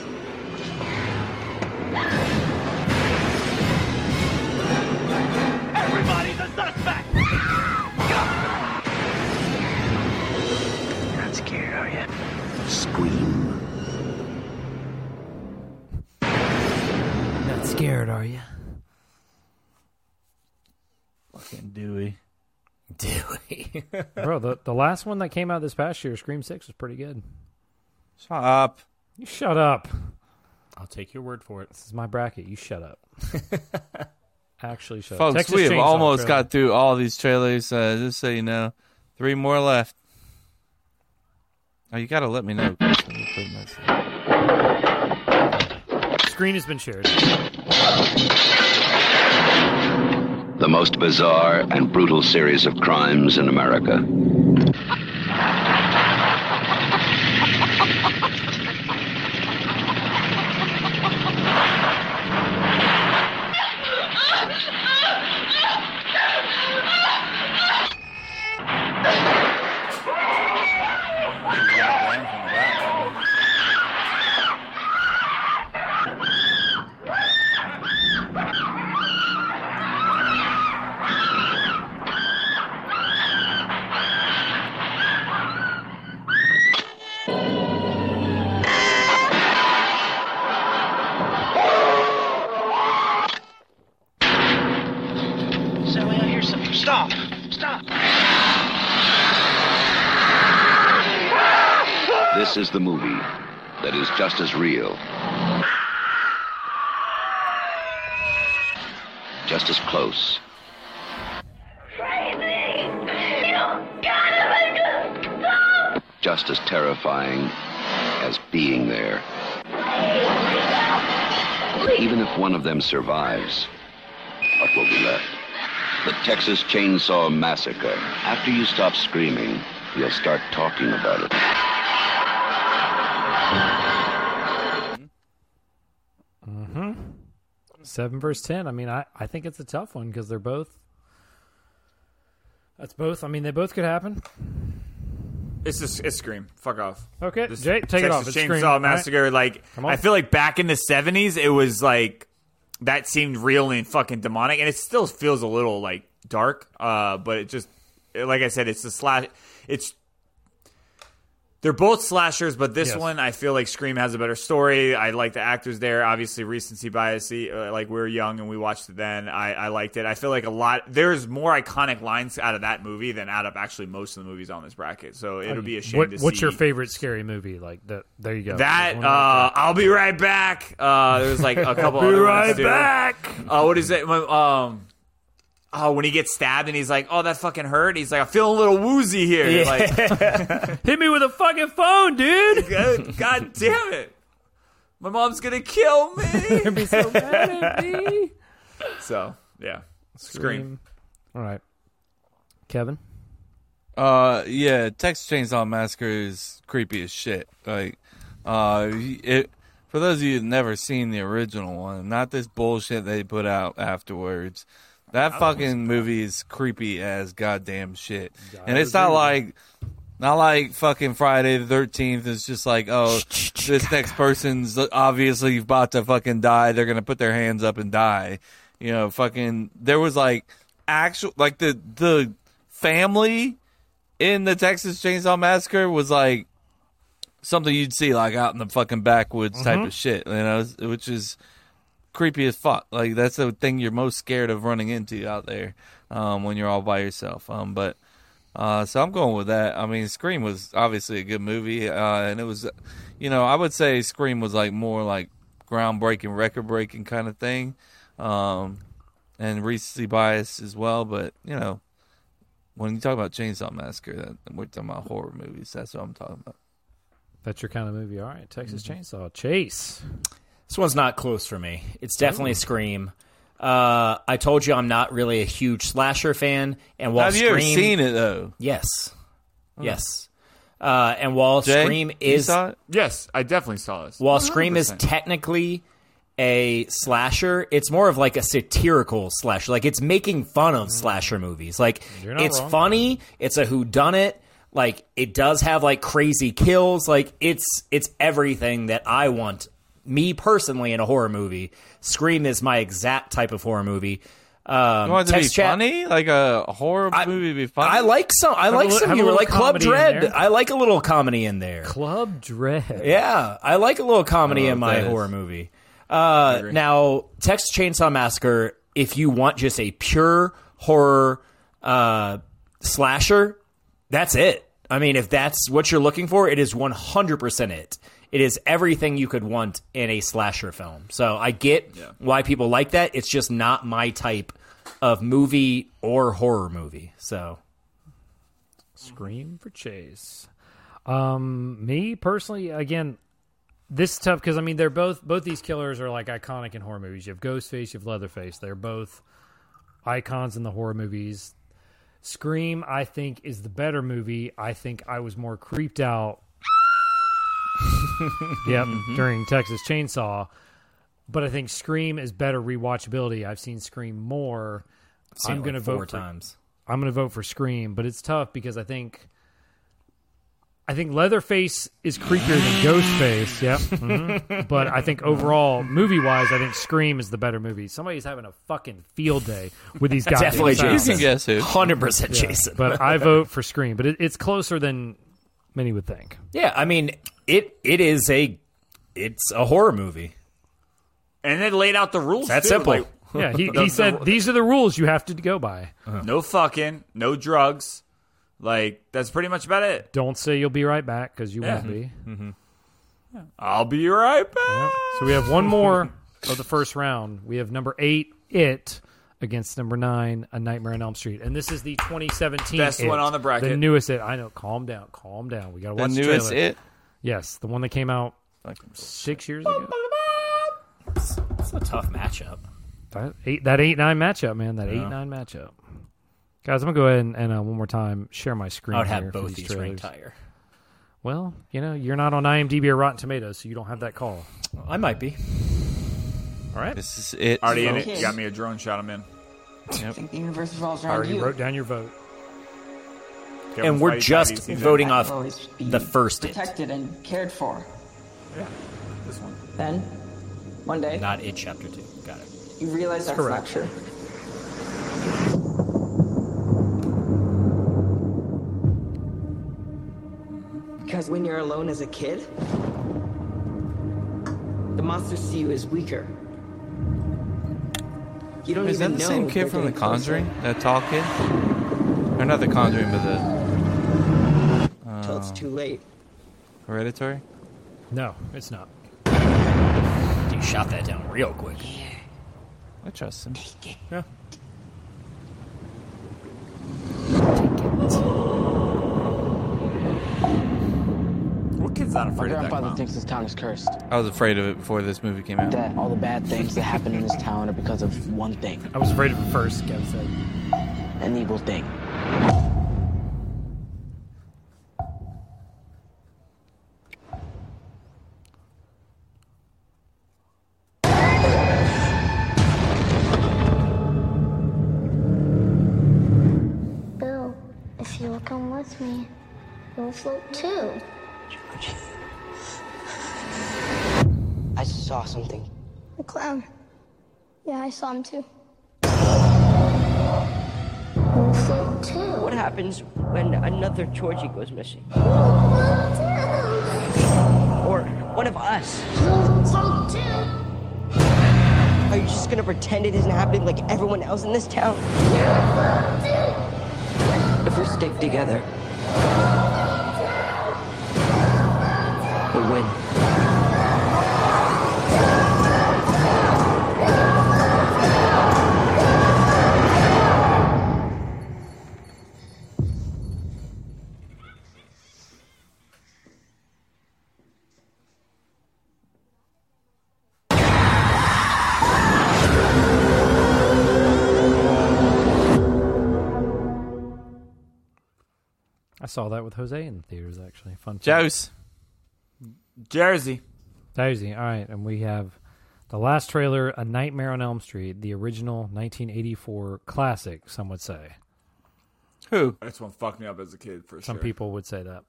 S38: Everybody's a suspect!
S33: Not scared, are you? Scream.
S6: Not scared, are you?
S4: Fucking Dewey.
S1: Dewey.
S6: Bro, the, the last one that came out this past year, Scream Six, was pretty good.
S4: Shut up.
S6: You shut up.
S1: I'll take your word for it.
S6: This is my bracket. You shut up. Actually, shut
S4: Folks,
S6: up. Texas
S4: we have
S6: Chainsaw
S4: almost
S6: Trailer.
S4: got through all these trailers. Uh, just so you know, three more left. Oh, you gotta let me know.
S6: Screen has been shared.
S33: The most bizarre and brutal series of crimes in America.
S39: Sally, I hear something. Stop! Stop!
S33: This is the movie that is just as real, just as close, just as terrifying as being there. Even if one of them survives, what will be left? The Texas Chainsaw Massacre. After you stop screaming, you'll start talking about it.
S6: hmm Seven verse ten. I mean, I, I think it's a tough one because they're both. That's both. I mean, they both could happen.
S8: It's just it's Scream. Fuck off.
S6: Okay,
S8: This
S6: Jake, take it
S8: Texas
S6: off. It's Scream.
S8: Chainsaw
S6: All right.
S8: Massacre. Like
S6: Come on.
S8: I feel like back in the seventies, it was like that seemed real and fucking demonic, and it still feels a little like dark. Uh, but it just like I said, it's a slash. It's they're both slashers, but this
S6: Yes.
S8: one I feel like Scream has a better story. I like the actors there. Obviously, recency bias. uh, Like we were young and we watched it then. I, I liked it. I feel like a lot. There's more iconic lines out of that movie than out of actually most of the movies on this bracket. So it'll be a shame
S6: What-
S8: to
S6: what's
S8: see
S6: your favorite scary movie? Like that. There you go.
S8: that
S6: One
S8: uh, I'll be right back. Uh, there was like a couple.
S6: Be
S8: other
S6: right
S8: ones, too.
S6: back.
S8: Uh, what is it? My, um, oh, when he gets stabbed and he's like, "Oh, that fucking hurt." He's like, "I feel a little woozy here."
S6: Yeah.
S8: Like,
S6: Hit me with a fucking phone, dude.
S8: God, God damn it! My mom's gonna kill me.
S6: be so mad at me.
S8: So yeah,
S6: Scream. All right, Kevin.
S4: Uh, yeah, Texas Chainsaw Massacre is creepy as shit. Like, uh, it for those of you who've never seen the original one, not this bullshit they put out afterwards. That fucking movie is creepy as goddamn shit, and it's not like. Not like fucking Friday the Thirteenth. It's just like, oh, this next person's obviously about to fucking die. They're gonna put their hands up and die. You know, fucking. There was like actual, like the the family in the Texas Chainsaw Massacre was like something you'd see like out in the fucking backwoods type
S6: Mhm.
S4: of shit, you know, which is creepy as fuck. Like that's the thing you're most scared of running into out there um, when you're all by yourself. Um, but uh, so I'm going with that. I mean, Scream was obviously a good movie, uh, and it was, you know, I would say Scream was like more like groundbreaking, record breaking kind of thing, um, and recency bias as well. But you know, when you talk about Chainsaw Massacre, that, we're talking about horror movies. That's what I'm talking about.
S6: That's your kind of movie. All right, Texas
S8: Mm-hmm.
S6: Chainsaw Chase.
S1: This one's not close for me. It's definitely
S4: Oh.
S1: Scream. Uh, I told you I'm not really a huge slasher fan, and while
S4: Have you
S1: Scream,
S4: ever seen it though?
S1: Yes,
S4: Hmm.
S1: yes. Uh, and while
S4: Jay,
S1: Scream
S4: you
S1: is
S4: saw it?
S8: Yes, I definitely saw this.
S4: Oh,
S1: while Scream is
S8: 100%.
S1: technically a slasher, it's more of like a satirical slasher. Like it's making fun of
S4: Mm.
S1: slasher movies. Like
S6: You're not
S1: it's
S6: wrong.
S1: funny. It's a whodunit. Like it does have like crazy kills. Like it's it's everything that I want. Me personally, in a horror movie, Scream is my exact type of horror movie. Um,
S4: You want it to be
S1: text chat-
S4: funny, like a horror movie, be funny.
S1: I like some. I
S4: Have a
S1: like
S4: li-
S1: some
S4: have a
S1: humor,
S4: little
S1: like Club
S4: comedy in
S1: Dread.
S4: there.
S1: I like a little comedy in there.
S6: Club Dread.
S1: Yeah, I like a little comedy
S6: Oh,
S1: in my
S6: that is-
S1: horror movie. Uh, now, Texas Chainsaw Massacre. If you want just a pure horror uh, slasher, that's it. I mean, if that's what you're looking for, it is 100% it. It is everything you could want in a slasher film. So I get why people like that. It's just not my type of movie or horror movie. So
S6: Scream for Chase. Um, me personally, again, this is tough because I mean they're both both these killers are like iconic in horror movies. You have Ghostface, you have Leatherface. They're both icons in the horror movies. Scream, I think, is the better movie. I think I was more creeped out. yep,
S1: Mm-hmm.
S6: during Texas Chainsaw, but I think Scream is better rewatchability. I've seen Scream more.
S1: Seen it
S6: I'm going to
S1: like four
S6: vote for-
S1: times.
S6: I'm going to vote for Scream, but it's tough because I think I think Leatherface is creepier than Ghostface. Yep. Mhm. but I think overall, movie wise, I think Scream is the better movie. Somebody's having a fucking field day with these guys.
S1: Definitely Jason. You can guess who. 100% Jason.
S6: But I vote for Scream. But it, it's closer than many would think.
S1: Yeah, I mean it. It is a it's a horror movie.
S8: And they laid out the rules.
S1: That's
S8: too,
S1: simple.
S8: like-
S6: Yeah, he,
S8: The-
S6: he
S8: the-
S6: said these are the rules you have to go by.
S8: no fucking, no drugs. Like that's pretty much about it.
S6: Don't say you'll be right back because you
S8: Yeah.
S6: won't be.
S8: Mm-hmm. I'll be right back.
S6: So we have one more of the first round. We have number eight, It, against number nine, A Nightmare on Elm Street, and this is the 2017
S8: Best
S6: It,
S8: one on the bracket.
S6: the newest It. I know. Calm down, calm down. We got to
S8: The
S6: watch
S8: newest
S6: trailer.
S8: It?
S6: Yes, the one that came out six years ago.
S1: It's a tough matchup.
S6: That eight, that eight nine matchup, man. That
S1: Yeah.
S6: eight nine matchup. Guys, I'm gonna go ahead and, and uh, one more time share my screen.
S1: I would have
S6: here for
S1: both
S6: these
S1: these ranked
S6: trailers.
S1: higher.
S6: Well, you know, you're not on IMDb or Rotten Tomatoes, so you don't have that call.
S1: I might be.
S6: All right.
S4: This is it.
S8: Already in it. You got me a drone shot. I'm in.
S4: I
S8: think
S6: the universe
S8: revolves
S6: I
S8: around
S6: already
S8: you.
S6: wrote down your vote.
S1: and we're just voting off the first it.
S29: Protected and cared for.
S8: Yeah, this one.
S29: Then, one day,
S1: Not it chapter two. Got it.
S29: you realize our
S1: Correct.
S29: fracture. Because when you're alone as a kid, the monsters see you as weaker. You don't
S4: Is that
S29: even
S4: the
S29: know
S4: same kid
S29: they're
S4: from The
S29: getting closer.
S4: Conjuring? That tall kid? Or not The Conjuring, but the.
S29: Till it's
S4: Oh,
S29: too late.
S4: Hereditary?
S6: No, it's not.
S1: You shot that down real quick.
S4: I trust him.
S1: Yeah.
S8: What kid's not
S27: My
S8: afraid of that?
S27: grandfather
S8: clown?
S27: thinks this town is cursed.
S4: I was afraid of it before this movie came out.
S27: That all the bad things that happen in this town are because of one thing.
S6: I was afraid of it first, Kev said.
S27: An evil thing.
S32: Bill, if you'll come with me, you'll float too.
S27: I saw something.
S32: The clown. Yeah, I saw him too. You'll float too.
S40: What happens when another Georgie goes missing? Or one of us?
S27: Are you just gonna pretend it isn't happening like everyone else in this town?
S40: If we stick together, we win.
S6: I saw that with Jose in the theaters, actually. Fun.
S4: Jose.
S8: Jersey.
S6: Daisy. All right. And we have the last trailer, A Nightmare on Elm Street, the original 1984 classic, some would say.
S4: Who?
S8: This one fucked me up as a kid for
S6: Some
S8: sure.
S6: people would say that.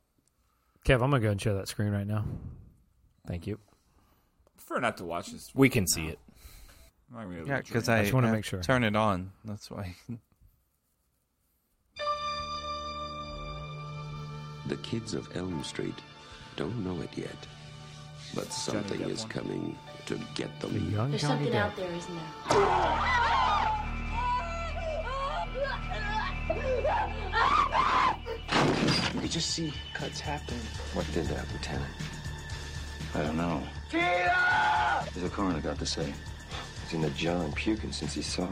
S6: Kev, I'm going to go and share that screen right now. Thank you.
S8: prefer not to watch this.
S1: We can see it.
S8: I'm not gonna be able
S4: Yeah,
S8: to
S4: because
S8: drink.
S4: I,
S6: just wanna
S4: I
S6: make sure.
S4: Turn it on. That's why.
S5: The kids of Elm Street don't know it yet, but something is coming to get them.
S6: There's
S7: something out there, isn't there?
S28: You could just see cuts happen.
S5: What did that, Lieutenant? I don't know.
S28: Tina!
S5: The coroner got to say. He's in the jar and puking since he saw it.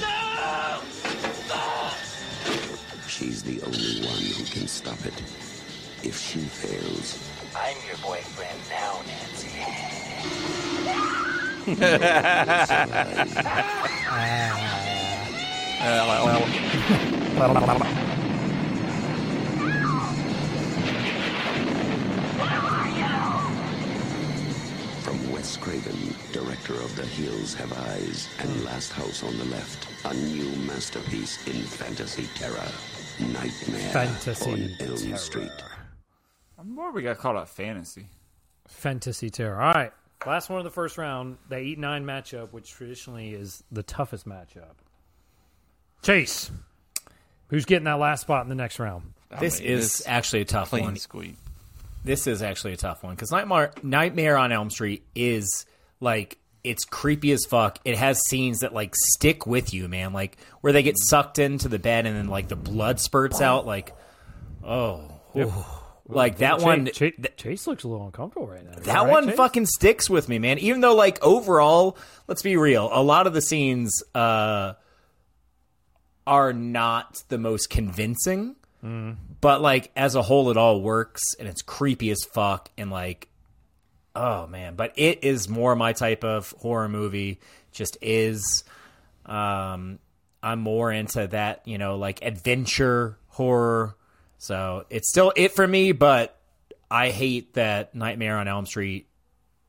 S28: No!
S5: She's the only one who can stop it. If she fails,
S28: I'm your boyfriend now, Nancy.
S5: From Wes Craven, director of The Hills Have Eyes and Last House on the Left, a new masterpiece in fantasy terror, Nightmare
S6: Fantasy
S5: on Elm
S6: terror.
S5: Street.
S8: I'm worried we got called out fantasy.
S6: Fantasy Terror. All right. Last one of the first round, the 8 9 matchup, which traditionally is the toughest matchup. Chase, who's getting that last spot in the next round?
S1: This is actually a tough
S6: clean
S1: one. This is actually a tough one because Nightmare Nightmare on Elm Street is like it's creepy as fuck. It has scenes that like stick with you, man. Like where they get sucked into the bed and then like the blood spurts out. Like oh, ooh. like that
S6: Chase,
S1: one.
S6: Chase, Chase looks a little uncomfortable right now.
S1: That
S6: Right,
S1: one
S6: Chase?
S1: fucking sticks with me, man. Even though, like, overall, let's be real, a lot of the scenes uh, are not the most convincing.
S6: Mm.
S1: But, like, as a whole, it all works and it's creepy as fuck. And, like, oh, man. But it is more my type of horror movie, just is. Um, I'm more into that, you know, like adventure horror. So it's still it for me, but I hate that Nightmare on Elm Street.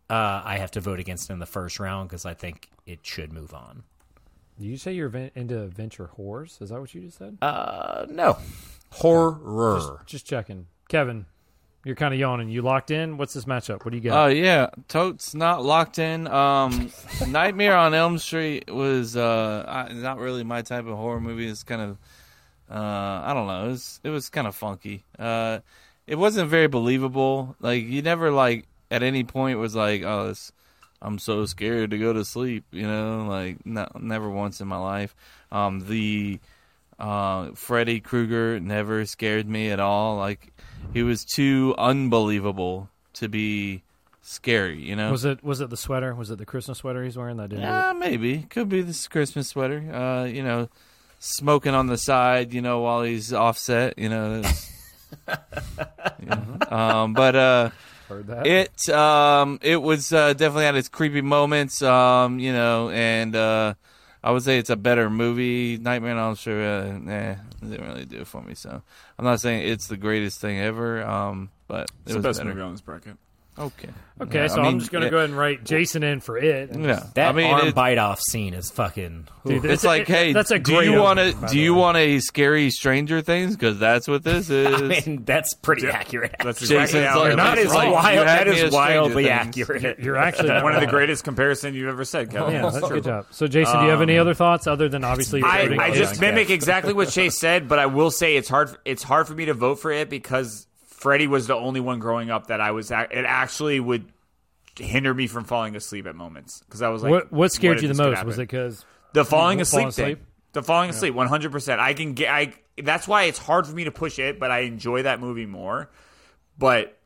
S1: Uh, I have to vote against it in the first round because I think it should move on.
S6: Did you say you're ven- into venture horrors? Is that what you just said?
S1: Uh, no, horror.
S6: Just, just checking. Kevin, you're kind of yawning. You locked in. What's this matchup? What do you got?
S4: Oh yeah, totes not locked in. Um, Nightmare on Elm Street was uh I- not really my type of horror movie. It's kind of uh I don't know. It was it was kind of funky. Uh, it wasn't very believable. Like you never like at any point was like oh this I'm so scared to go to sleep. You know like no, never once in my life. Um, the uh, Freddy Krueger never scared me at all. Like he was too unbelievable to be scary. You know,
S6: Was it was it the sweater? Was it the Christmas sweater he's wearing that did
S4: yeah, Uh, maybe could be this Christmas sweater. Uh, you know, smoking on the side. You know, while he's offset. You know. it's- Yeah. Um, but uh,
S6: Heard that.
S4: it um, it was uh, definitely had its creepy moments. Um, you know, and uh, I would say it's a better movie. Nightmare on Elm Street. Uh, nah, didn't really do it for me. So I'm not saying it's the greatest thing ever. Um, but it
S8: It's the
S4: was
S8: best
S4: better.
S8: movie on this bracket.
S4: Okay.
S6: Okay,
S4: Yeah, I
S6: so
S4: mean,
S6: I'm just gonna
S4: yeah.
S6: go ahead and write Jason in for it.
S1: That
S4: I mean,
S1: arm
S4: it-
S1: bite off scene is fucking.
S6: Dude,
S4: it's like, hey,
S6: that's a
S4: do
S6: great
S4: you
S6: opener,
S4: want to
S6: by
S4: do you want a scary Stranger Things? Because that's what this is.
S1: I mean, that's pretty accurate.
S8: That's
S4: Jason's
S8: exactly how
S4: like,
S8: it
S4: not
S8: is.
S4: as Right. wild- You that had me is at Stranger wildly Things.
S1: accurate.
S6: You're actually
S8: one of the
S6: right.
S8: greatest comparisons you've ever said, Kevin.
S6: Yeah, that's a good job. So, Jason, do you have any
S8: Um,
S6: other thoughts other than obviously?
S8: I,
S6: voting
S8: I just
S6: against
S8: mimic
S6: that?
S8: exactly what Chase said, but I will say it's hard. It's hard for me to vote for it because Freddie was the only one growing up that I was. ac- It actually would hinder me from falling asleep at moments because I was like,
S6: what what scared
S8: if
S6: you the
S8: this could
S6: most? Was
S8: happen?
S6: it because
S8: the falling asleep, thing? The falling asleep, one hundred percent. I can get. I that's why it's hard for me to push it, but I enjoy that movie more. But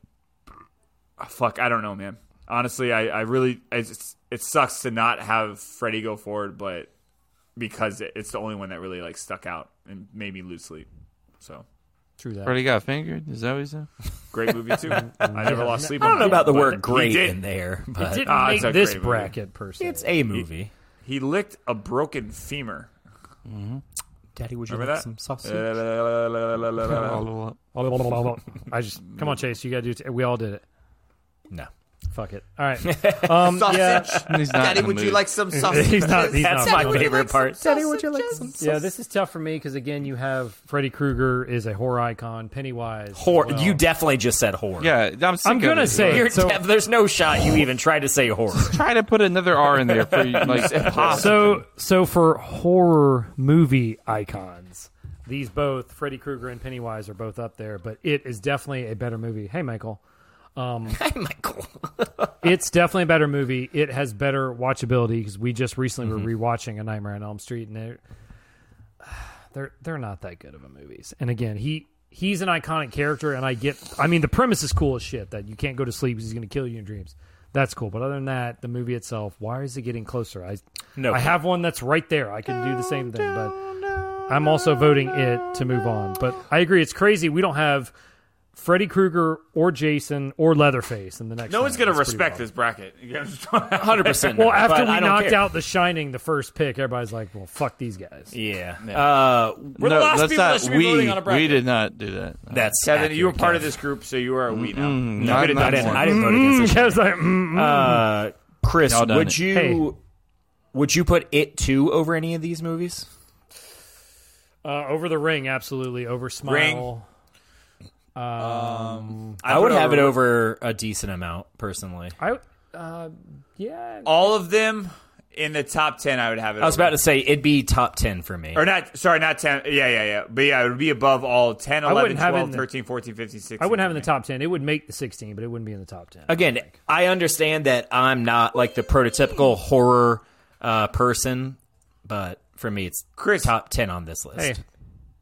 S8: ah, fuck, I don't know, man. Honestly, I, I really it's, it sucks to not have Freddy go forward, but because it, it's the only one that really like stuck out and made me lose sleep. So
S6: True that.
S4: Already got fingered. Is that what you said?
S8: great movie too. I never lost sleep.
S1: I don't
S8: on
S1: know
S8: it,
S1: about the
S8: but
S1: word
S8: he
S1: "great"
S8: did.
S1: in there,
S8: He
S1: but
S8: did Ah, make it's a this great movie.
S6: bracket per se.
S1: It's a movie.
S8: He licked a broken femur. Mm-hmm.
S1: Daddy, would you
S8: Remember
S1: like
S8: that?
S1: some sausage?
S8: uh,
S6: I just come on, Chase. You got to do. It. We all did it.
S1: No.
S6: Fuck it. All right. Um, yeah.
S4: Sausage. He's not Daddy, in the would you mood. like some sausage?
S6: he's not, he's
S1: That's
S6: not
S1: my
S6: in the mood.
S1: favorite part.
S4: Daddy, would you like some
S6: Yeah, this is tough for me because again, you have Freddy Krueger is a horror icon, Pennywise. as
S1: Whore.
S6: well.
S1: You definitely just said whore.
S41: Yeah, I'm sick
S6: I'm gonna
S41: of it.
S6: say
S1: You're
S6: it, so-
S1: def- there's no shot you even tried to say whore.
S41: Try to put another R in there for you. Like,
S6: So, so for horror movie icons, these both Freddy Krueger and Pennywise are both up there, but it is definitely a better movie. Hey, Michael. Um, hey,
S1: Michael.
S6: it's definitely a better movie. It has better watchability because we just recently were rewatching A Nightmare on Elm Street, and they're they're they're not that good of a movies. And again, he he's an iconic character, and I get. I mean, the premise is cool as shit that you can't go to sleep 'cause he's going to kill you in dreams. That's cool. But other than that, the movie itself, why is it getting closer? I
S1: No.
S6: I have one that's right there. I can do the same thing, but I'm also voting it to move on. But I agree, it's crazy. We don't have. Freddy Krueger or Jason or Leatherface in the next.
S8: No one's
S6: round.
S8: going to
S6: That's pretty
S8: respect this bracket. Hundred
S1: 100%.
S6: well,
S1: But
S6: after
S1: I
S6: we
S1: don't
S6: knocked
S1: care.
S6: out The Shining, the first pick, everybody's like, "Well, fuck these guys."
S1: Yeah. Uh, we're the
S41: No,
S1: last
S41: that's
S1: people
S41: not-
S1: that should be
S41: we-
S1: voting on a bracket.
S41: We did not do that.
S1: That's
S8: Yeah, then you were
S1: accurate,
S8: part of
S1: Kev.
S8: this group, so you are a we now.
S6: Mm-hmm.
S41: Mm,
S8: You
S41: not-
S8: could've
S41: not
S8: done
S41: one.
S8: something.
S1: I didn't vote against
S6: Kev's like, mm,
S1: it. Mm-hmm. Uh, Chris,
S41: Y'all done
S1: would
S41: it.
S1: you would you put it two over any of these movies?
S6: Uh, over the ring, absolutely. Over
S1: Ring.
S6: smile. Um,
S1: I, would have it over a decent amount personally.
S6: I uh, yeah.
S8: All of them in the top ten, I would have it.
S1: I was
S8: over.
S1: about to say it'd be top ten for me.
S8: Or not, sorry, not 10. Yeah, yeah, yeah. But yeah, it would be above all 10,
S6: I
S8: 11,
S6: wouldn't have it
S8: 12,
S6: in the-
S8: 13, 14, 15, 16.
S6: I wouldn't have it in the top ten. It would make the sixteen, but it wouldn't be in the top
S8: Uh,
S6: ten.
S1: Again, I understand that I'm not like the prototypical horror uh, person, but for me, it's top ten on this list.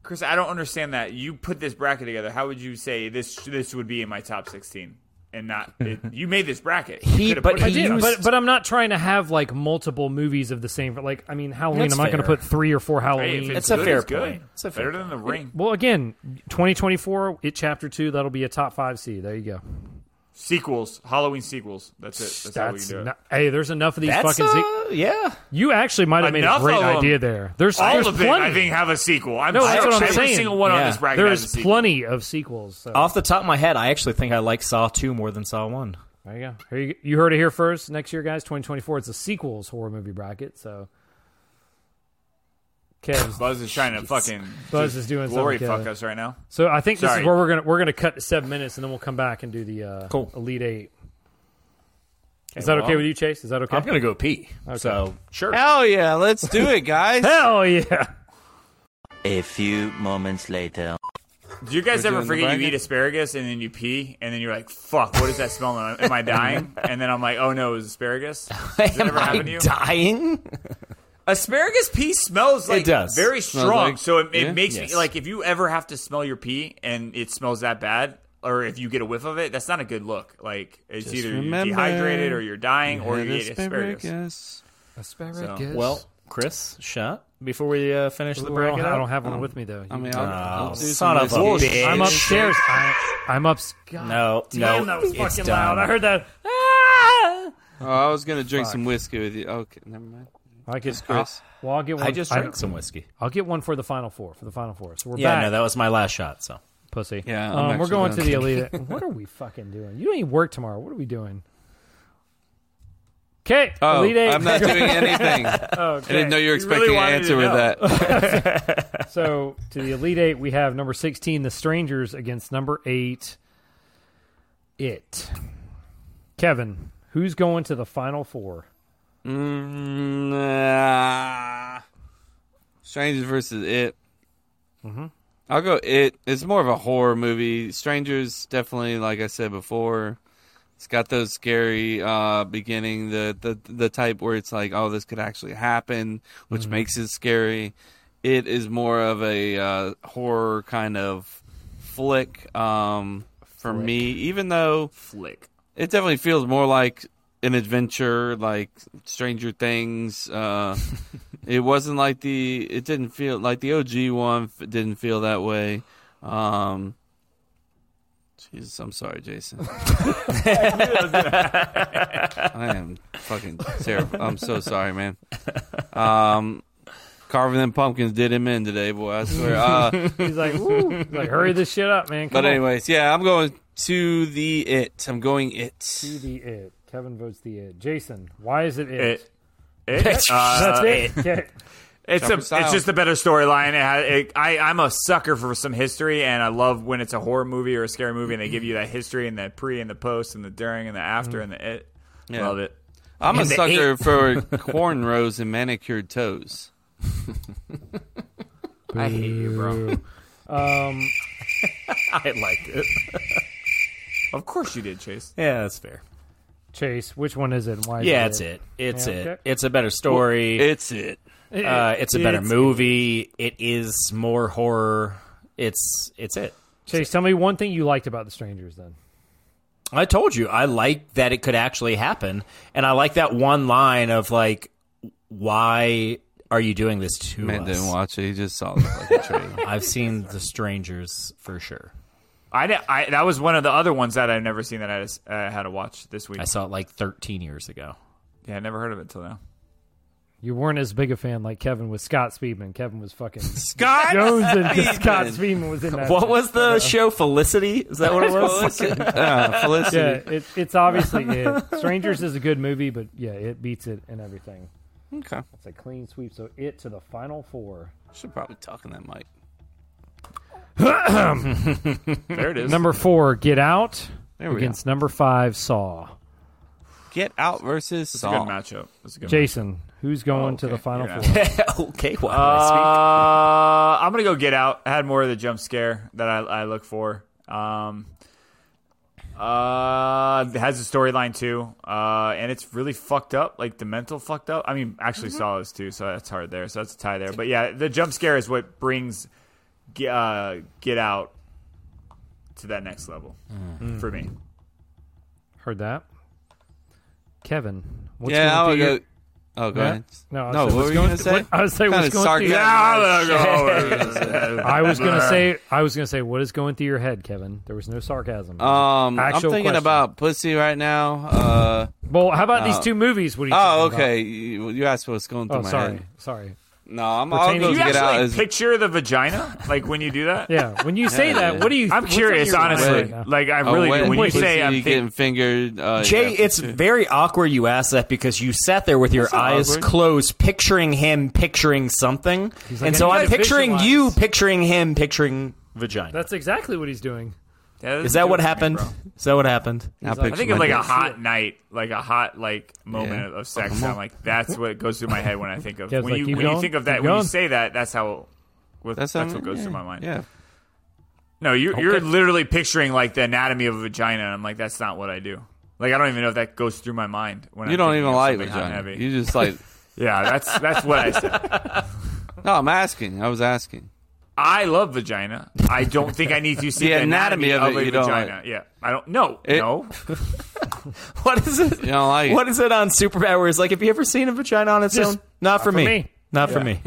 S8: Chris, I don't understand that. You put this bracket together. How would you say this this would be in my top 16? And not, it, you made this bracket. You could've put
S6: I
S8: it in
S6: did,
S8: the top
S6: but but I'm not trying to have like multiple movies of the same. Like, I mean, Halloween.
S8: That's
S6: I'm not going to
S8: fair.
S6: put three or four
S8: Hey,
S6: Halloween.
S8: if it's good, it's good.
S1: It's a
S8: Better
S1: fair
S8: than the
S1: point.
S8: ring.
S6: Well, again, 2024, it chapter two. That'll be a top five seed. There you go.
S8: Sequels, Halloween sequels. That's it. That's, how we can do it.
S6: not- hey, there's enough of these
S8: That's,
S6: fucking.
S8: uh,
S1: yeah,
S6: you actually might have made a
S8: Enough
S6: great
S8: of 'em.
S6: idea there. There's
S8: all
S6: there's
S8: of them.
S6: plenty.
S8: I think have a sequel. I'm
S6: no, that's
S8: sure
S6: what I'm
S8: every
S6: saying.
S8: single one on
S1: Yeah.
S8: this bracket.
S1: There
S8: has
S1: is
S8: a sequel.
S6: Plenty of sequels. So.
S1: Off the top of my head, I actually think I like Saw two more than Saw one.
S6: There you go. Here you, you heard it here first. Next year, guys, 2024. It's a sequels horror movie bracket. So Kev's
S8: Buzz is trying to fucking
S6: Buzz
S8: just
S6: is doing
S8: glory
S6: something,
S8: fuck
S6: Kevin.
S8: us right now.
S6: So I think this
S8: Sorry.
S6: is where we're gonna we're gonna cut to seven minutes, and then we'll come back and do the uh,
S1: Cool.
S6: elite eight. Is
S1: Okay,
S6: that
S1: well,
S6: okay with you, Chase? Is that okay?
S1: I'm gonna go pee. So sure.
S41: Hell yeah, let's do it, guys.
S6: Hell yeah.
S5: A few moments later.
S8: Do you guys
S5: We're
S8: ever
S5: doing the
S8: forget you
S5: bracket?
S8: eat asparagus and then you pee and then you're like, "Fuck, what is that smell? Am I- am I dying?" And then I'm like, "Oh no, it was asparagus." Does that
S1: Am
S8: ever happen
S1: I
S8: to you?
S1: dying?
S8: Asparagus pee smells like
S1: does.
S8: very
S1: Smells
S8: strong,
S1: like-
S8: so it, it
S1: yeah.
S8: makes
S1: Yes.
S8: me like if you ever have to smell your pee and it smells that bad, or if you get a whiff of it, that's not a good look. Like it's
S41: Just
S8: either
S41: remember,
S8: you're dehydrated or you're dying
S41: you
S8: or
S41: had
S8: you ate asparagus.
S6: Asparagus.
S1: Well, Chris, shot before we uh, finish the
S6: Well, I don't-
S1: bracket.
S6: I
S1: up? Mm.
S6: don't have one with me, though. I mean, I'll-
S1: Oh,
S6: I'll do
S1: son
S6: some
S1: of a
S6: whiskey.
S1: bitch.
S6: I'm upstairs. I, I'm upstairs.
S1: No,
S6: Damn,
S1: no,
S6: that was
S1: it's
S6: fucking
S1: done.
S6: loud. I heard that. Ah!
S4: Oh, I was gonna drink
S6: Fuck.
S4: some whiskey with you. Okay, never mind.
S6: I could.
S4: Chris.
S6: I'll, well, I'll get one.
S1: I just drank some whiskey.
S6: I'll get one for the final four. For the final four. So we're
S1: yeah,
S6: back.
S1: no, that was my last shot. So
S6: pussy.
S1: Yeah,
S6: um, we're going to the elite. what are we fucking doing? You don't even work tomorrow. What are we doing? Okay,
S4: Oh,
S6: elite eight.
S4: I'm not doing anything. I didn't know you were expecting an answer with
S6: that. so to the elite eight, we have number sixteen, the Strangers, against number eight, it. Kevin, who's going to the final four?
S4: Mm, uh, Strangers versus It.
S6: Mhm.
S4: I'll go It. It's more of a horror movie. Strangers definitely, like I said before, it's got those scary uh, beginning, the, the the type where it's like, oh, this could actually happen, which
S6: Mhm.
S4: makes it scary. It is more of a uh, horror kind of flick um, for me, even though
S8: flick.
S4: It definitely feels more like an adventure, like Stranger Things. Uh, it wasn't like the. It didn't feel like the OG one. f- Didn't feel that way. Um, Jesus, I'm sorry, Jason. I am fucking terrible. I'm so sorry, man. Um, carving them pumpkins did him in today, boy. I swear. Uh,
S6: he's like, Woo. He's like, hurry this shit up, man. Come
S4: but
S6: on.
S4: anyways, yeah, I'm going to the it. I'm going it.
S6: to the it. Kevin votes the it. Jason, why is it it?
S8: It. It?
S6: That's
S8: Uh,
S6: it.
S8: it.
S6: Okay.
S8: It's a, it's just a better storyline. It ha- it- I I'm a sucker for some history, and I love when it's a horror movie or a scary movie, and they give you that history and the pre and the post and the during and the after and the it.
S4: Yeah.
S8: Love it.
S4: I'm a
S8: And the
S4: sucker
S8: it.
S4: for cornrows and manicured toes.
S8: I hate you, bro.
S6: Um,
S8: I liked it. of course you did, Chase.
S1: Yeah, that's fair.
S6: Chase, which one is it? and Why is
S1: yeah, it's it. It's
S6: Yeah,
S1: it.
S6: okay.
S1: It's a better story.
S4: Well, it's it.
S1: Uh, it's a better
S6: It's it.
S1: movie. It is more horror. It's it's it.
S6: Chase, tell me one thing you liked about The Strangers then.
S1: I told you I like that it could actually happen, and I like that one line of like, "Why are you doing this to
S4: Man
S1: us?"
S4: didn't watch it. He just saw the fucking trailer.
S1: I've seen The Strangers for sure.
S8: I, di- I that was one of the other ones that I've never seen that I just, uh, had to watch this week.
S1: I saw it like 13 years ago.
S8: Yeah, I never heard of it till now.
S6: You weren't as big a fan like Kevin with Scott Speedman. Kevin was fucking
S8: Scott
S6: Jones and
S8: Speedman.
S6: Scott Speedman was in that.
S1: What was the show Felicity? Is that what it was?
S6: Yeah, it, it's obviously it. Strangers is a good movie, but yeah, it beats it and everything.
S4: Okay.
S6: It's a clean sweep. So it to the final four.
S4: Should probably talk in that mic.
S8: There it is.
S6: Number four, Get Out
S4: There we go.
S6: against number five, Saw.
S4: Get Out versus
S8: It's a
S4: Saw.
S8: good matchup. It's a good
S6: Jason, who's going to the final four?
S1: matchup. okay, well,
S8: Uh, I'm gonna go get out. I had more of the jump scare that I, I look for. Um, uh, it has a storyline too, uh, and it's really fucked up, like the mental fucked up. I mean, actually saw this too, so that's hard there. So that's a tie there. But yeah, the jump scare is what brings Ge- uh, Get Out to that next level for me.
S6: Heard that. Kevin, what's
S4: yeah, I
S6: going
S4: would
S6: through
S4: go.
S6: your-
S4: Oh, go
S6: Yeah?
S4: ahead.
S6: No,
S4: no.
S6: I said
S4: What
S6: what's
S4: were you
S6: going
S4: gonna
S6: through-
S4: say?
S6: what- I was saying
S4: Kinda
S6: what's going through
S8: Mm-hmm.
S6: your-
S4: sarcasm.
S6: I was gonna say I was gonna say what is going through your head, Kevin? There was no sarcasm.
S4: Um, I'm
S6: Actual
S4: thinking
S6: question.
S4: about pussy right now. Uh,
S6: Well, how about these
S4: no.
S6: two movies? What are you
S4: Oh,
S6: talking about?
S4: okay. You, you asked what's going through
S6: Oh,
S4: my
S6: sorry,
S4: head.
S6: sorry.
S4: No, I'm. I'll
S6: Pertaining-
S4: go
S8: Do you
S4: get
S8: actually
S4: out. As,
S8: picture the vagina, like when you do that?
S6: Yeah, when you say
S4: Yeah,
S6: that,
S4: yeah.
S6: what do you?
S8: I'm
S6: what's on
S8: curious,
S6: your mind
S8: honestly.
S6: right now?
S8: Like I
S4: a
S8: really,
S4: wet
S8: do. Oh, when you
S4: pussy
S8: say I'm thinking-
S4: getting fingered. Uh,
S1: Jay,
S4: yeah.
S1: it's very awkward you asked that because you sat there with your
S4: not
S1: eyes
S4: awkward.
S1: closed, picturing him picturing something.
S6: like,
S1: and
S6: I
S1: so
S6: need
S1: I'm
S6: to
S1: picturing
S6: visualize.
S1: you picturing him picturing vagina.
S6: That's exactly what he's doing.
S1: Is that what happened? Is that what happened?
S4: I'll
S8: I
S4: picture
S8: think of
S4: my
S8: like a
S4: dick.
S8: hot night, like a hot like moment
S4: Yeah.
S8: of- of sex. and I'm like, that's what goes through my head when I think of
S6: Yeah,
S8: when
S6: it's like,
S8: you
S6: keep
S8: when you
S6: going,
S8: think of that
S6: keep
S8: when you
S6: going.
S8: say that. That's how. With, that's
S4: how-
S8: what goes
S4: yeah,
S8: through my mind.
S4: Yeah.
S8: No, you're you're literally picturing like the anatomy of a vagina, and I'm like, that's not what I do. Like I don't even know if that goes through my mind when
S4: You
S8: I'm
S4: don't
S8: thinking
S4: even
S8: of
S4: like
S8: something hot and
S4: vagina.
S8: heavy.
S4: You just like.
S8: yeah, that's that's what I said.
S4: No, I'm asking. I was asking.
S8: I love vagina. I don't think I need to see
S4: The
S8: the,
S4: anatomy of it
S8: a
S4: you don't like.
S8: vagina. Yeah, I don't. No,
S4: It-
S8: no.
S1: What is it?
S4: You don't like it.
S1: What is it on Superbad where it's like, have you ever seen a vagina on its
S6: Just
S1: own? Not for,
S6: for
S1: me.
S6: me.
S1: Not for me.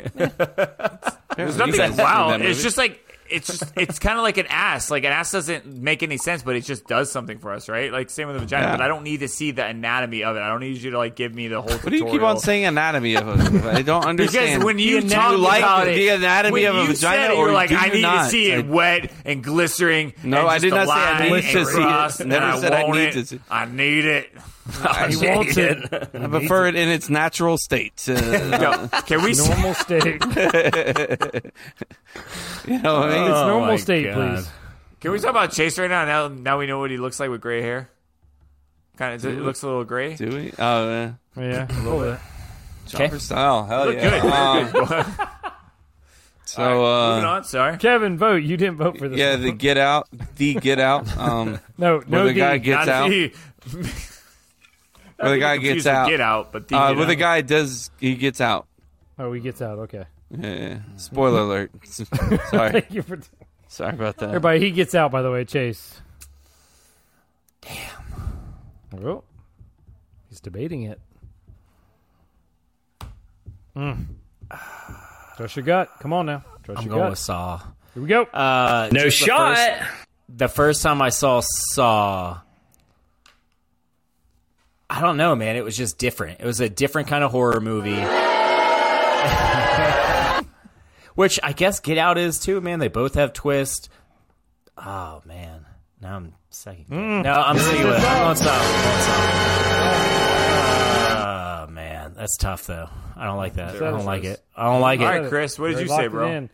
S8: There's
S4: You
S8: nothing
S4: guys
S8: like
S4: seen
S8: wow.
S4: that
S8: It's
S4: movie?
S8: just like it's just it's kind of like an ass. Like an ass doesn't make any sense, but it just does something for us, right? Like same with the vagina.
S4: Yeah.
S8: But I don't need to see the anatomy of it. I don't need you to like give me the whole.
S4: What do you keep on saying anatomy of a I don't
S8: Because
S4: understand.
S8: when you
S4: do
S8: talk
S4: you like
S8: about it,
S4: the anatomy
S8: when
S4: of a
S8: you
S4: vagina,
S8: said it,
S4: or
S8: you're like,
S4: do
S8: I
S4: you
S8: need
S4: not?
S8: to see it
S4: I-
S8: wet and glistering.
S4: No,
S8: and
S4: I
S8: just
S4: did
S8: a
S4: not say I
S8: line
S4: need to
S8: and
S4: see it.
S8: crossed,
S4: Never
S8: and I
S4: said I
S8: want
S4: need to see-
S8: I need it. I
S4: You
S8: need
S4: want it. I prefer it in its natural state. Uh,
S8: No, Can we? s-
S6: Normal state.
S4: you know what I mean?
S8: Uh,
S6: It's
S1: Oh my
S6: normal state,
S1: God.
S6: please.
S8: Can we talk about Chase right now? Now, now we know what he looks like with gray hair. Kind of, it looks a little gray.
S4: Do we? Oh, yeah.
S6: Yeah, a little bit.
S4: Chopper style. Hell
S8: Look
S4: yeah.
S8: good.
S4: Um,
S8: Look good.
S4: so,
S8: Moving
S4: uh,
S8: on. Sorry.
S6: Kevin, vote. You didn't vote for this.
S4: yeah,
S6: one.
S4: the get out, the get out, um,
S6: no,
S4: where
S6: no.
S4: the guy
S6: D.
S4: gets
S8: Not
S4: out,
S8: the-
S4: where the guy gets
S8: confused with
S4: out,
S8: Get out, but the
S4: uh,
S8: Get
S4: where the
S8: Out.
S4: guy does, he gets out.
S6: oh, he gets out. Okay.
S4: Yeah. Spoiler alert. Sorry.
S6: Thank you for
S4: Sorry about that.
S6: everybody. He gets out. By the way, Chase. Damn. Oh, he's debating it. Mm. Trust your gut. Come on now. Trust
S1: I'm
S6: your
S1: going
S6: gut.
S1: with Saw.
S6: Here we go.
S1: Uh,
S42: No
S1: just the
S42: shot.
S1: first- The first, time I saw Saw, I don't know, man. It was just different. It was a different kind of horror movie. Which I guess Get Out is too, man. They both have twist. Oh man, now I'm second. No, I'm sticking with. I'm on Saw. I'm on Saw. Oh, That's tough, though. I don't like that.
S6: Zero
S1: I don't like
S6: choice.
S1: it. I don't like it.
S8: All right, Chris, what did
S6: They're
S8: you say,
S6: locked
S8: bro?
S6: it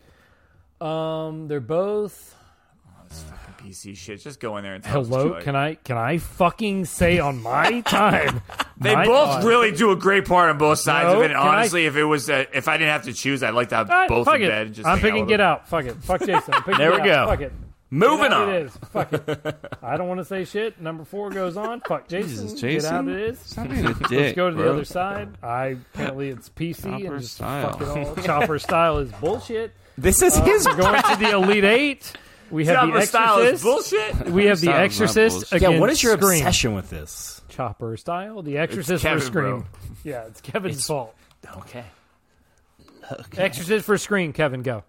S6: in. Um, they're both.
S8: PC shit. Just go in there and tell us
S6: Hello,
S8: what you
S6: can
S8: like.
S6: I can I fucking say on my time?
S8: They
S6: my
S8: both
S6: time.
S8: really do a great part on both sides
S6: No,
S8: of it. And
S6: can I-
S8: honestly, if it was uh, if I didn't have to choose, I'd like to have
S6: All right,
S8: both
S6: fuck
S8: in
S6: it.
S8: bed. And just
S6: I'm
S8: hang out
S6: picking
S8: with
S6: get
S8: them.
S6: out. Fuck it. Fuck Jason. I'm picking
S8: There we
S6: Get Out.
S8: go.
S6: Fuck it.
S8: Moving
S6: Get out
S8: on.
S6: It is. Fuck it. I don't want to say shit. Number four goes on. Fuck Jason.
S4: Jesus,
S6: Get out
S4: Jason.
S6: it is.
S4: Stop being a
S6: Let's
S4: dick,
S6: go to the
S4: bro.
S6: other side. I apparently it's PC
S4: Chopper
S6: and just
S4: style.
S6: fuck it all. Chopper style is bullshit.
S1: This is
S6: Uh,
S1: his
S6: we're going to the Elite Eight. We have
S8: Chopper
S6: the
S8: style
S6: Exorcist.
S8: is bullshit.
S6: We have the
S1: Style is not
S6: Exorcist.
S1: bullshit. Yeah,
S6: against
S1: what is your
S6: Scream.
S1: obsession with this?
S6: Chopper style, The Exorcist
S1: Kevin,
S6: for Scream.
S1: bro.
S6: Yeah, it's Kevin's fault.
S1: Okay.
S6: Exorcist for Scream. Kevin, go.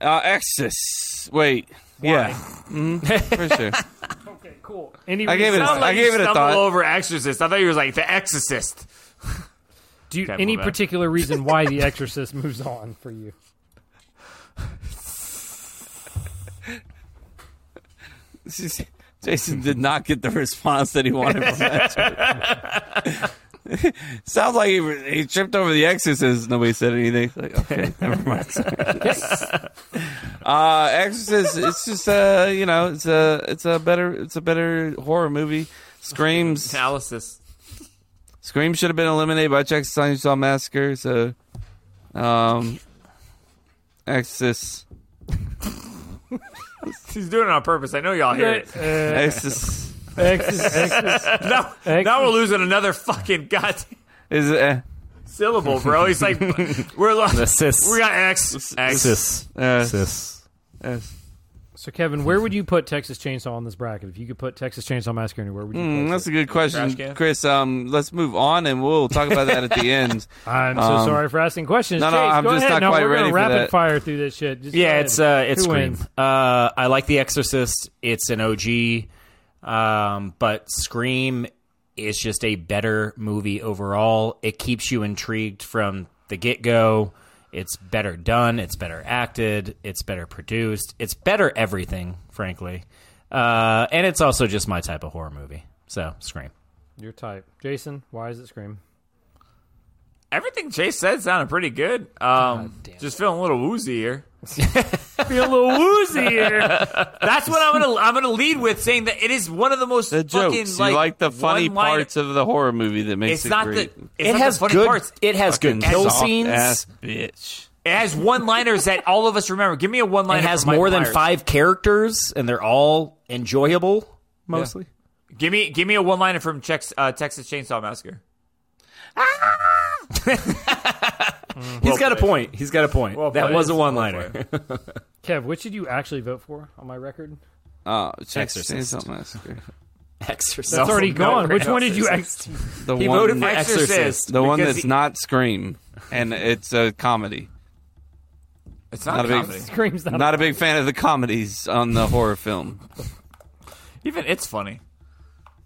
S4: Uh, Exodus. Wait. Yeah. hmm For sure.
S6: Okay, cool. Any
S4: I gave it a-
S6: reason-
S4: I
S8: Like, you
S4: gave it a
S8: stumble
S4: thought.
S8: over Exorcist. I thought you was like the Exorcist.
S6: Do you,
S8: Okay,
S6: any
S8: my bad.
S6: particular reason why The Exorcist moves on for you?
S4: This is- Jason did not get the response that he wanted from that. Sounds like he, he tripped over the exorcist. Nobody said anything. It's Like, okay, never mind. uh, exorcist. It's just uh, you know, it's a it's a better it's a better horror movie. Screams.
S8: Analysis.
S4: Scream should have been eliminated by Texas Chainsaw Saw Massacre. So, um, Exorcist.
S8: He's doing it on purpose. I know y'all hear it.
S4: Uh, Exorcist.
S6: Exorcist,
S4: Exorcist,
S8: now, now we're losing another fucking goddamn
S4: Is it? eh?
S8: syllable, bro. He's like, we're lost.
S4: The sis.
S8: We got X. X.
S1: Sis.
S4: Uh,
S1: Sis.
S4: Yes.
S6: So, Kevin, where would you put Texas Chainsaw in this bracket? If you could put Texas Chainsaw Massacre anywhere, would you?
S4: Mm,
S6: place
S4: that's
S6: it?
S4: a good
S6: Trash
S4: question,
S6: can?
S4: Chris. Um, let's move on, and we'll talk about that at the end.
S6: I'm so
S4: Um,
S6: sorry for asking questions.
S4: No, no,
S6: Chase,
S4: I'm
S6: go
S4: just
S6: ahead.
S4: not
S6: No,
S4: quite
S6: we're gonna
S4: ready for
S6: rapid
S4: that.
S6: fire through this shit. Just go
S1: yeah,
S6: ahead.
S1: it's uh, it's
S6: Who
S1: Scream.
S6: wins?
S1: Uh, I like The Exorcist. It's an OG, um, but Scream is just a better movie overall. It keeps you intrigued from the get go. It's better done. It's better acted. It's better produced. It's better everything, frankly. Uh, and it's also just my type of horror movie. So Scream.
S6: Your type, Jason. Why is it Scream?
S8: Everything Chase said sounded pretty good. Um, just feeling a little woozy here.
S6: Feel a little woozy here.
S8: That's what I'm gonna I'm gonna lead with saying that it is one of the most
S4: The
S8: fucking
S4: jokes.
S8: like
S4: you like the funny
S8: one-liner-
S4: parts of the horror movie that makes
S8: It's
S4: it
S8: not
S4: great.
S8: the-
S1: It
S8: not
S1: has
S8: the funny
S1: good.
S8: parts.
S1: It has good
S4: Fucking
S1: kill
S4: soft
S1: scenes.
S4: ass bitch.
S8: It has one liners that all of us remember. Give me a one liner.
S1: It has more than five characters, and they're all enjoyable mostly.
S8: Give me give me a one liner from Chex, uh, Texas Chainsaw Massacre.
S1: He's got a point. He's got a point.
S8: Well
S1: that
S8: played.
S1: was a
S8: Well
S1: one liner.
S6: Kev, which did you actually vote for on my record?
S4: Uh, Texas
S1: Exorcist.
S4: Chainsaw Massacre.
S1: Exorcist.
S6: That's already
S1: No,
S6: gone.
S1: no,
S6: Which one did you?
S1: Exorcist.
S6: Ex-
S4: The
S1: He
S4: one,
S1: voted for Exorcist
S4: The one
S1: because
S4: that's
S1: he-
S4: not Scream, and it's a comedy.
S8: It's
S4: Not,
S8: not,
S4: a
S8: comedy.
S4: big.
S6: Scream's not a
S4: a big fan of the comedies on the horror film.
S8: Even it's funny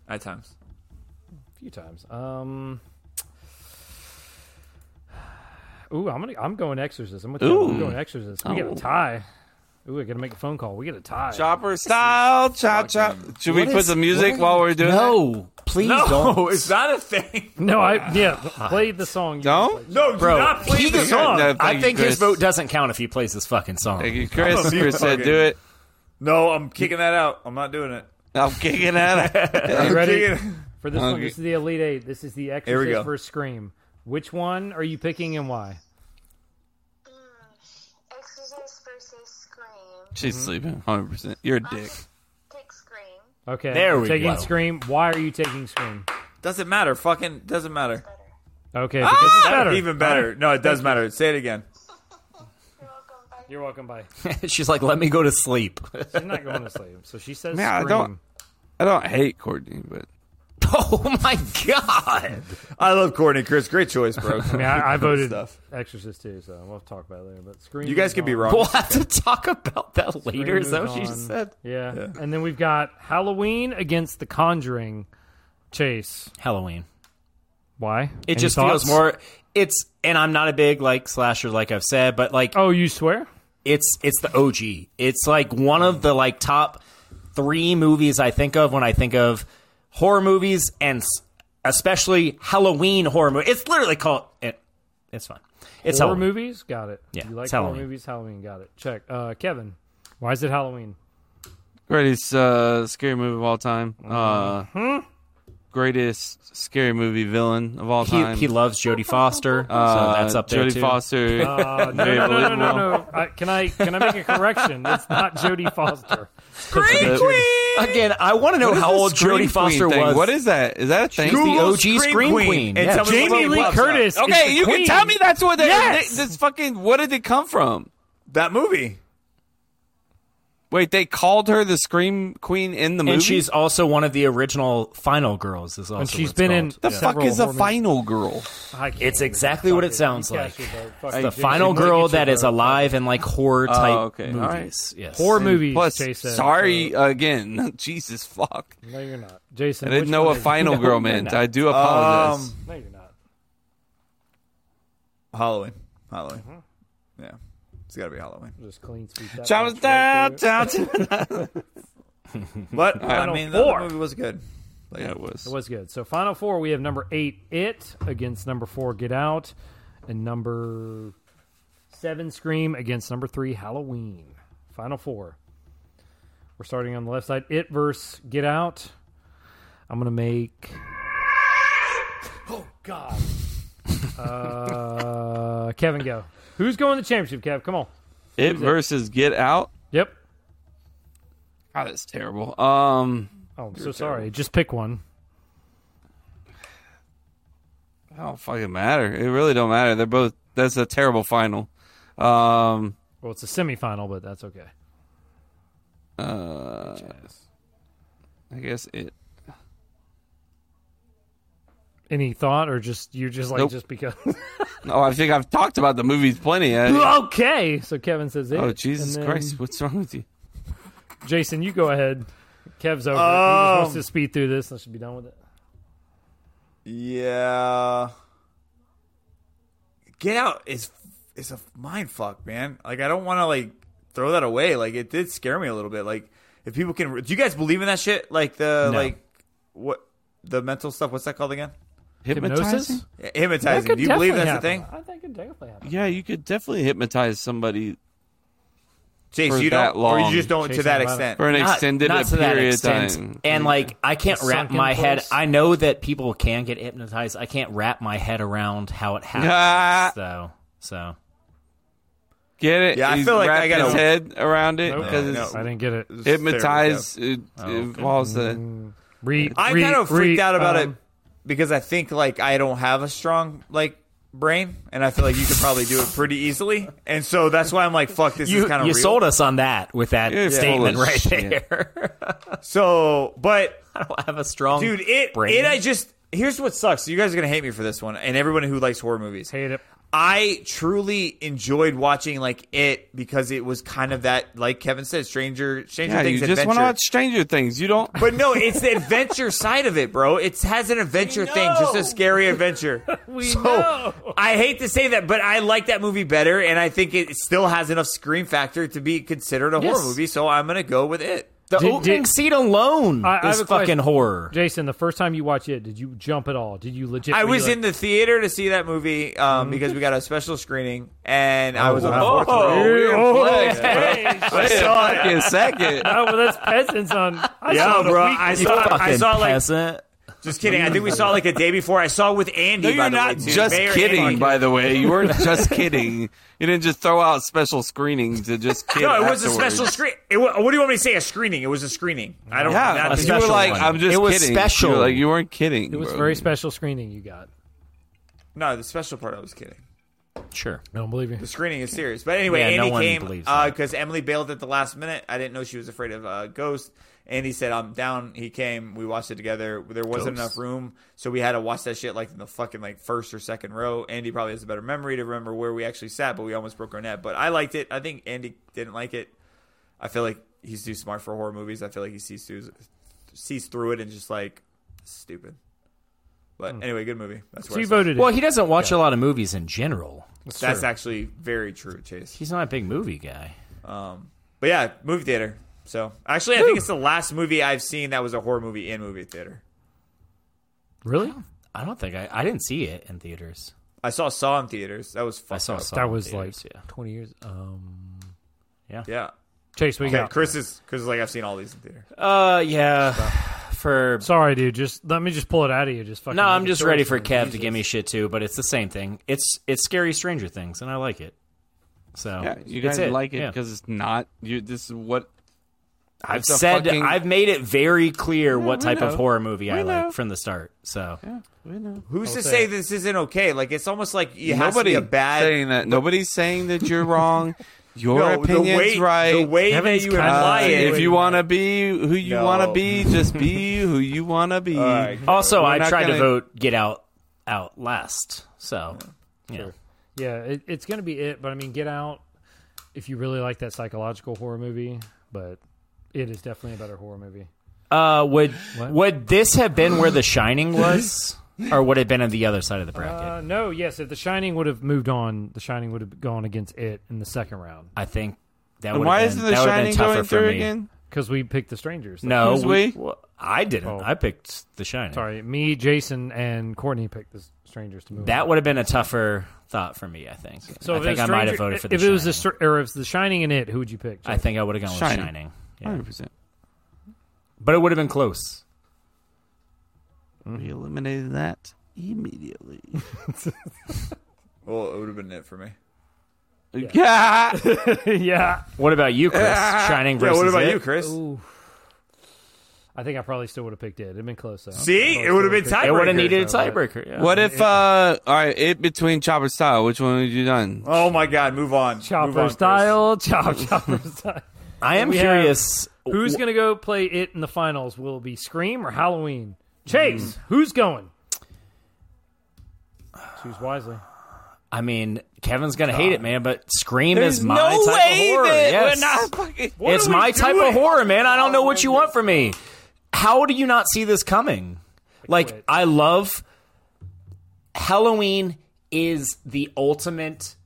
S8: at times.
S6: few times. Um. Ooh, I'm gonna. I'm going Exorcist. I'm, with you. I'm
S4: Ooh.
S6: going Exorcist. We got
S4: Oh.
S6: a tie. Ooh, I gotta make a phone call. We got a tie.
S4: Chopper style, chop chop. Should we
S6: What
S4: put
S6: is-
S4: some music
S6: what-
S4: while we're doing?
S1: No, please
S8: no,
S1: don't.
S8: it's not a thing.
S6: No, I yeah. Play the song.
S4: Don't?
S8: No, do
S1: Bro,
S8: not play
S1: he-
S8: the song.
S4: No, thank
S1: I
S4: you,
S1: think his
S4: Chris.
S1: vote doesn't count if he plays this fucking song.
S4: Thank you,
S8: I'm
S4: Chris.
S8: a mute
S4: Chris said,
S8: fucking-
S4: "Do it." Oh,
S8: No, I'm kicking that out. I'm not doing it.
S4: I'm kicking at it.
S6: You ready
S8: Okay.
S6: for this one?
S4: Okay.
S6: This is the Elite Eight. This is the
S43: Here we
S6: Exorcist
S43: go.
S6: versus Scream. Which one are you picking and why?
S10: Exorcist versus Scream.
S4: She's sleeping 100. percent You're a dick.
S10: Pick Scream.
S6: Okay,
S8: There
S6: you're
S8: we
S6: taking
S8: go.
S6: Scream. Why are you taking Scream?
S8: Doesn't matter. Fucking doesn't matter.
S6: Okay, because it's better.
S8: Even better. No, it does matter. Say it again.
S6: You're welcome. Bye.
S1: She's like, let me go to sleep.
S6: She's not going to sleep, so she says
S4: Man, I
S6: Scream.
S4: don't. I don't hate Courtney, but
S1: oh my god!
S43: I love Courtney Chris. Great choice, bro.
S6: I mean, I, I voted
S43: Stuff.
S6: Exorcist too, so we'll talk about it later. But Scream.
S43: You guys
S6: moves
S43: could be
S6: on.
S43: wrong.
S1: We'll have to talk about that later.
S6: Scream
S1: Is that
S6: moves
S1: what you
S6: on.
S1: said?
S6: Yeah. And then we've got Halloween against The Conjuring. Chase,
S1: Halloween.
S6: why?
S1: It
S6: Any
S1: just
S6: thoughts?
S1: feels more. It's and I'm not a big like slasher, like I've said, but like
S6: Oh, you swear?
S1: it's it's the OG. It's like one of the like top three movies I think of when I think of horror movies and s- especially Halloween horror movie. It's literally called. It, it's fine. It's
S6: horror
S1: Halloween.
S6: movies. Got it.
S1: Yeah,
S6: you like
S1: it's
S6: horror
S1: Halloween.
S6: movies? Halloween. Got it. Check. Uh, Kevin, why is it Halloween?
S4: Greatest uh, scary movie of all time. Uh,
S6: Mhm.
S4: Greatest scary movie villain of all
S1: He-
S4: time.
S1: he loves Jodie Foster,
S4: Uh,
S1: so that's up there
S4: Jodie
S1: too.
S4: Foster.
S6: Uh, no,
S4: very
S6: no, no, no, no,
S4: believable.
S6: no. I, can I can I make a correction? It's not Jodie Foster.
S4: Scream Queen!
S1: Again, I want to know
S4: What is
S1: how
S4: this
S1: old
S4: Scream
S1: Jodie
S4: Queen
S1: Foster
S4: thing?
S1: was.
S4: What is that? Is that a thing?
S1: She's the Google OG Scream Scream Queen. Queen. And Yeah. tell me
S4: Jamie
S1: what
S4: Lee
S1: it was.
S4: Curtis.
S1: is
S4: Okay,
S1: the
S4: you
S1: queen.
S4: can tell me that's what that.
S1: Yes!
S4: They, this fucking. What did it come from?
S2: That movie.
S4: Wait, they called her the Scream Queen in the movie.
S1: And she's also one of the original Final Girls. Is also
S4: she's
S1: what it's
S4: been in
S1: called.
S4: The fuck is a Final Girl?
S1: It's exactly what it sounds
S6: You
S1: like.
S6: catch your vote. Fuck
S1: It's
S6: it,
S1: the
S6: Jimmy.
S1: final
S6: Jimmy,
S1: girl
S6: get your
S1: that is
S6: vote.
S1: alive in like horror type
S4: Oh, okay. All right.
S1: movies. Yes.
S6: Horror
S4: And
S6: movies,
S4: Plus,
S6: Jay said,
S4: sorry again. Jesus fuck.
S6: Uh, No, you're not, Jason.
S4: I didn't
S6: which
S4: know
S6: one
S4: a
S6: is it?
S4: final
S6: No,
S4: girl
S6: you're
S4: meant.
S6: not.
S4: I do apologize.
S8: Um,
S6: no, you're not.
S8: Halloween. Halloween. Yeah. It's got to be Halloween.
S6: Just clean sweep that
S8: Jonathan,
S6: bitch right
S8: Jonathan.
S6: through.
S8: But, I
S6: Final
S8: mean, the
S6: four.
S8: movie was good. Like,
S4: yeah, it was.
S6: It was good. So final four, we have number eight, It against number four, Get Out, and number seven, Scream against number three, Halloween. Final four. We're starting on the left side. It versus Get Out. I'm gonna make. Oh God. uh, Kevin, go. Who's going to the championship, Kev? Come on.
S4: It
S6: Who's
S4: versus Get Out.
S6: Yep.
S4: God, that's terrible. Um,
S6: Oh, I'm so sorry. Just pick one.
S4: it don't fucking matter. It really don't matter. They're both. That's a terrible final. Um,
S6: Well, it's a semifinal, but that's okay.
S4: uh, I guess it.
S6: Any thought, or just you're just like
S4: Nope.
S6: just because?
S4: Oh, I think I've talked about the movies plenty. I,
S6: okay, so Kevin says it.
S4: oh Jesus
S6: and then-
S4: Christ! What's wrong with you?
S6: Jason, you go ahead. Kev's over. it. he just wants
S8: Um,
S6: to speed through this. I should be done with it.
S8: Yeah. Get out is is a mind fuck, man. Like I don't want to like throw that away. Like it did scare me a little bit. Like if people can, do you guys believe in that shit? Like the
S1: No.
S8: like what the mental stuff? What's that called again?
S4: Hypnotizing?
S8: Yeah,
S6: That could
S8: Hypnotizing. Do you believe
S6: definitely
S8: that's a
S6: happen.
S8: thing?
S6: I think it definitely happened.
S4: Yeah, you could definitely hypnotize somebody.
S8: Chase,
S4: for
S8: you
S4: that
S8: don't,
S4: long.
S8: or you just don't to
S6: Chasing
S8: that
S6: rabbit.
S8: extent.
S4: for an
S1: Not-
S4: extended
S1: not to that
S4: period of
S1: extent.
S4: time. Mm.
S1: And like I can't
S6: The
S1: wrap
S6: sunken
S1: my head.
S6: place.
S1: I know that people can get hypnotized. I can't wrap my head around how it
S4: Ah.
S1: happens. so so
S4: Get it?
S8: Yeah, I
S4: He's
S8: feel like I
S4: wrapping
S8: gotta-
S4: his head around it
S6: Nope.
S4: because
S8: No.
S4: it's
S6: I didn't get it.
S8: It's
S4: hypnotize. uh, It
S1: Oh, okay.
S4: involves the
S6: Re,
S8: I
S6: re-
S8: kind of freaked
S6: re-
S8: out about
S6: um,
S8: it because I think like I don't have a strong like brain, and I feel like you could probably do it pretty easily, and so that's why I'm like, fuck, this
S1: you
S8: is kind of
S1: you
S8: real.
S1: sold us on that with that
S4: You're full
S1: statement
S4: of
S1: right
S4: shit.
S1: there.
S8: So, but
S1: I don't have a strong
S8: dude, it
S1: brain.
S8: it I just here's what sucks. You guys are gonna hate me for this one, and everyone who likes horror movies.
S6: Hate it.
S8: I truly enjoyed watching like it because it was kind of that, like Kevin said, Stranger Stranger
S4: yeah. You
S8: Things
S4: just want
S8: adventure.
S4: to watch Stranger Things. You don't.
S8: But no, it's the adventure side of it, bro. It has an adventure thing, just a scary adventure.
S6: We
S8: so
S6: know.
S8: I hate to say that, but I like that movie better, and I think it still has enough scream factor to be considered a
S6: Yes.
S8: horror movie. So I'm gonna go with it.
S1: the
S6: Did-
S1: opening
S6: did-
S1: scene alone
S6: I- I have
S1: is
S6: a
S1: fucking
S6: question.
S1: horror.
S6: Jason, the first time you watch it, did you jump at all? Did you legit?
S8: I
S6: were you
S8: was
S6: like,
S8: in the theater to see that movie um, because we got a special screening, and I was on the
S4: Whoa.
S8: fourth row.
S4: Weird
S6: Oh,
S4: flex, bro.
S6: hey.
S4: Wait a fucking second.
S6: Oh well, that's peasants on. I
S8: Yeah,
S6: saw the
S8: bro,
S6: week-
S8: I
S1: You
S8: saw-
S1: fucking
S8: I saw like
S1: peasant.
S8: just kidding. I think we saw like a day before. I saw with Andy.
S4: No,
S8: by
S4: you're
S8: the
S4: not
S8: way, too.
S4: just
S8: Mayor
S4: kidding.
S8: Andy.
S4: By the way, you weren't just kidding. You didn't just throw out special screenings to just kid.
S8: No, it was a
S4: afterwards.
S8: special screen. It wa- what do you want me to say? A screening. It was a screening. I don't.
S4: Yeah,
S8: not-
S1: a
S4: you were
S1: special
S4: like,
S1: one.
S4: I'm just
S1: It was
S4: kidding.
S1: special.
S4: You were like you weren't kidding.
S6: It was
S4: bro.
S6: very special screening you got.
S8: no, the special part. I was kidding.
S1: Sure.
S6: I don't believe you.
S8: The screening is serious. But anyway,
S1: Yeah, no
S8: Andy
S1: one
S8: came
S1: believes that.
S8: because Emily bailed at the last minute. I didn't know she was afraid of uh, Ghost. Andy said, "I'm down." He came. We watched it together. There wasn't
S1: Ghost.
S8: enough room, so we had to watch that shit like in the fucking like first or second row. Andy probably has a better memory to remember where we actually sat, but we almost broke our net. But I liked it. I think Andy didn't like it. I feel like he's too smart for horror movies. I feel like he sees through sees through it and just like stupid. But
S1: Hmm.
S8: anyway, good movie. That's
S6: So
S8: where I
S6: you
S8: stand.
S6: voted.
S1: Well,
S6: it.
S1: he doesn't watch a lot of movies in general.
S8: That's actually very true, Chase.
S1: He's not a big movie guy.
S8: Um, but yeah, movie theater. So actually, I think it's the last movie I've seen that was a horror movie in movie theater.
S6: really.
S1: I don't think I. I didn't see it in theaters.
S2: I saw Saw in theaters. That was fun.
S1: I saw Saw.
S6: That
S1: in
S6: was
S1: theaters,
S6: like
S1: yeah.
S6: twenty years. Um,
S1: yeah,
S2: yeah.
S6: Chase, what you
S2: Okay,
S6: got?
S2: Chris is Chris is like I've seen all these in theater.
S1: Uh, yeah. For
S6: sorry, dude. Just let me just pull it out of you. Just fucking.
S1: no,
S6: make
S1: I'm
S6: it
S1: just
S6: yours
S1: ready for
S6: me.
S1: Kev to give me shit too, but it's the same thing. It's it's scary Stranger Things, and I like it. So
S4: Yeah, you
S1: it's
S4: guys
S1: it.
S4: like it
S1: Yeah.
S4: because it's not. You this is what
S1: I've
S4: it's a
S1: said
S4: fucking-
S1: I've made it very clear what
S4: we
S1: type of
S4: know.
S1: horror movie I
S4: We know.
S1: like from the start. So
S2: Who's
S1: I'll
S2: to
S1: say
S2: say
S1: it.
S2: this isn't okay? Like it's almost like you has to be a bad
S4: saying that. Nobody's saying that you're wrong. Your
S2: No, the
S4: opinion's
S2: way-
S4: right.
S2: the way that Kevin's you kinda imply
S4: Uh,
S2: it-
S4: If you want to be who you
S2: No.
S4: want to be, just be who you want to be.
S1: also,
S4: We're
S1: I
S4: not
S1: tried to
S4: gonna-
S1: vote Get Out out last. So yeah,
S6: Yeah, it, it's gonna be it. But I mean, Get Out. If you really like that psychological horror movie, but it is definitely a better horror movie.
S1: Uh, would would this have been where The Shining was, or would it have been on the other side of the bracket?
S6: Uh, no, yes. If The Shining would have moved on, The Shining would have gone against it in the second round.
S1: I think that
S4: And
S1: would.
S4: why
S1: have
S4: isn't
S1: been,
S4: The
S1: that would have been
S4: Shining
S1: tougher
S4: going
S1: for
S4: through
S1: me.
S4: again?
S6: Because we picked The Strangers.
S1: No,
S4: Who's we?
S1: well, I didn't.
S4: Oh.
S1: I picked The Shining.
S6: Sorry, me, Jason, and Courtney picked The Strangers to move. on.
S1: That would have been a tougher thought for me. I think.
S6: So
S1: I
S6: if it
S1: think
S6: was
S1: I might have
S6: Stranger-
S1: voted for The
S6: if it
S1: Shining.
S6: was the Str- or if it was the Shining and it, who would you pick?
S1: I think I would have gone
S6: Shining.
S1: with Shining. Yeah.
S4: Hundred percent.
S1: But it would have been close. Mm-hmm.
S4: We eliminated that immediately.
S2: Well, it would have been it for me.
S4: yeah.
S6: yeah.
S1: What about you, Chris?
S2: Ah!
S1: Shining
S2: Yeah,
S1: versus
S2: what about
S1: it?
S2: you, Chris?
S6: Ooh. I think I probably still would have picked it. It'd been close though.
S2: See?
S6: Probably
S2: It would've
S6: still
S2: been
S6: picked
S2: tiebreaker. It would've
S1: needed a
S6: though, but-
S1: tiebreaker, yeah.
S4: What if? uh All right, it between Chopper Style. Which one would you done?
S2: Oh my God! Move on. Move
S6: Chopper
S2: on, Chris.
S6: style, chop chopper style.
S1: I am
S6: We have-
S1: curious.
S6: Who's
S1: wh-
S6: gonna go play it in the finals? Will it be Scream or Halloween? Chase,
S2: Mm.
S6: who's going? Choose wisely.
S1: I mean, Kevin's gonna hate it, man. But Scream
S4: There's
S1: is my
S4: no
S1: type
S4: way
S1: of horror.
S4: that
S1: yes.
S4: we're not fucking- What
S1: it's
S4: are we
S1: my type
S4: doing?
S1: of horror, man. I don't know
S6: Oh
S1: what you want from me. How do you not see this coming? Like, I love Halloween is the ultimate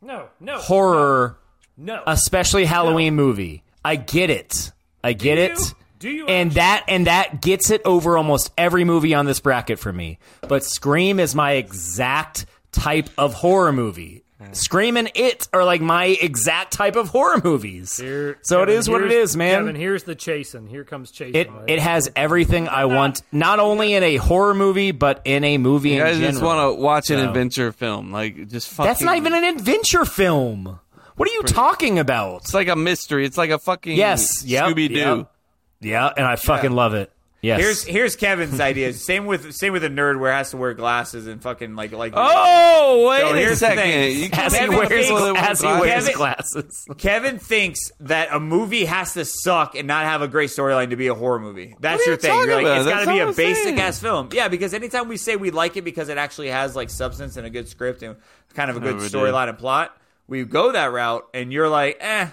S6: No, no
S1: horror,
S6: No.
S1: especially Halloween movie. I get it. I get it.
S6: Do you
S1: and that and that gets it over almost every movie on this bracket for me. But Scream is my exact type of horror movie. Scream and It are like my exact type of horror movies.
S6: Here-
S1: so it
S6: Kevin,
S1: is what it
S6: here's-
S1: is, man.
S6: Kevin, here's the chasing. Here comes chasing.
S1: it
S6: right?
S1: it has everything I want, not only in a horror movie but in a movie
S4: You
S1: in
S4: guys
S1: general.
S4: just want to watch an
S1: So-
S4: adventure film, like just fucking.
S1: That's not even an adventure film. What are you talking about?
S4: It's like a mystery. It's like a fucking
S1: Yes, yep,
S4: Scooby Doo.
S1: yep. Yeah, and I fucking love it. Yes.
S2: Here's here's Kevin's idea. Same with same with a nerd where it has to wear glasses and fucking like like.
S4: Oh wait
S2: So
S4: a
S2: here's the
S4: second!
S2: thing.
S4: You
S2: As
S4: can't
S2: he
S4: have a
S2: wears-
S4: people that wear
S1: as he wears
S4: glasses.
S1: glasses.
S2: Kevin thinks that a movie has to suck and not have a great storyline to be a horror movie.
S4: What
S2: That's
S4: are
S2: your
S4: you
S2: thing. You're
S4: talking
S2: like,
S4: about?
S2: it's got
S4: That's
S2: to be
S4: all
S2: a
S4: I'm
S2: basic
S4: saying.
S2: ass film. Yeah, because anytime we say we like it because it actually has like substance and a good script and kind of a good
S4: Never do.
S2: storyline and plot, we go that route, and you're like, eh.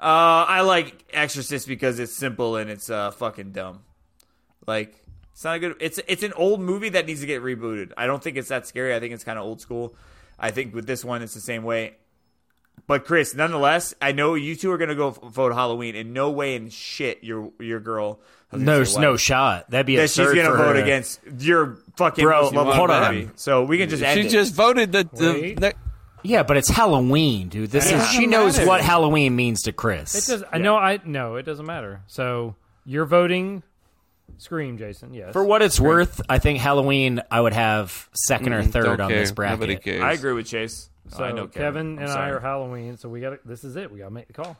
S2: Uh, I like Exorcist because it's simple and it's uh fucking dumb. Like it's not a good. It's it's an old movie that needs to get rebooted. I don't think it's that scary. I think it's kind of old school. I think with this one, it's the same way. But Chris, nonetheless, I know you two are gonna go f- vote Halloween, and no way in shit your your girl. "Oh, I was gonna
S1: No,
S2: say
S1: no
S2: wife,
S1: shot. That'd be
S2: that she's
S1: absurd
S2: gonna
S1: for
S2: vote
S1: her.
S2: against your fucking
S1: Bro,
S2: most loved
S1: hold on.
S2: baby. So we can just end
S4: She
S2: it.
S4: just voted that. The,
S6: Wait.
S4: the,
S1: Yeah, but it's Halloween, dude. This
S4: It
S1: is
S4: doesn't
S1: she knows
S4: matter.
S1: what Halloween means to
S6: It
S1: Chris.
S6: does. I know. I no. It doesn't matter. So you're voting. Scream, Jason. Yes.
S1: For what it's worth, I think Halloween I would have second or
S4: Mm,
S1: third
S4: don't
S1: on
S4: care.
S1: this bracket.
S4: Nobody cares.
S2: I agree with Chase.
S6: So
S2: I know
S6: Kevin,
S2: Kevin,
S6: and I are Halloween. So we got. to This is it. We got to make the call.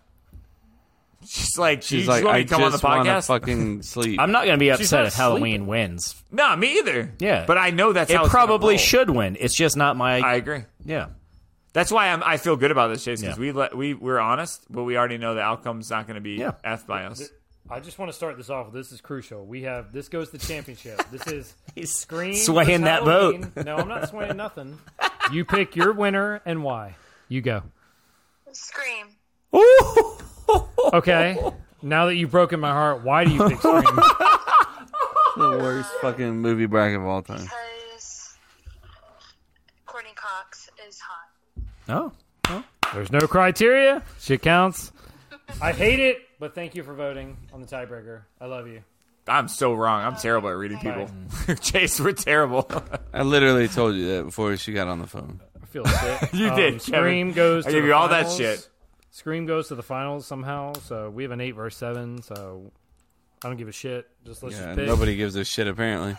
S2: She's like
S4: She's
S2: she's
S4: like,
S2: want me
S4: I
S2: to come on the
S4: just want to
S2: podcast.
S4: fucking sleep.
S1: I'm not gonna be
S6: She's
S1: upset
S6: not
S1: if Halloween wins.
S2: Nah, me either.
S1: Yeah.
S2: but I know that's
S1: it
S2: how it's gonna
S1: probably
S2: roll.
S1: should win. It's just not my
S2: I agree.
S1: Yeah.
S2: That's why I'm, I feel good about this, Chase, because
S1: Yeah.
S2: we let, we we're honest, but we already know the outcome's not going to be
S1: Yeah.
S2: f by us.
S6: I just want to start this off. This is crucial. We have this goes to championship. This is
S1: He's
S6: Scream.
S1: swaying
S6: versus
S1: that
S6: Halloween.
S1: vote.
S6: No, I'm not swaying nothing. You pick your winner and why. You go.
S10: Scream.
S6: Okay. Now that you've broken my heart, why do you pick Scream?
S4: the worst fucking movie bracket of all time.
S10: Because Courtney Cox is hot.
S1: Oh.
S6: There's no criteria. Shit counts. I hate it, but thank you for voting on the tiebreaker. I love you.
S8: I'm so wrong. I'm terrible at reading people. Chase, we're terrible.
S4: I literally told you that before she got on the phone.
S6: I feel sick.
S8: You did, Kevin.
S6: Scream goes.
S8: I
S6: to
S8: gave
S6: the
S8: you all that
S6: finals.
S8: shit.
S6: Scream goes to the finals somehow. So we have an eight versus seven. So I don't give a shit. Just let's
S4: Yeah,
S6: just pick.
S4: nobody gives a shit apparently.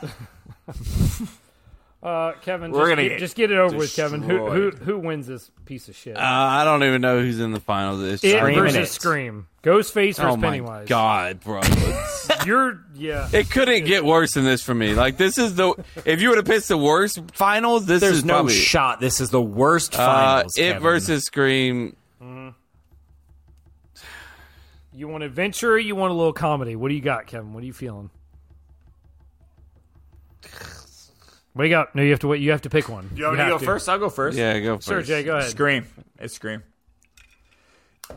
S6: Uh, Kevin,
S8: We're
S6: just,
S8: gonna
S6: get,
S8: get
S6: just get it over with, Kevin. Who, who who wins this piece of shit?
S4: Uh, I don't even know who's in the finals. It's
S6: it
S4: Scream
S6: versus
S4: and It.
S6: Scream. Ghostface versus
S4: Oh my
S6: Pennywise.
S4: god, bro! It's-
S6: You're yeah.
S4: it couldn't get worse than this for me. Like this is the if you would have picked the worst finals, this
S1: There's
S4: is
S1: no
S4: probably,
S1: shot. This is the worst
S4: Uh,
S1: finals.
S4: it
S1: Kevin.
S4: versus Scream.
S6: You want adventure? You want a little comedy? What do you got, Kevin? What are you feeling? Wake up! No, you have to wait. You have to pick one.
S8: You want me to
S6: have
S8: go first? I'll go first.
S4: Yeah, go
S6: Sir
S4: first.
S6: Jay, go ahead.
S8: Scream. It's Scream.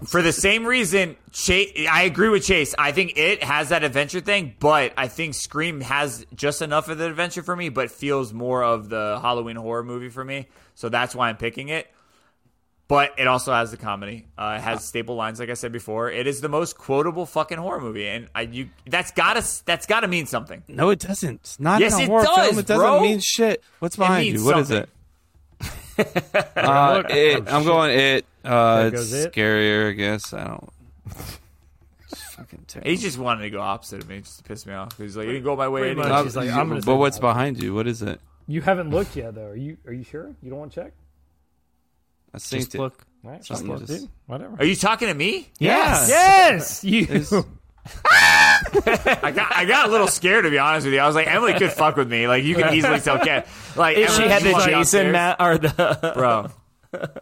S8: For the same reason, Chase, I agree with Chase. I think it has that adventure thing, but I think Scream has just enough of the adventure for me, but feels more of the Halloween horror movie for me. So that's why I'm picking it. But it also has the comedy. Uh, it has staple lines, like I said before. It is the most quotable fucking horror movie, and I, you that's gotta that's gotta mean something.
S4: No, it doesn't. It's not
S8: Yes,
S4: in a
S8: it
S4: horror
S8: does,
S4: film. It doesn't
S8: bro.
S4: mean shit. What's behind
S8: means
S4: you? What is
S8: something.
S4: it? uh,
S6: Look.
S4: it I'm going it. Uh,
S6: There
S4: it's
S6: goes it.
S4: scarier, I guess. I don't. It's fucking terrible.
S8: He just wanted to go opposite of me just to piss me off. He's like, you didn't go my way.
S6: Pretty
S8: Anyway.
S6: much. She's like, I'm gonna say
S4: but what's behind you? What is it?
S6: You haven't looked yet, though. Are you? Are you sure? You don't want to check?
S4: I synced it.
S1: look.
S6: All right,
S4: Something
S6: fuck it,
S4: just-
S6: dude. Whatever.
S8: Are you talking to me?
S4: Yeah.
S6: Yes,
S4: It's-
S6: you.
S8: I got I got a little scared to be honest with you. I was like, Emily could fuck with me. Like you can easily tell Kat. Like
S1: If she
S8: Emily
S1: had the
S8: could fuck
S1: Jason
S8: downstairs.
S1: ma- or the
S8: bro.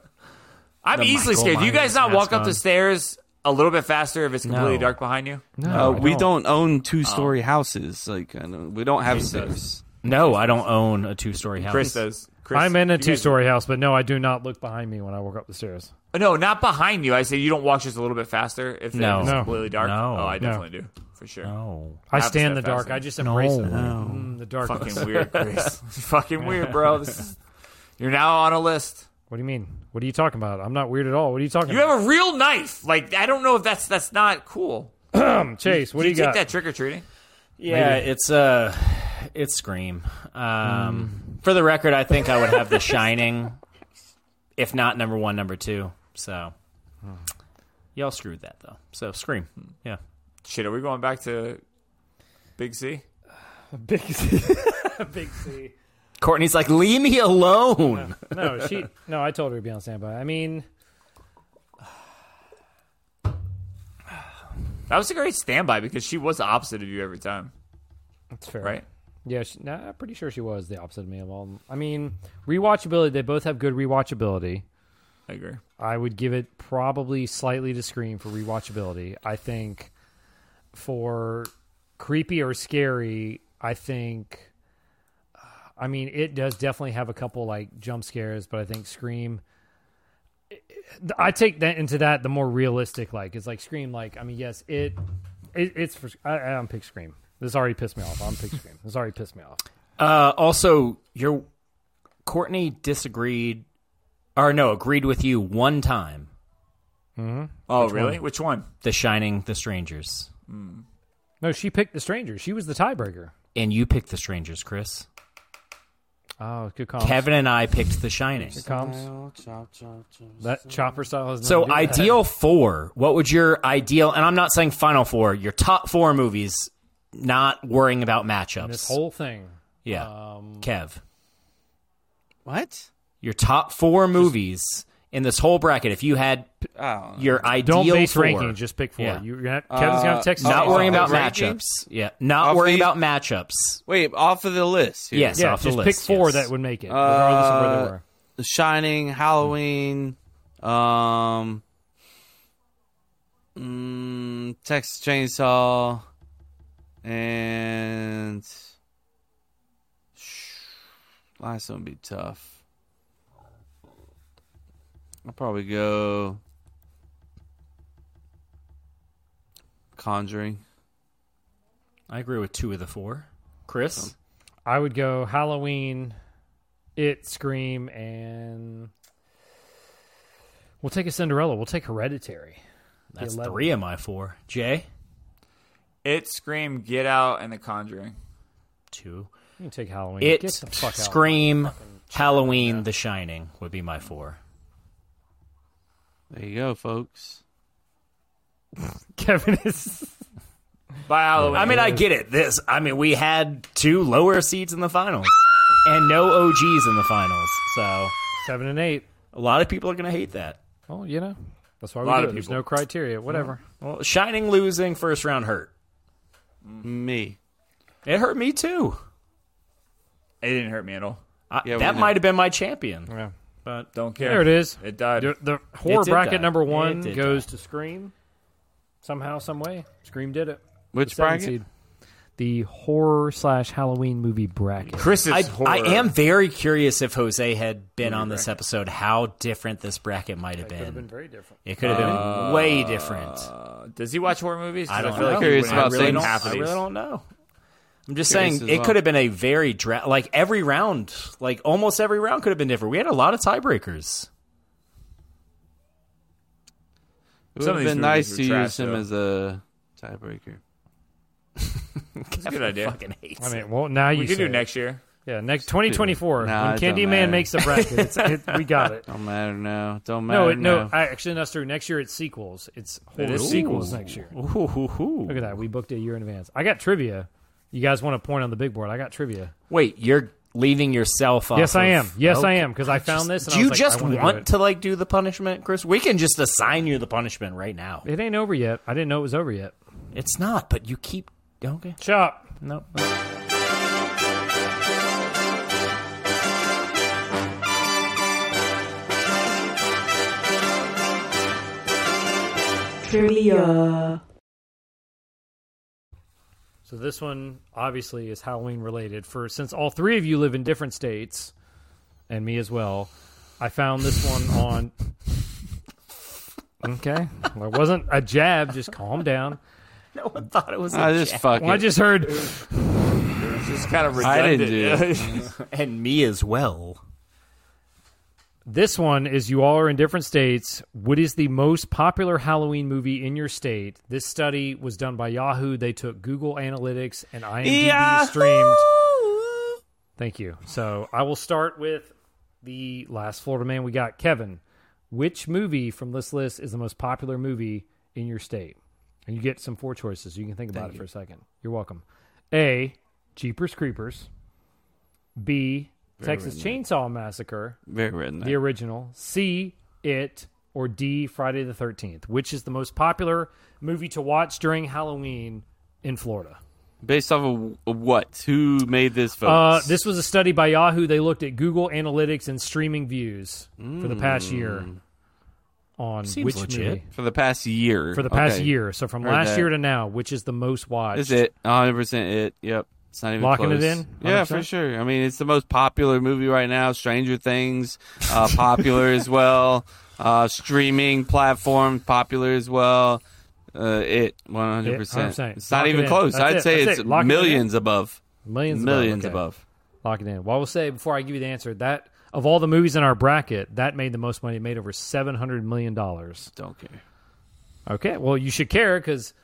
S8: I'm
S1: The
S8: easily
S1: Michael
S8: scared. Do you
S1: Myers
S8: guys not walk
S1: mask
S8: up the
S1: on.
S8: stairs a little bit faster if it's completely
S1: No.
S8: dark behind you?
S4: uh, we don't own two story houses. Like I don't, we don't have stairs.
S1: No, I don't own a two-story house.
S8: Chris does. Chris,
S6: I'm in
S8: you
S6: a
S8: guys-
S6: two-story house, but no, I do not look behind me when I walk up the stairs.
S8: No, not behind you. I said you don't walk just a little bit faster if
S1: No.
S8: it's
S6: No.
S8: completely dark.
S1: No.
S8: Oh, I
S6: No.
S8: definitely do for sure.
S1: No.
S6: I
S8: Half
S6: stand in the
S8: step
S6: dark.
S8: faster.
S6: I just embrace it.
S1: No.
S6: Mm, the dark.
S8: Fucking weird, Chris. Fucking weird, bro. This is, you're now on a list.
S6: What do you mean? What are you talking about? I'm not weird at all. What are you talking
S8: You
S6: about?
S8: have a real knife. Like I don't know if that's that's not cool.
S6: Chase, what
S8: Did
S6: do
S8: you
S6: you
S8: take
S6: got?
S8: that trick or treating?
S1: Yeah, it's uh it's Scream. Um, For the record, I think I would have The Shining, if not number one, number two. So y'all screwed that though. So Scream. Yeah.
S8: Shit, are we going back to Big C?
S6: Big C. Big C.
S1: Courtney's like, leave me alone.
S6: No, she. No, I told her to be on standby. I mean,
S8: That was a great standby because she was the opposite of you every time,
S6: it's fair,
S8: right?
S6: Yeah, she, nah, I'm pretty sure she was the opposite of me of all. of them. I mean, rewatchability. They both have good rewatchability.
S8: I agree.
S6: I would give it probably slightly to Scream for rewatchability. I think for creepy or scary, I think. I mean, it does definitely have a couple like jump scares, but I think Scream. I take that into that the more realistic, like it's like Scream. Like I mean, yes, it, it it's for. I, I don't pick Scream. This already pissed me off. I'm pick Scream. This already pissed me off.
S1: Uh, also, your Courtney disagreed, or no, agreed with you one time.
S8: Oh, really? Which one?
S1: The Shining, The Strangers,
S6: No, she picked the stranger. She was the tiebreaker.
S1: and you picked The Strangers, Chris.
S6: Oh, good call.
S1: Kevin and I picked The Shining.
S6: Good comms. That chopper style is
S1: So ideal four. What would your ideal? And I'm not saying final four. Your top four movies. Not worrying about
S6: This
S1: matchups.
S6: whole um, thing.
S1: yeah, Kev.
S4: What?
S1: Your top four movies in this whole bracket. If you had p-
S4: Oh,
S1: your ideal
S6: Don't base
S1: four,
S6: ranking. Just pick four.
S1: Yeah.
S6: You're gonna, Kevin's gonna text.
S4: Uh,
S1: not
S4: Oh,
S1: worrying about
S4: ranking?
S1: matchups. Yeah, not
S4: Off
S1: worrying
S4: the-
S1: about matchups.
S4: Wait, off of the list. here.
S1: Yes,
S6: Yeah,
S1: off the
S6: just
S1: list.
S6: pick four
S1: yes.
S6: that would make it, regardless of where
S4: Uh,
S6: they were.
S4: The Shining, Halloween, um, mm, Texas Chainsaw, and last one would be tough. I'll probably go Conjuring.
S1: I agree with two of the four.
S6: Oh,
S1: Chris,
S6: I would go Halloween, It, Scream, and we'll take a Cinderella. We'll take Hereditary.
S1: that's
S6: eleven.
S1: three of my four. Jay,
S8: It screamed Get Out and The Conjuring.
S1: Two.
S6: You can take Halloween.
S1: It
S6: Get the fuck out.
S1: Scream, Halloween, The Shining would be my four.
S4: There you go, folks.
S6: Kevin is.
S8: By Halloween.
S1: I mean, I get it. This. I mean, we had two lower seeds in the finals, and no OGs in the finals. So
S6: seven and eight.
S1: A lot of people are going to hate that.
S6: Well, you know, that's why
S1: A
S6: we
S1: lot
S6: do
S1: of
S6: it. There's
S1: people.
S6: no criteria. Whatever.
S1: Well, Shining losing first round hurt.
S4: Me.
S1: It hurt me too.
S8: It didn't hurt me at all.
S1: I,
S8: Yeah, we
S1: that
S8: know.
S1: might have been my champion.
S6: Yeah.
S1: But
S8: Don't care.
S6: There it is.
S8: It died.
S6: The, the horror
S1: did
S6: bracket
S1: die.
S6: number
S1: It
S6: one
S1: did
S6: goes to Scream. Somehow, some way, Scream did it.
S4: Which
S6: The seven
S4: bracket?
S6: seed. The horror slash Halloween movie bracket.
S8: Chris
S1: I, I am very curious if Jose had been on this episode, how different this bracket might have been. It could have
S6: been very different.
S1: It could have been way different.
S8: uh, Does he watch horror movies? 'Cause
S1: I don't
S8: feel
S1: know.
S8: Like he
S4: Curious
S8: wouldn't
S4: about
S8: really
S4: things.
S8: know half of
S1: I
S8: these.
S1: really don't know. I'm just
S4: Curious
S1: saying
S4: as
S1: it
S4: well.
S1: could have been a very dra- like every round, like almost every round could have been different. We had a lot of tiebreakers.
S4: It would
S8: Some
S4: have
S8: of
S4: been nice
S8: these movies were
S4: to
S8: trash,
S4: use him
S8: though.
S4: as a tiebreaker.
S8: That's a good idea.
S1: Fucking hates
S6: I
S1: it.
S6: mean, well, now you
S8: we could
S6: say
S8: do
S6: it.
S8: next year.
S6: Yeah, next
S4: Nah,
S6: 2024
S4: it
S6: when
S4: don't
S6: Candyman
S4: matter.
S6: makes the bracket, it's, it, we got it.
S4: Don't matter now. Don't matter
S6: No, it, no,
S4: now.
S6: I, actually, that's true. Next year it's sequels. It's horror
S8: It is
S6: sequels
S8: sequels.
S6: next year.
S1: Ooh, hoo, hoo.
S6: Look at that. We booked it a year in advance. I got trivia. You guys want a point on the big board? I got trivia.
S1: Wait, you're leaving yourself off.
S6: yes, I
S1: of-
S6: am. Yes, I
S1: Okay.
S6: am because I found this. And
S1: do
S6: I
S1: you
S6: was like,
S1: just
S6: I wanna do
S1: want
S6: it.
S1: to like do the punishment, Chris? We can just assign you the punishment right now.
S6: It ain't over yet. I didn't know it was over yet.
S1: It's not, but you keep okay.
S6: Chop.
S1: No.
S6: Trivia. So this one obviously is Halloween related. For since all three of you live in different states, and me as well, I found this one on. Okay, well, it wasn't a jab. Just calm down.
S1: No one thought it was. a
S4: I just
S1: jab.
S4: fuck
S6: Well, I
S4: it.
S6: just heard.
S8: It's just kind of
S4: I
S8: redundant.
S4: didn't do it.
S1: and me as well.
S6: This one is you all are in different states. What is the most popular Halloween movie in your state? This study was done by Yahoo. They took Google Analytics and IMDb streamed. Thank you. So I will start with the last Florida man we got, Kevin. Which movie from this list is the most popular movie in your state? And you get some four choices. You can think about it for a second. You're welcome. A. Jeepers Creepers. B. Texas Chainsaw Massacre
S4: Very redneck.
S6: the original, C, It, or D, Friday the 13th? Which is the most popular movie to watch during Halloween in Florida?
S4: Based off of wh- what? Who made this vote?
S6: Uh, this was a study by Yahoo. They looked at Google Analytics and streaming views for the
S4: Mm.
S6: past year on
S1: Seems
S6: which
S1: legit.
S6: movie.
S4: for the past year.
S6: For the past
S4: Okay.
S6: year. So from
S4: Heard
S6: last
S4: that.
S6: year to now, which is the most watched?
S4: This is it. 100 percent it. Yep. It's not even
S6: Locking it
S4: close.
S6: in?
S4: Yeah,
S6: 100%?
S4: for sure. I mean, it's the most popular movie right now. Stranger Things, uh, popular as well. Uh, streaming platform, popular as well. Uh, it 100. percent
S6: 100%.
S4: It's
S6: Lock
S4: not
S6: it
S4: even
S6: in.
S4: close.
S6: That's
S4: I'd
S6: it.
S4: say
S6: That's
S4: it's
S6: it. Lock it in.
S4: millions above.
S6: Millions above.
S4: Millions
S6: Okay.
S4: above.
S6: Lock it in. Well, I will say before I give you the answer that of all the movies in our bracket, that made the most money. It made over $700 million.
S4: Don't care.
S6: Okay. Well, you should care because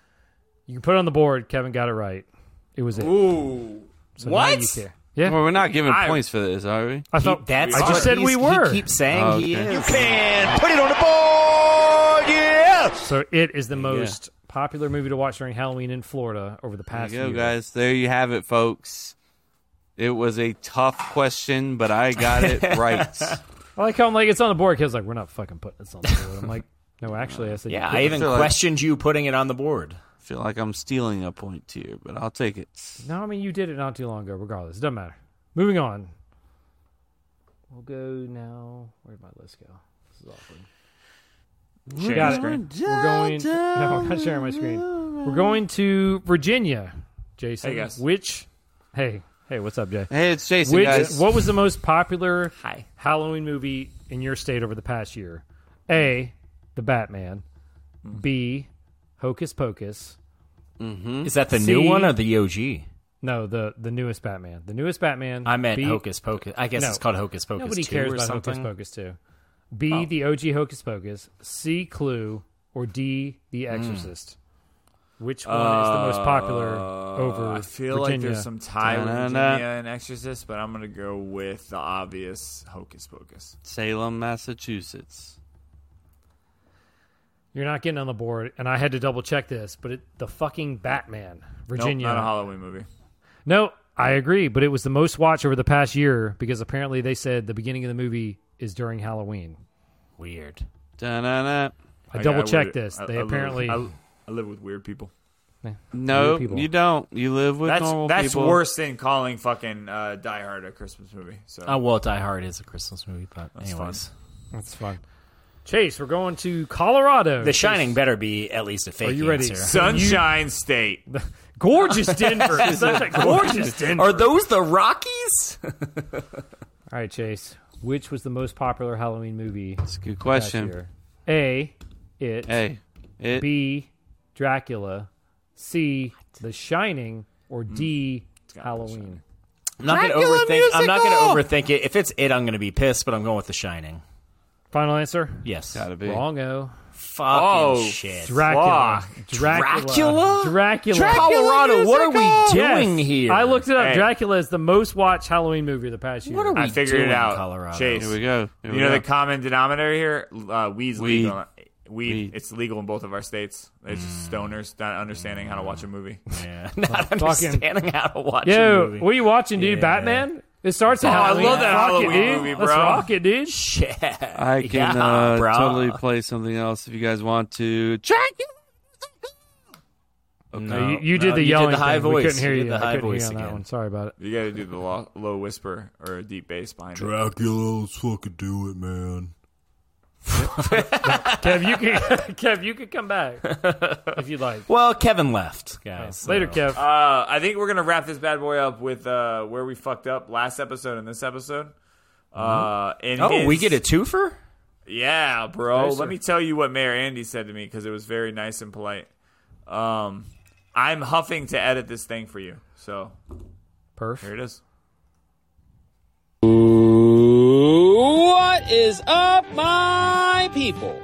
S6: you can put it on the board. Kevin got it right. It was it.
S8: Ooh.
S6: So now
S8: what?
S6: you care. Yeah.
S4: Well, we're not giving
S8: I-
S4: points for this, are we?
S6: I thought
S1: That's
S6: I
S1: what
S6: just said
S1: he's-
S6: we were.
S1: He keeps saying
S4: Oh,
S1: he
S4: okay.
S1: is.
S44: And put it on the board, yes!
S6: So it is the most popular movie to watch during Halloween in Florida over the
S4: There
S6: past
S4: you go,
S6: year.
S4: guys. There you have it, folks. It was a tough question, but I got it right.
S6: I like how I'm like it's on the board. Kev's like, we're not fucking putting this on the board. I'm like, no, actually, I said,
S1: Yeah,
S6: you
S1: I
S6: could.
S1: even
S4: feel like-
S1: questioned you putting it on the board.
S4: feel like I'm stealing a point here, but I'll take it.
S6: No, I mean you did it not too long ago. Regardless, it doesn't matter. Moving on. We'll go now. Where'd my list go? This is awkward.
S8: Sharing
S6: Got it.
S8: screen.
S6: We're going. No, I'm not sharing my screen. We're going to Virginia, Jason.
S8: Hey, guys.
S6: Which? Hey, hey, what's up, Jay?
S4: Hey, it's Jason,
S6: Which?
S4: guys.
S6: What was the most popular
S1: Hi.
S6: Halloween movie in your state over the past year? A. The Batman. B. Hocus Pocus.
S1: Is that the
S6: See?
S1: new one or the OG?
S6: No, the the newest Batman. The newest Batman.
S1: I meant
S6: B-
S1: Hocus Pocus. I guess
S6: No.
S1: it's called Hocus Pocus.
S6: Nobody
S1: 2
S6: cares
S1: or
S6: about
S1: something.
S6: Hocus Pocus two. B. The OG Hocus Pocus. C. Clue. Or D. The Exorcist. Which one is the most popular
S8: Uh,
S6: over
S8: I feel like
S6: Virginia?
S8: there's some tie with
S30: Da-na-na.
S8: Virginia and Exorcist, but I'm gonna go with the obvious Hocus Pocus.
S30: Salem, Massachusetts.
S6: You're not getting on the board, and I had to double check this, but it, the fucking Batman, Virginia.
S8: not a Halloween movie.
S6: No, I agree, but it was the most watched over the past year because apparently they said the beginning of the movie is during Halloween.
S1: Weird.
S30: Da-na-na.
S6: I double checked this. They apparently
S8: I, I live with weird people.
S30: No,
S6: people.
S30: you don't. You live with
S8: that's
S30: normal
S8: that's
S30: people.
S8: worse than calling fucking uh, Die Hard a Christmas movie. So
S1: Oh well, Die Hard is a Christmas movie, but
S8: That's
S1: anyways,
S6: that's fun. Chase, we're going to Colorado.
S1: The Shining better be at least a fake
S6: Are you ready?
S1: answer.
S8: Sunshine State.
S6: Gorgeous Denver. Such a gorgeous Denver.
S1: Are those the Rockies?
S6: All right, Chase. Which was the most popular Halloween movie? That's a
S30: good question.
S6: A. It.
S30: A. It.
S6: B. Dracula. C. The Shining. Or D. Halloween.
S1: I'm not gonna
S6: Dracula
S1: overthink. I'm not gonna
S6: musical!
S1: overthink it. If it's it, I'm gonna be pissed. But I'm going with The Shining.
S6: Final answer.
S1: Yes,
S30: gotta
S1: be.
S6: Wrongo.
S1: Fucking
S6: Oh,
S1: shit.
S6: Dracula.
S1: Fuck.
S6: Dracula.
S1: Dracula?
S6: Dracula.
S1: Colorado, what are we doing
S6: Yes.
S1: here?
S6: I looked it up.
S1: Hey.
S6: Dracula is the most watched Halloween movie of the past year.
S1: What are we
S8: I figured it
S1: doing,
S8: out.
S1: Colorado?
S8: Chase,
S30: Here we go. Here
S8: you
S30: we
S8: know
S30: go.
S8: the common denominator here? Uh, weed's
S30: Weed.
S8: legal. Weed. It's legal in both of our states. It's just
S4: Mm.
S8: stoners not understanding how to watch a movie.
S1: Yeah, not understanding how to watch
S6: Yo,
S1: a movie.
S6: what are you watching, dude?
S1: Yeah.
S6: Batman? It starts.
S1: Oh,
S6: at
S1: I
S6: Halloween.
S1: love that
S6: Fuck it,
S1: Halloween
S6: dude.
S1: movie,
S6: Let's
S1: bro.
S6: rock it, dude.
S1: Shit.
S30: I can
S1: Yeah,
S30: uh,
S1: bro.
S30: totally play something else if you guys want to. Check it.
S1: Okay.
S6: No, you, you did
S1: no,
S6: the
S1: you did
S6: yelling.
S1: the high
S6: thing. We
S1: voice.
S6: couldn't hear
S1: You
S6: you.
S1: did the
S6: I
S1: high
S6: couldn't hear
S1: voice
S6: you on that
S1: again.
S6: one. Sorry about it.
S8: You got to do the low, low whisper or a deep bass behind it.
S2: Dracula, let's fucking do it, man.
S6: Kev, you can Kev, you could come back if you'd like.
S1: Well, Kevin left, guys. so-
S6: Later, Kev.
S8: Uh, I think we're gonna wrap this bad boy up with uh, where we fucked up last episode and this episode. Uh, and
S1: oh, we
S8: it's-
S1: get a twofer.
S8: Yeah, bro.
S1: Nicer.
S8: Let me tell you what Mayor Andy said to me because it was very nice and polite. Um, I'm huffing to edit this thing for you, so
S6: Perf.
S8: here it is.
S10: What is up, my people?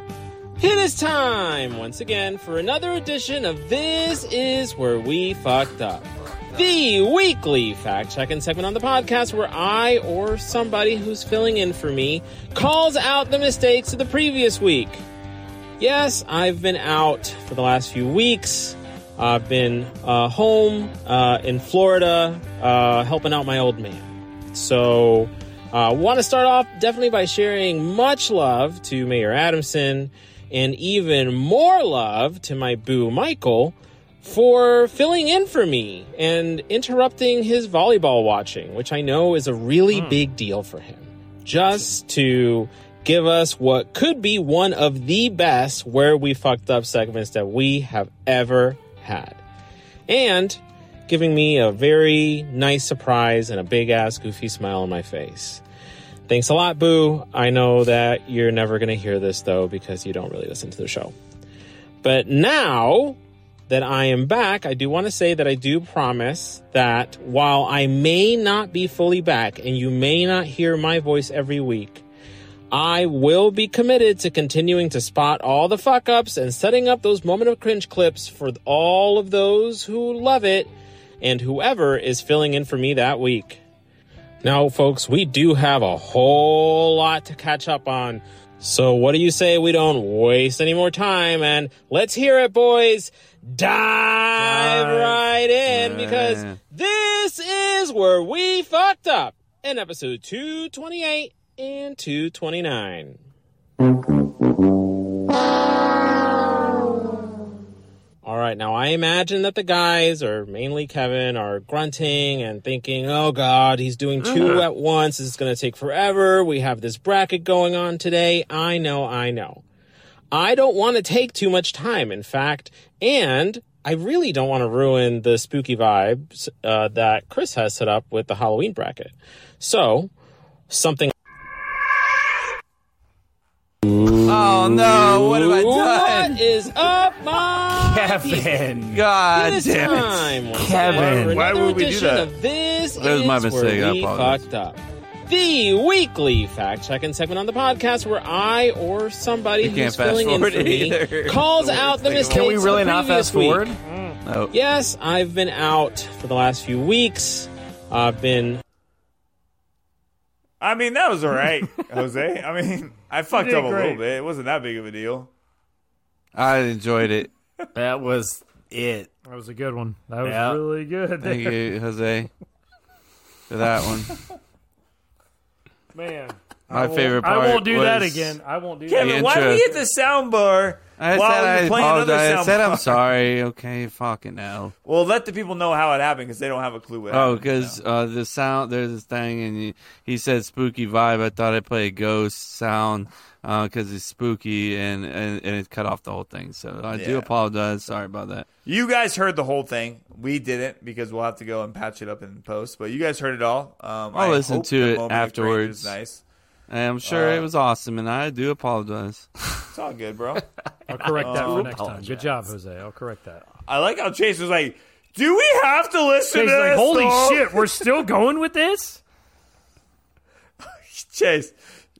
S10: It is time once again for another edition of This Is Where We Fucked Up, the weekly fact checking segment on the podcast where I or somebody who's filling in for me calls out the mistakes of the previous week. Yes, I've been out for the last few weeks. I've been uh, home uh, in Florida uh, helping out my old man. So, uh, want to start off definitely by sharing much love to Mayor Adamson and even more love to my boo Michael for filling in for me and interrupting his volleyball watching, which I know is a really
S6: Hmm.
S10: big deal for him just to give us what could be one of the best where we fucked up segments that we have ever had. And giving me a very nice surprise and a big ass goofy smile on my face. Thanks a lot, Boo. I know that you're never going to hear this though because you don't really listen to the show. But now that I am back, I do want to say that I do promise that while I may not be fully back and you may not hear my voice every week, I will be committed to continuing to spot all the fuck ups and setting up those moment of cringe clips for all of those who love it and whoever is filling in for me that week. Now, folks, we do have a whole lot to catch up on. So, what do you say we don't waste any more time and let's hear it, boys? Dive, right in because this is where we fucked up in episode 228 and 229. All right, now I imagine that the guys, or mainly Kevin, are grunting and thinking, oh God, he's doing two at once. This is going to take forever. We have this bracket going on today. I know, I know. I don't want to take too much time, in fact, and I really don't want to ruin the spooky vibes uh, that Chris has set up with the Halloween bracket. So, something.
S30: Oh no! What have I done?
S10: What is up, my
S1: Kevin?
S30: God
S10: It is
S30: damn it,
S10: time once again for
S30: Kevin!
S10: another edition Of this
S30: That was my
S10: Is Where
S30: mistake. I
S10: We
S30: apologize.
S10: fucked up. The weekly fact checking segment on the podcast where I or somebody
S30: You can't
S10: who's filling in
S30: fast
S10: for
S30: forward
S10: me
S30: either.
S10: calls
S30: That's the
S10: out the
S30: worst
S10: mistakes.
S30: thing
S1: Can we
S10: of
S1: really
S10: the
S1: not
S10: previous
S1: fast forward?
S10: week. Oh. Yes, I've been out for the last few weeks. I've been.
S8: I mean, that was all right, Jose. I mean, I fucked up a
S2: great.
S8: little bit. It wasn't that big of a deal.
S4: I enjoyed it.
S1: that was it.
S6: That was a good one. That was
S4: Yeah.
S6: really good.
S4: Thank
S6: there.
S4: you, Jose, for that one.
S6: man.
S4: My
S6: I won't-
S4: favorite part.
S6: I won't do that
S4: was-
S6: again. I won't do
S8: Kevin,
S6: that.
S8: why do we hit the soundbar
S4: I
S8: while
S4: said
S8: you're
S4: I
S8: playing another
S4: apologize. I said I'm
S8: soundbar?
S4: sorry. Okay, fucking hell.
S8: Well, let the people know how it happened because they don't have a clue what
S4: Oh,
S8: happened.
S4: because uh, the sound there's this thing, and he, he said spooky vibe. I thought I played ghost sound because it's spooky, and, and and it cut off the whole thing. So I do
S8: Yeah.
S4: apologize. Sorry about that.
S8: You guys heard the whole thing. We didn't because we'll have to go and patch it up in post. But you guys heard it all.
S4: I'll
S8: Um, I
S4: listen
S8: hope
S4: to
S8: the
S4: it
S8: moment of greatness
S4: afterwards.
S8: is Nice.
S4: And I'm sure
S8: Uh,
S4: it was awesome, and I do apologize.
S8: It's all good, bro.
S6: I'll correct that
S8: Um,
S6: for next time. Good job, Jose. I'll correct that.
S8: I like how Chase was like, "Do we have to listen
S6: He's
S8: to
S6: like,
S8: this?"
S6: holy
S8: song?"
S6: shit, we're still going with this?
S8: Chase,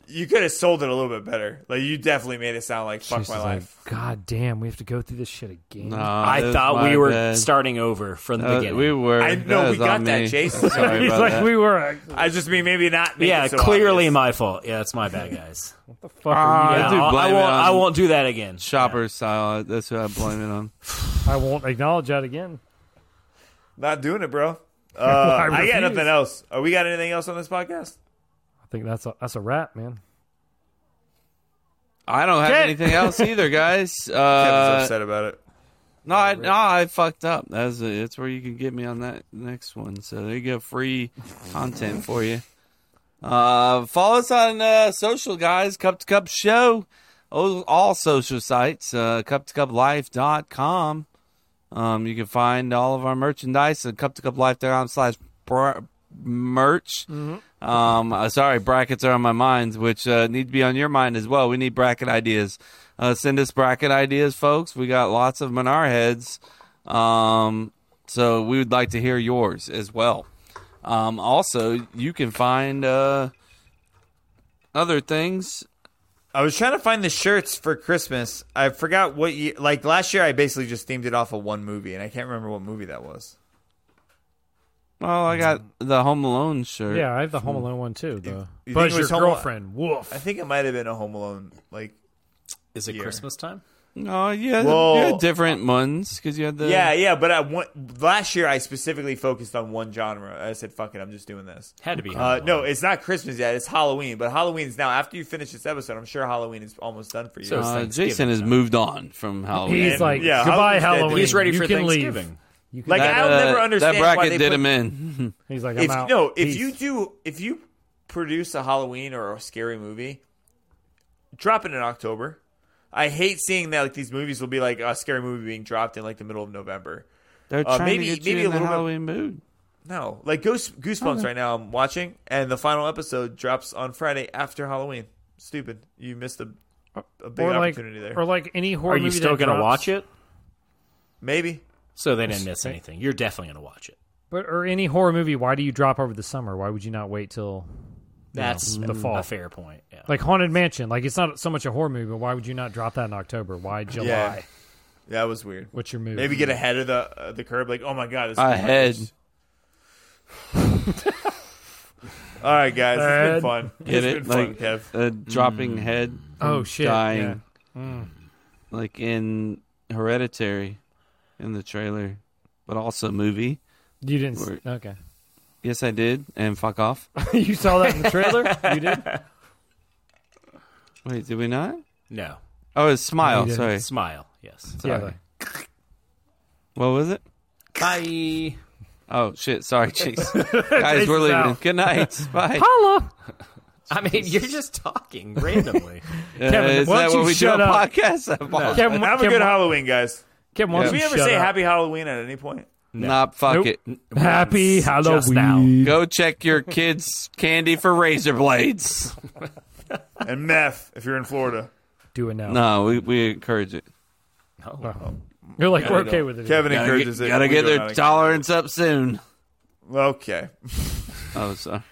S8: you could have sold it a little bit better. Like you definitely made it sound like "fuck
S6: Chase
S8: my
S6: is
S8: life."
S6: like, God damn, we have to go through this shit again.
S1: I
S4: that Uh, was
S1: thought we
S4: my
S1: were
S4: bad.
S1: starting over from the
S4: Uh,
S1: beginning.
S4: we were.
S8: I
S4: That
S8: know we
S4: was
S8: got
S4: on
S8: that,
S4: me.
S8: Chase.
S4: I'm sorry about that.
S6: were.
S8: I just mean maybe not. make
S1: yeah,
S8: it so
S1: clearly my fault. Yeah, that's my bad, guys. what the
S6: fuck are you
S1: yeah,
S4: I do
S1: I'll- I
S4: blame
S1: won't.
S4: it on
S1: I won't do that again.
S4: Shopper style. That's who I blame it on.
S6: I won't acknowledge that again.
S8: Not doing it, bro. Uh,
S6: I
S8: I, got
S6: refuse.
S8: nothing else. Are we got anything else on this podcast?
S6: I think that's a that's a wrap, man.
S4: I don't have
S6: Get-
S4: anything else either, guys. Uh,
S8: Kevin's upset about it.
S4: No, I, no, I fucked up. That's that's where you can get me on that next one. So there you go, free content for you. Uh, follow us on uh, social, guys. Cup to Cup Show, all, all social sites. Uh, cup to Cup Life dot com. Um, you can find all of our merchandise at cup to cup life dot com slash br-
S8: Mm-hmm.
S4: merch. Um, uh, sorry, brackets are on my mind, which uh, need to be on your mind as well. We need bracket ideas. Uh, send us bracket ideas, folks. We got lots of them in our heads. Um, so we would like to hear yours as well. Um, also, you can find uh, other things.
S8: I was trying to find the shirts for Christmas. I forgot what year. Like last year, I basically just themed it off of one movie, and I can't remember what movie that was.
S4: Well, I got the Home Alone shirt.
S6: Yeah, I have the Home Alone one too. The
S8: You think
S6: Buzz
S8: it
S6: your
S8: was Home Al-
S6: girlfriend. Woof.
S8: I think it might have been a Home Alone. Like,
S1: is it Christmas time?
S4: No, Oh, you had,
S8: Well-
S4: you had different ones because you had the
S8: yeah, yeah. But I want, last year, I specifically focused on one genre. I said, "Fuck it, I'm just doing this."
S1: Had to be
S8: Uh,
S1: Halloween.
S8: no, it's not Christmas yet. It's Halloween. But Halloween is now. After you finish this episode, I'm sure Halloween is almost done for you.
S1: So it's
S4: Uh,
S1: Thanksgiving
S4: Jason has moved on from Halloween.
S6: He's
S8: And-
S6: like,
S8: yeah,
S6: goodbye,
S8: Halloween's dead.
S6: Halloween.
S8: He's
S1: ready
S6: You
S1: for
S6: can
S1: Thanksgiving.
S6: Leave. You can
S8: Like
S4: That,
S8: I'll
S4: uh,
S8: never understand
S4: that
S8: why
S4: bracket
S8: they
S4: did
S8: put-
S4: him in.
S6: He's like, I'm
S8: if
S6: out.
S8: no, if
S6: Peace.
S8: you do, if you produce a Halloween or a scary movie, drop it in October. I hate seeing that like these movies will be like a scary movie being dropped in like the middle of November.
S4: They're
S8: Uh,
S4: trying
S8: maybe-
S4: to get
S8: maybe
S4: you
S8: a
S4: in the
S8: little bit-
S4: Halloween mood.
S8: No, like Goose, Goosebumps right now. I'm watching, and the final episode drops on Friday after Halloween. Stupid, you missed a, a big
S6: or like,
S8: opportunity there.
S6: or like any horror.
S1: Are you
S6: movie
S1: still
S6: that
S1: going to
S6: drops-
S1: watch it?
S8: Maybe
S1: So they didn't miss anything. You're definitely going to watch it.
S6: But or any horror movie, why do you drop over the summer? Why would you not wait till you know,
S1: That's
S6: the fall?
S1: a fair point. Yeah.
S6: Like Haunted Mansion, like it's not so much a horror movie, but why would you not drop that in October? Why July?
S8: yeah, that was weird.
S6: What's your move?
S8: Maybe get ahead of the uh, the curb. Like, oh my god, this is
S4: Ahead.
S8: All right, guys, it's
S6: Ahead.
S8: been fun.
S4: Get
S8: it's
S4: it?
S8: been
S4: like
S8: fun, Kev. Mm.
S4: a dropping head.
S6: Oh,
S4: from
S6: shit,
S4: Dying.
S6: yeah. Mm.
S4: Like in Hereditary, in the trailer, but also movie.
S6: you didn't.
S4: Word.
S6: Okay,
S4: Yes, I did. And fuck off.
S6: you saw that in the trailer. you did.
S4: Wait, did we not?
S1: No.
S4: Oh, it's smile.
S6: We did.
S4: Sorry.
S1: Smile. Yes.
S4: Sorry.
S6: like-
S4: What was it?
S1: Bye.
S4: Oh shit! Sorry, Chase. Guys, we're
S6: Jason's
S4: leaving.
S6: out.
S4: Good night. Bye.
S6: Holla,
S1: I mean, you're just talking randomly.
S4: Uh,
S6: Kevin,
S4: is
S6: why
S4: that
S6: don't
S4: what
S6: you
S4: we
S6: shut
S4: do on
S6: up?
S4: podcasts about?
S6: Kevin,
S8: Have a
S6: Kevin,
S8: good Halloween, guys.
S6: Kevin, why
S4: Yeah.
S6: don't
S8: Did we
S6: you
S8: ever
S6: shut
S8: say
S6: up?
S8: Happy Halloween at any point?
S4: Nah, fuck
S6: Nope.
S4: it.
S6: Happy
S1: Just now.
S6: Halloween.
S4: Go check your kids' candy for razor blades.
S8: And meth if you're in Florida.
S6: Do it now.
S4: No, we, we encourage it.
S6: You're like, we're
S8: I
S6: okay
S8: don't.
S6: with it.
S8: Kevin
S4: Gotta
S8: encourages
S4: get,
S8: it.
S4: gotta
S8: We
S4: get
S8: do
S4: their
S8: not encourage-
S4: tolerance up soon.
S8: Okay.
S4: Oh, sorry.